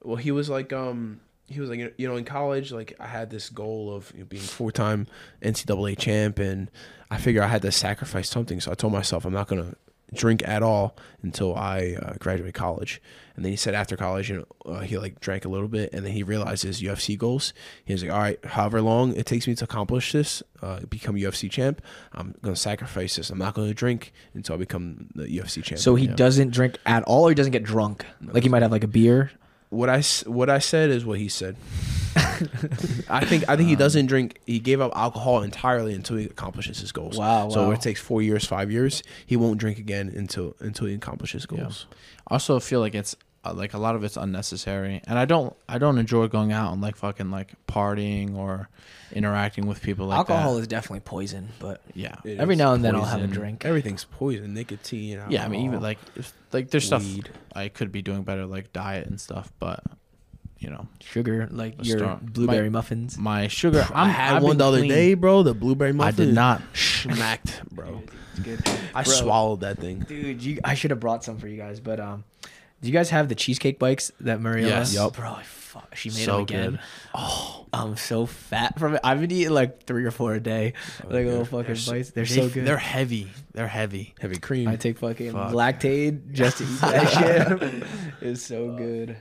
Speaker 2: well, he was like, um, he was like, you know, in college, like I had this goal of you know, being four time NCAA champ, and I figure I had to sacrifice something. So I told myself I'm not gonna drink at all until I uh, graduate college. And then he said after college, you know, uh, he like drank a little bit, and then he realized his UFC goals. He was like, all right, however long it takes me to accomplish this, uh, become UFC champ, I'm gonna sacrifice this. I'm not gonna drink until I become the UFC champ.
Speaker 1: So he doesn't drink at all or he doesn't get drunk? like he might have like a beer?
Speaker 2: What I s- what I said is what he said. I think I think he doesn't drink. He gave up alcohol entirely until he accomplishes his goals.
Speaker 1: Wow,
Speaker 2: So
Speaker 1: wow.
Speaker 2: it takes four years, five years. He won't drink again until until he accomplishes his
Speaker 3: Yeah.
Speaker 2: goals.
Speaker 3: Also, feel like it's uh, like a lot of it's unnecessary, and I don't I don't enjoy going out and like fucking like partying or interacting with people like
Speaker 1: alcohol
Speaker 3: that.
Speaker 1: is definitely poison, but
Speaker 3: yeah.
Speaker 2: It
Speaker 1: every
Speaker 2: is
Speaker 1: now and then I'll have a
Speaker 3: poison.
Speaker 1: drink.
Speaker 2: Everything's poison, nicotine. Alcohol.
Speaker 3: Yeah, I mean, even like if- like there's stuff
Speaker 2: Weed.
Speaker 3: I could be doing better, like diet and stuff, but you know,
Speaker 1: Sugar, like
Speaker 3: Let's
Speaker 1: your
Speaker 3: start.
Speaker 1: blueberry
Speaker 3: My-
Speaker 1: muffins.
Speaker 3: my sugar.
Speaker 2: i
Speaker 3: I'm,
Speaker 2: had
Speaker 3: I've
Speaker 2: one
Speaker 3: been
Speaker 2: the other
Speaker 3: clean.
Speaker 2: day, bro. The blueberry
Speaker 3: I
Speaker 2: muffin.
Speaker 3: did not.
Speaker 2: smacked, bro. I
Speaker 1: Bro.
Speaker 2: swallowed that thing.
Speaker 1: Dude, you, I should have brought some for you guys, but um, do you guys have the cheesecake bikes that Mariella?
Speaker 3: Yes. Yup.
Speaker 1: Bro, I fu- she made
Speaker 3: So
Speaker 1: them again.
Speaker 3: good.
Speaker 1: Oh, I'm so fat from it. I've been eating like three or four a day, like little fucking
Speaker 3: so-
Speaker 1: bites. They're
Speaker 3: they-
Speaker 1: so good.
Speaker 3: They're heavy. They're heavy.
Speaker 2: Heavy cream.
Speaker 1: I take fucking
Speaker 3: Fuck.
Speaker 1: lactaid just to eat that shit. It's so good.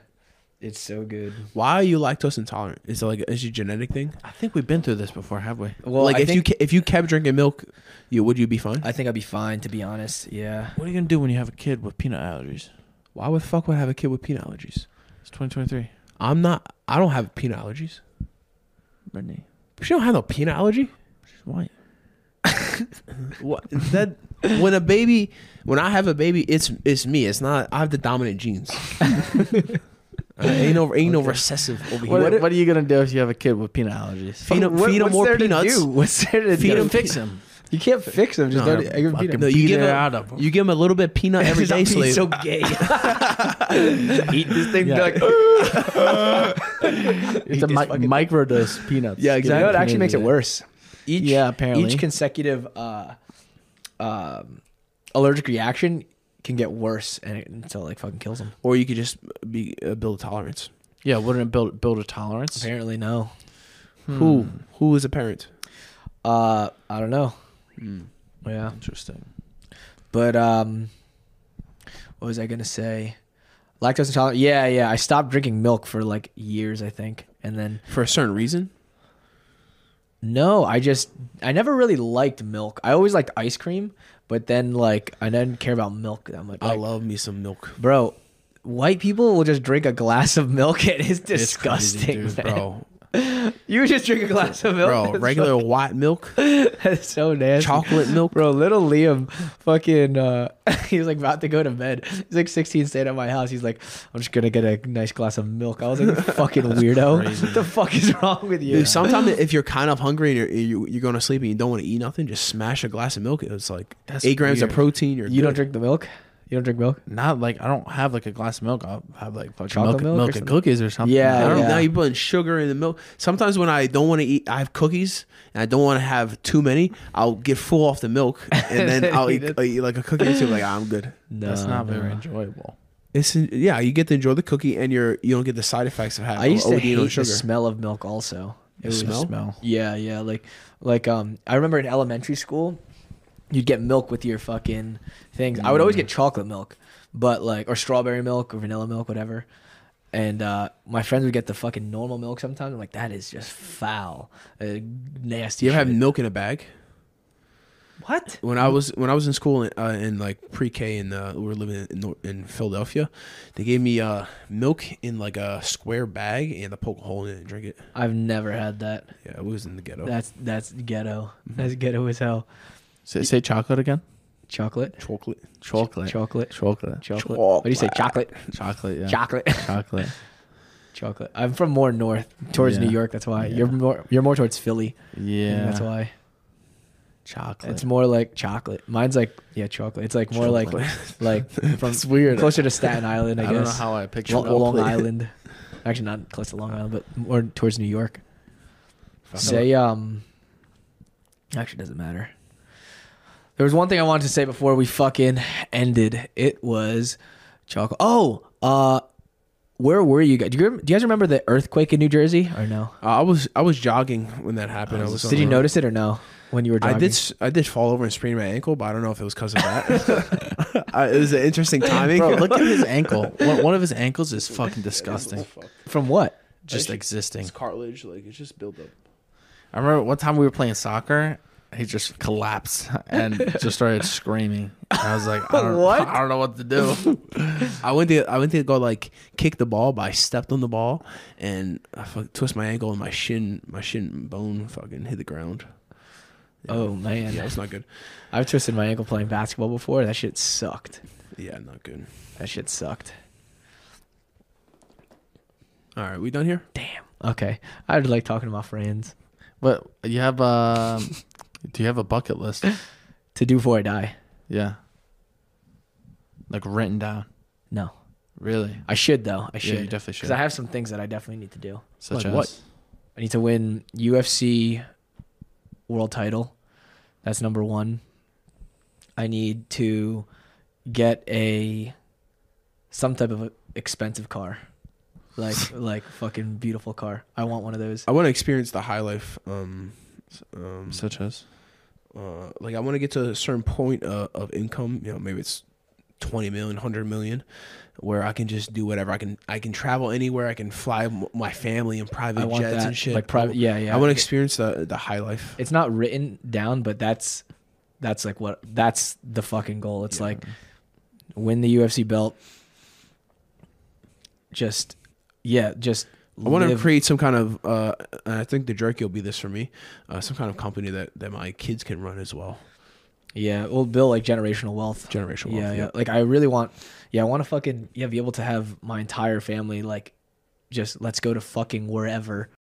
Speaker 1: It's so good.
Speaker 2: Why are you lactose intolerant? Is it like is it a genetic thing?
Speaker 3: I think we've been through this before, have we?
Speaker 1: Well,
Speaker 2: like
Speaker 1: I
Speaker 2: if you
Speaker 1: think,
Speaker 2: you if you kept drinking milk, you would you be fine?
Speaker 1: I think I'd be fine to be honest. Yeah.
Speaker 3: What are you gonna do when you have a kid with peanut allergies?
Speaker 2: Why would fuck would I have a kid with peanut allergies?
Speaker 3: It's 2023.
Speaker 2: I'm not. I don't have peanut allergies.
Speaker 3: Brittany,
Speaker 2: She don't have no peanut allergy.
Speaker 3: she's white.
Speaker 2: What that? when a baby, when I have a baby, it's it's me. It's not. I have the dominant genes. Uh, ain't no ain't no recessive over
Speaker 3: What,
Speaker 2: here.
Speaker 3: what are you gonna do if you have a kid with peanut allergies?
Speaker 2: Feed him,
Speaker 1: What-
Speaker 2: feed him
Speaker 1: what's
Speaker 2: more
Speaker 1: there to
Speaker 2: peanuts.
Speaker 1: do? What's there to
Speaker 2: Feed
Speaker 1: do?
Speaker 2: him
Speaker 3: fix him.
Speaker 1: You can't fix them. Just
Speaker 3: No,
Speaker 1: don't, you
Speaker 3: fucking
Speaker 2: No,
Speaker 1: them.
Speaker 2: you
Speaker 3: Beat
Speaker 2: give
Speaker 3: it
Speaker 2: him,
Speaker 3: out of 'em.
Speaker 2: You give him a little bit of peanut every day.
Speaker 1: Stop being
Speaker 2: slave.
Speaker 1: so gay.
Speaker 3: Eat this thing.
Speaker 1: Yeah.
Speaker 3: Like,
Speaker 1: Eat
Speaker 3: it's a
Speaker 1: this
Speaker 3: mi-
Speaker 1: fucking-
Speaker 3: microdose peanuts.
Speaker 2: Yeah,
Speaker 3: Give
Speaker 1: You
Speaker 2: exactly.
Speaker 1: know,
Speaker 3: it
Speaker 1: it
Speaker 3: to
Speaker 1: actually
Speaker 3: me
Speaker 1: makes it
Speaker 3: today.
Speaker 1: worse. Each
Speaker 3: Yeah, apparently.
Speaker 1: each consecutive uh, um, allergic reaction can get worse, and it, until it like fucking kills them.
Speaker 2: or you could just be uh, build a tolerance.
Speaker 3: Yeah, wouldn't it build build a tolerance?
Speaker 1: Apparently, no.
Speaker 2: Who who is a parent?
Speaker 1: Uh, I don't know. Yeah,
Speaker 3: Interesting.
Speaker 1: but um, what was I gonna say? Lactose intolerant. Yeah, yeah. I stopped drinking milk for like years, I think, and then
Speaker 2: For a certain reason.
Speaker 1: No, I just I never really liked milk. I always liked ice cream, but then like I didn't care about milk that much.
Speaker 2: I
Speaker 1: Like,
Speaker 2: love me some milk.
Speaker 1: bro, white people will just drink a glass of milk. It is
Speaker 3: It's crazy,
Speaker 1: disgusting,
Speaker 3: dude,
Speaker 1: man.
Speaker 2: Bro,
Speaker 1: You just drink a glass of milk,
Speaker 2: bro,
Speaker 1: It's
Speaker 2: regular white milk,
Speaker 1: fucking- That's so nasty.
Speaker 2: chocolate milk.
Speaker 1: Bro, little Liam, fucking, uh, he was like about to go to bed. He's like 16, staying at my house. He's like, I'm just gonna get a nice glass of milk. I was like, fucking weirdo.
Speaker 3: crazy.
Speaker 1: What the fuck is wrong with you?
Speaker 2: Dude, sometimes if you're kind of hungry and you're, you, you're going to sleep and you don't want to eat nothing, just smash a glass of milk. It's like
Speaker 3: That's
Speaker 2: eight grams
Speaker 3: weird.
Speaker 2: of protein. You're
Speaker 1: you don't
Speaker 2: good.
Speaker 1: drink the milk? You don't drink milk?
Speaker 3: Not like I don't have like a glass of milk. I'll have like fucking
Speaker 1: Chocolate
Speaker 3: milk,
Speaker 1: milk or
Speaker 3: milk,
Speaker 1: something?
Speaker 3: and cookies or something.
Speaker 1: Yeah,
Speaker 2: I
Speaker 3: I
Speaker 2: don't,
Speaker 3: don't-
Speaker 1: yeah.
Speaker 2: Now you're putting sugar in the milk. Sometimes when I don't want to eat, I have cookies and I don't want to have too many. I'll get full off the milk and then I'll eat, I'll eat like a cookie or two. Like "Ah, I'm good.
Speaker 1: No,
Speaker 3: that's not
Speaker 1: no.
Speaker 3: very enjoyable.
Speaker 2: It's yeah, you get to enjoy the cookie and you're you don't get the side effects of having
Speaker 1: I used to
Speaker 2: overeating
Speaker 1: hate
Speaker 2: on
Speaker 1: the smell of milk. Also, it was
Speaker 3: smell?
Speaker 1: yeah, yeah. Like, like um, I remember in elementary school, you'd get milk with your fucking things. I would always get chocolate milk, but like or strawberry milk or vanilla milk, whatever. And uh, my friends would get the fucking normal milk sometimes. I'm like, that is just foul, uh, nasty.
Speaker 2: Do you ever have
Speaker 1: shit."
Speaker 2: milk in a bag?
Speaker 1: what?
Speaker 2: When I was when I was in school in, uh, in like pre-K and uh, we were living in, Nor- in Philadelphia, they gave me uh, milk in like a square bag and I poke a hole in it and drink it.
Speaker 1: I've never had that.
Speaker 2: Yeah, it was in the ghetto.
Speaker 1: That's that's ghetto. That's ghetto as hell.
Speaker 3: Say, say chocolate again.
Speaker 1: Chocolate,
Speaker 2: Chocolate.
Speaker 3: Chocolate.
Speaker 1: chocolate,
Speaker 3: Chocolate.
Speaker 1: chocolate. What do you say? Chocolate,
Speaker 3: Chocolate. Yeah.
Speaker 1: chocolate.
Speaker 3: Chocolate.
Speaker 1: Chocolate. I'm from more north, towards
Speaker 3: Yeah.
Speaker 1: New York. That's why
Speaker 3: Yeah.
Speaker 1: you're more you're more towards Philly.
Speaker 3: Yeah.
Speaker 1: That's why
Speaker 3: Chocolate.
Speaker 1: it's more like chocolate. Mine's like yeah, chocolate. It's like more like like from
Speaker 3: It's weird.
Speaker 1: closer to Staten Island, I,
Speaker 3: I,
Speaker 1: guess.
Speaker 3: don't know how I picture
Speaker 1: Lo- Long, Island. Actually, not close to Long Island, but more towards New York. Say um. Actually, doesn't matter. There was one thing I wanted to say before we fucking ended. It was chocolate. Oh, uh, where were you guys? Do you, do you guys remember the earthquake in New Jersey or no?
Speaker 2: Uh, I was I was jogging when that happened. I was, on
Speaker 1: Did you
Speaker 2: the road.
Speaker 1: notice it or no when you were jogging?
Speaker 2: I did s- I did fall over and sprain my ankle, but I don't know if it was because of that. I, it was an interesting timing.
Speaker 3: Bro, look at his ankle. One, one of his ankles is fucking disgusting.
Speaker 1: From what?
Speaker 3: Just existing.
Speaker 2: cartilage, like it's just built up.
Speaker 3: I remember one time we were playing soccer he just collapsed and just started screaming. I was like, I don't,
Speaker 1: What?
Speaker 3: I don't know what to do.
Speaker 2: I went to I went to go like kick the ball, but I stepped on the ball and I fuck, twist my ankle and my shin my shin bone fucking hit the ground.
Speaker 1: Oh man,
Speaker 2: Yeah, that's not good.
Speaker 1: I've twisted my ankle playing basketball before. That shit sucked.
Speaker 2: Yeah, not good.
Speaker 1: That shit sucked.
Speaker 2: All right, we done here?
Speaker 1: Damn. Okay, I would like talking to my friends.
Speaker 3: But you have
Speaker 1: uh,
Speaker 3: a, do you have a bucket list?
Speaker 1: To do before I die.
Speaker 3: Yeah, like written down.
Speaker 1: No,
Speaker 3: Really?
Speaker 1: I should though. I
Speaker 3: Yeah, you
Speaker 1: should because
Speaker 3: definitely should.
Speaker 1: I have some things that I definitely need to do.
Speaker 3: Such
Speaker 2: Like
Speaker 3: as
Speaker 2: what?
Speaker 1: I need to win UFC world title. That's number one. I need to get a some type of expensive car, like like fucking beautiful car. I want one of those.
Speaker 2: I want to experience the high life. Um, s- um
Speaker 3: such as
Speaker 2: uh, like I want to get to a certain point uh, of income. You know, maybe it's 20 million, 100 million, where I can just do whatever. I can I can travel anywhere. I can fly m- my family in private
Speaker 1: I want
Speaker 2: jets
Speaker 1: that,
Speaker 2: and shit.
Speaker 1: like, private- yeah, yeah.
Speaker 2: I want to experience the the high life.
Speaker 1: It's not written down, but that's that's like what that's the fucking goal. It's like win the UFC belt. Just yeah, just
Speaker 2: I want to
Speaker 1: live-
Speaker 2: create some kind of. Uh, and I think the jerky will be this for me. Uh, some kind of company that that my kids can run as well.
Speaker 1: Yeah, we'll build like generational wealth.
Speaker 2: Generational
Speaker 1: yeah,
Speaker 2: wealth.
Speaker 1: yeah.
Speaker 2: Yeah.
Speaker 1: Like I really want. Yeah, I want to fucking yeah be able to have my entire family like, just let's go to fucking wherever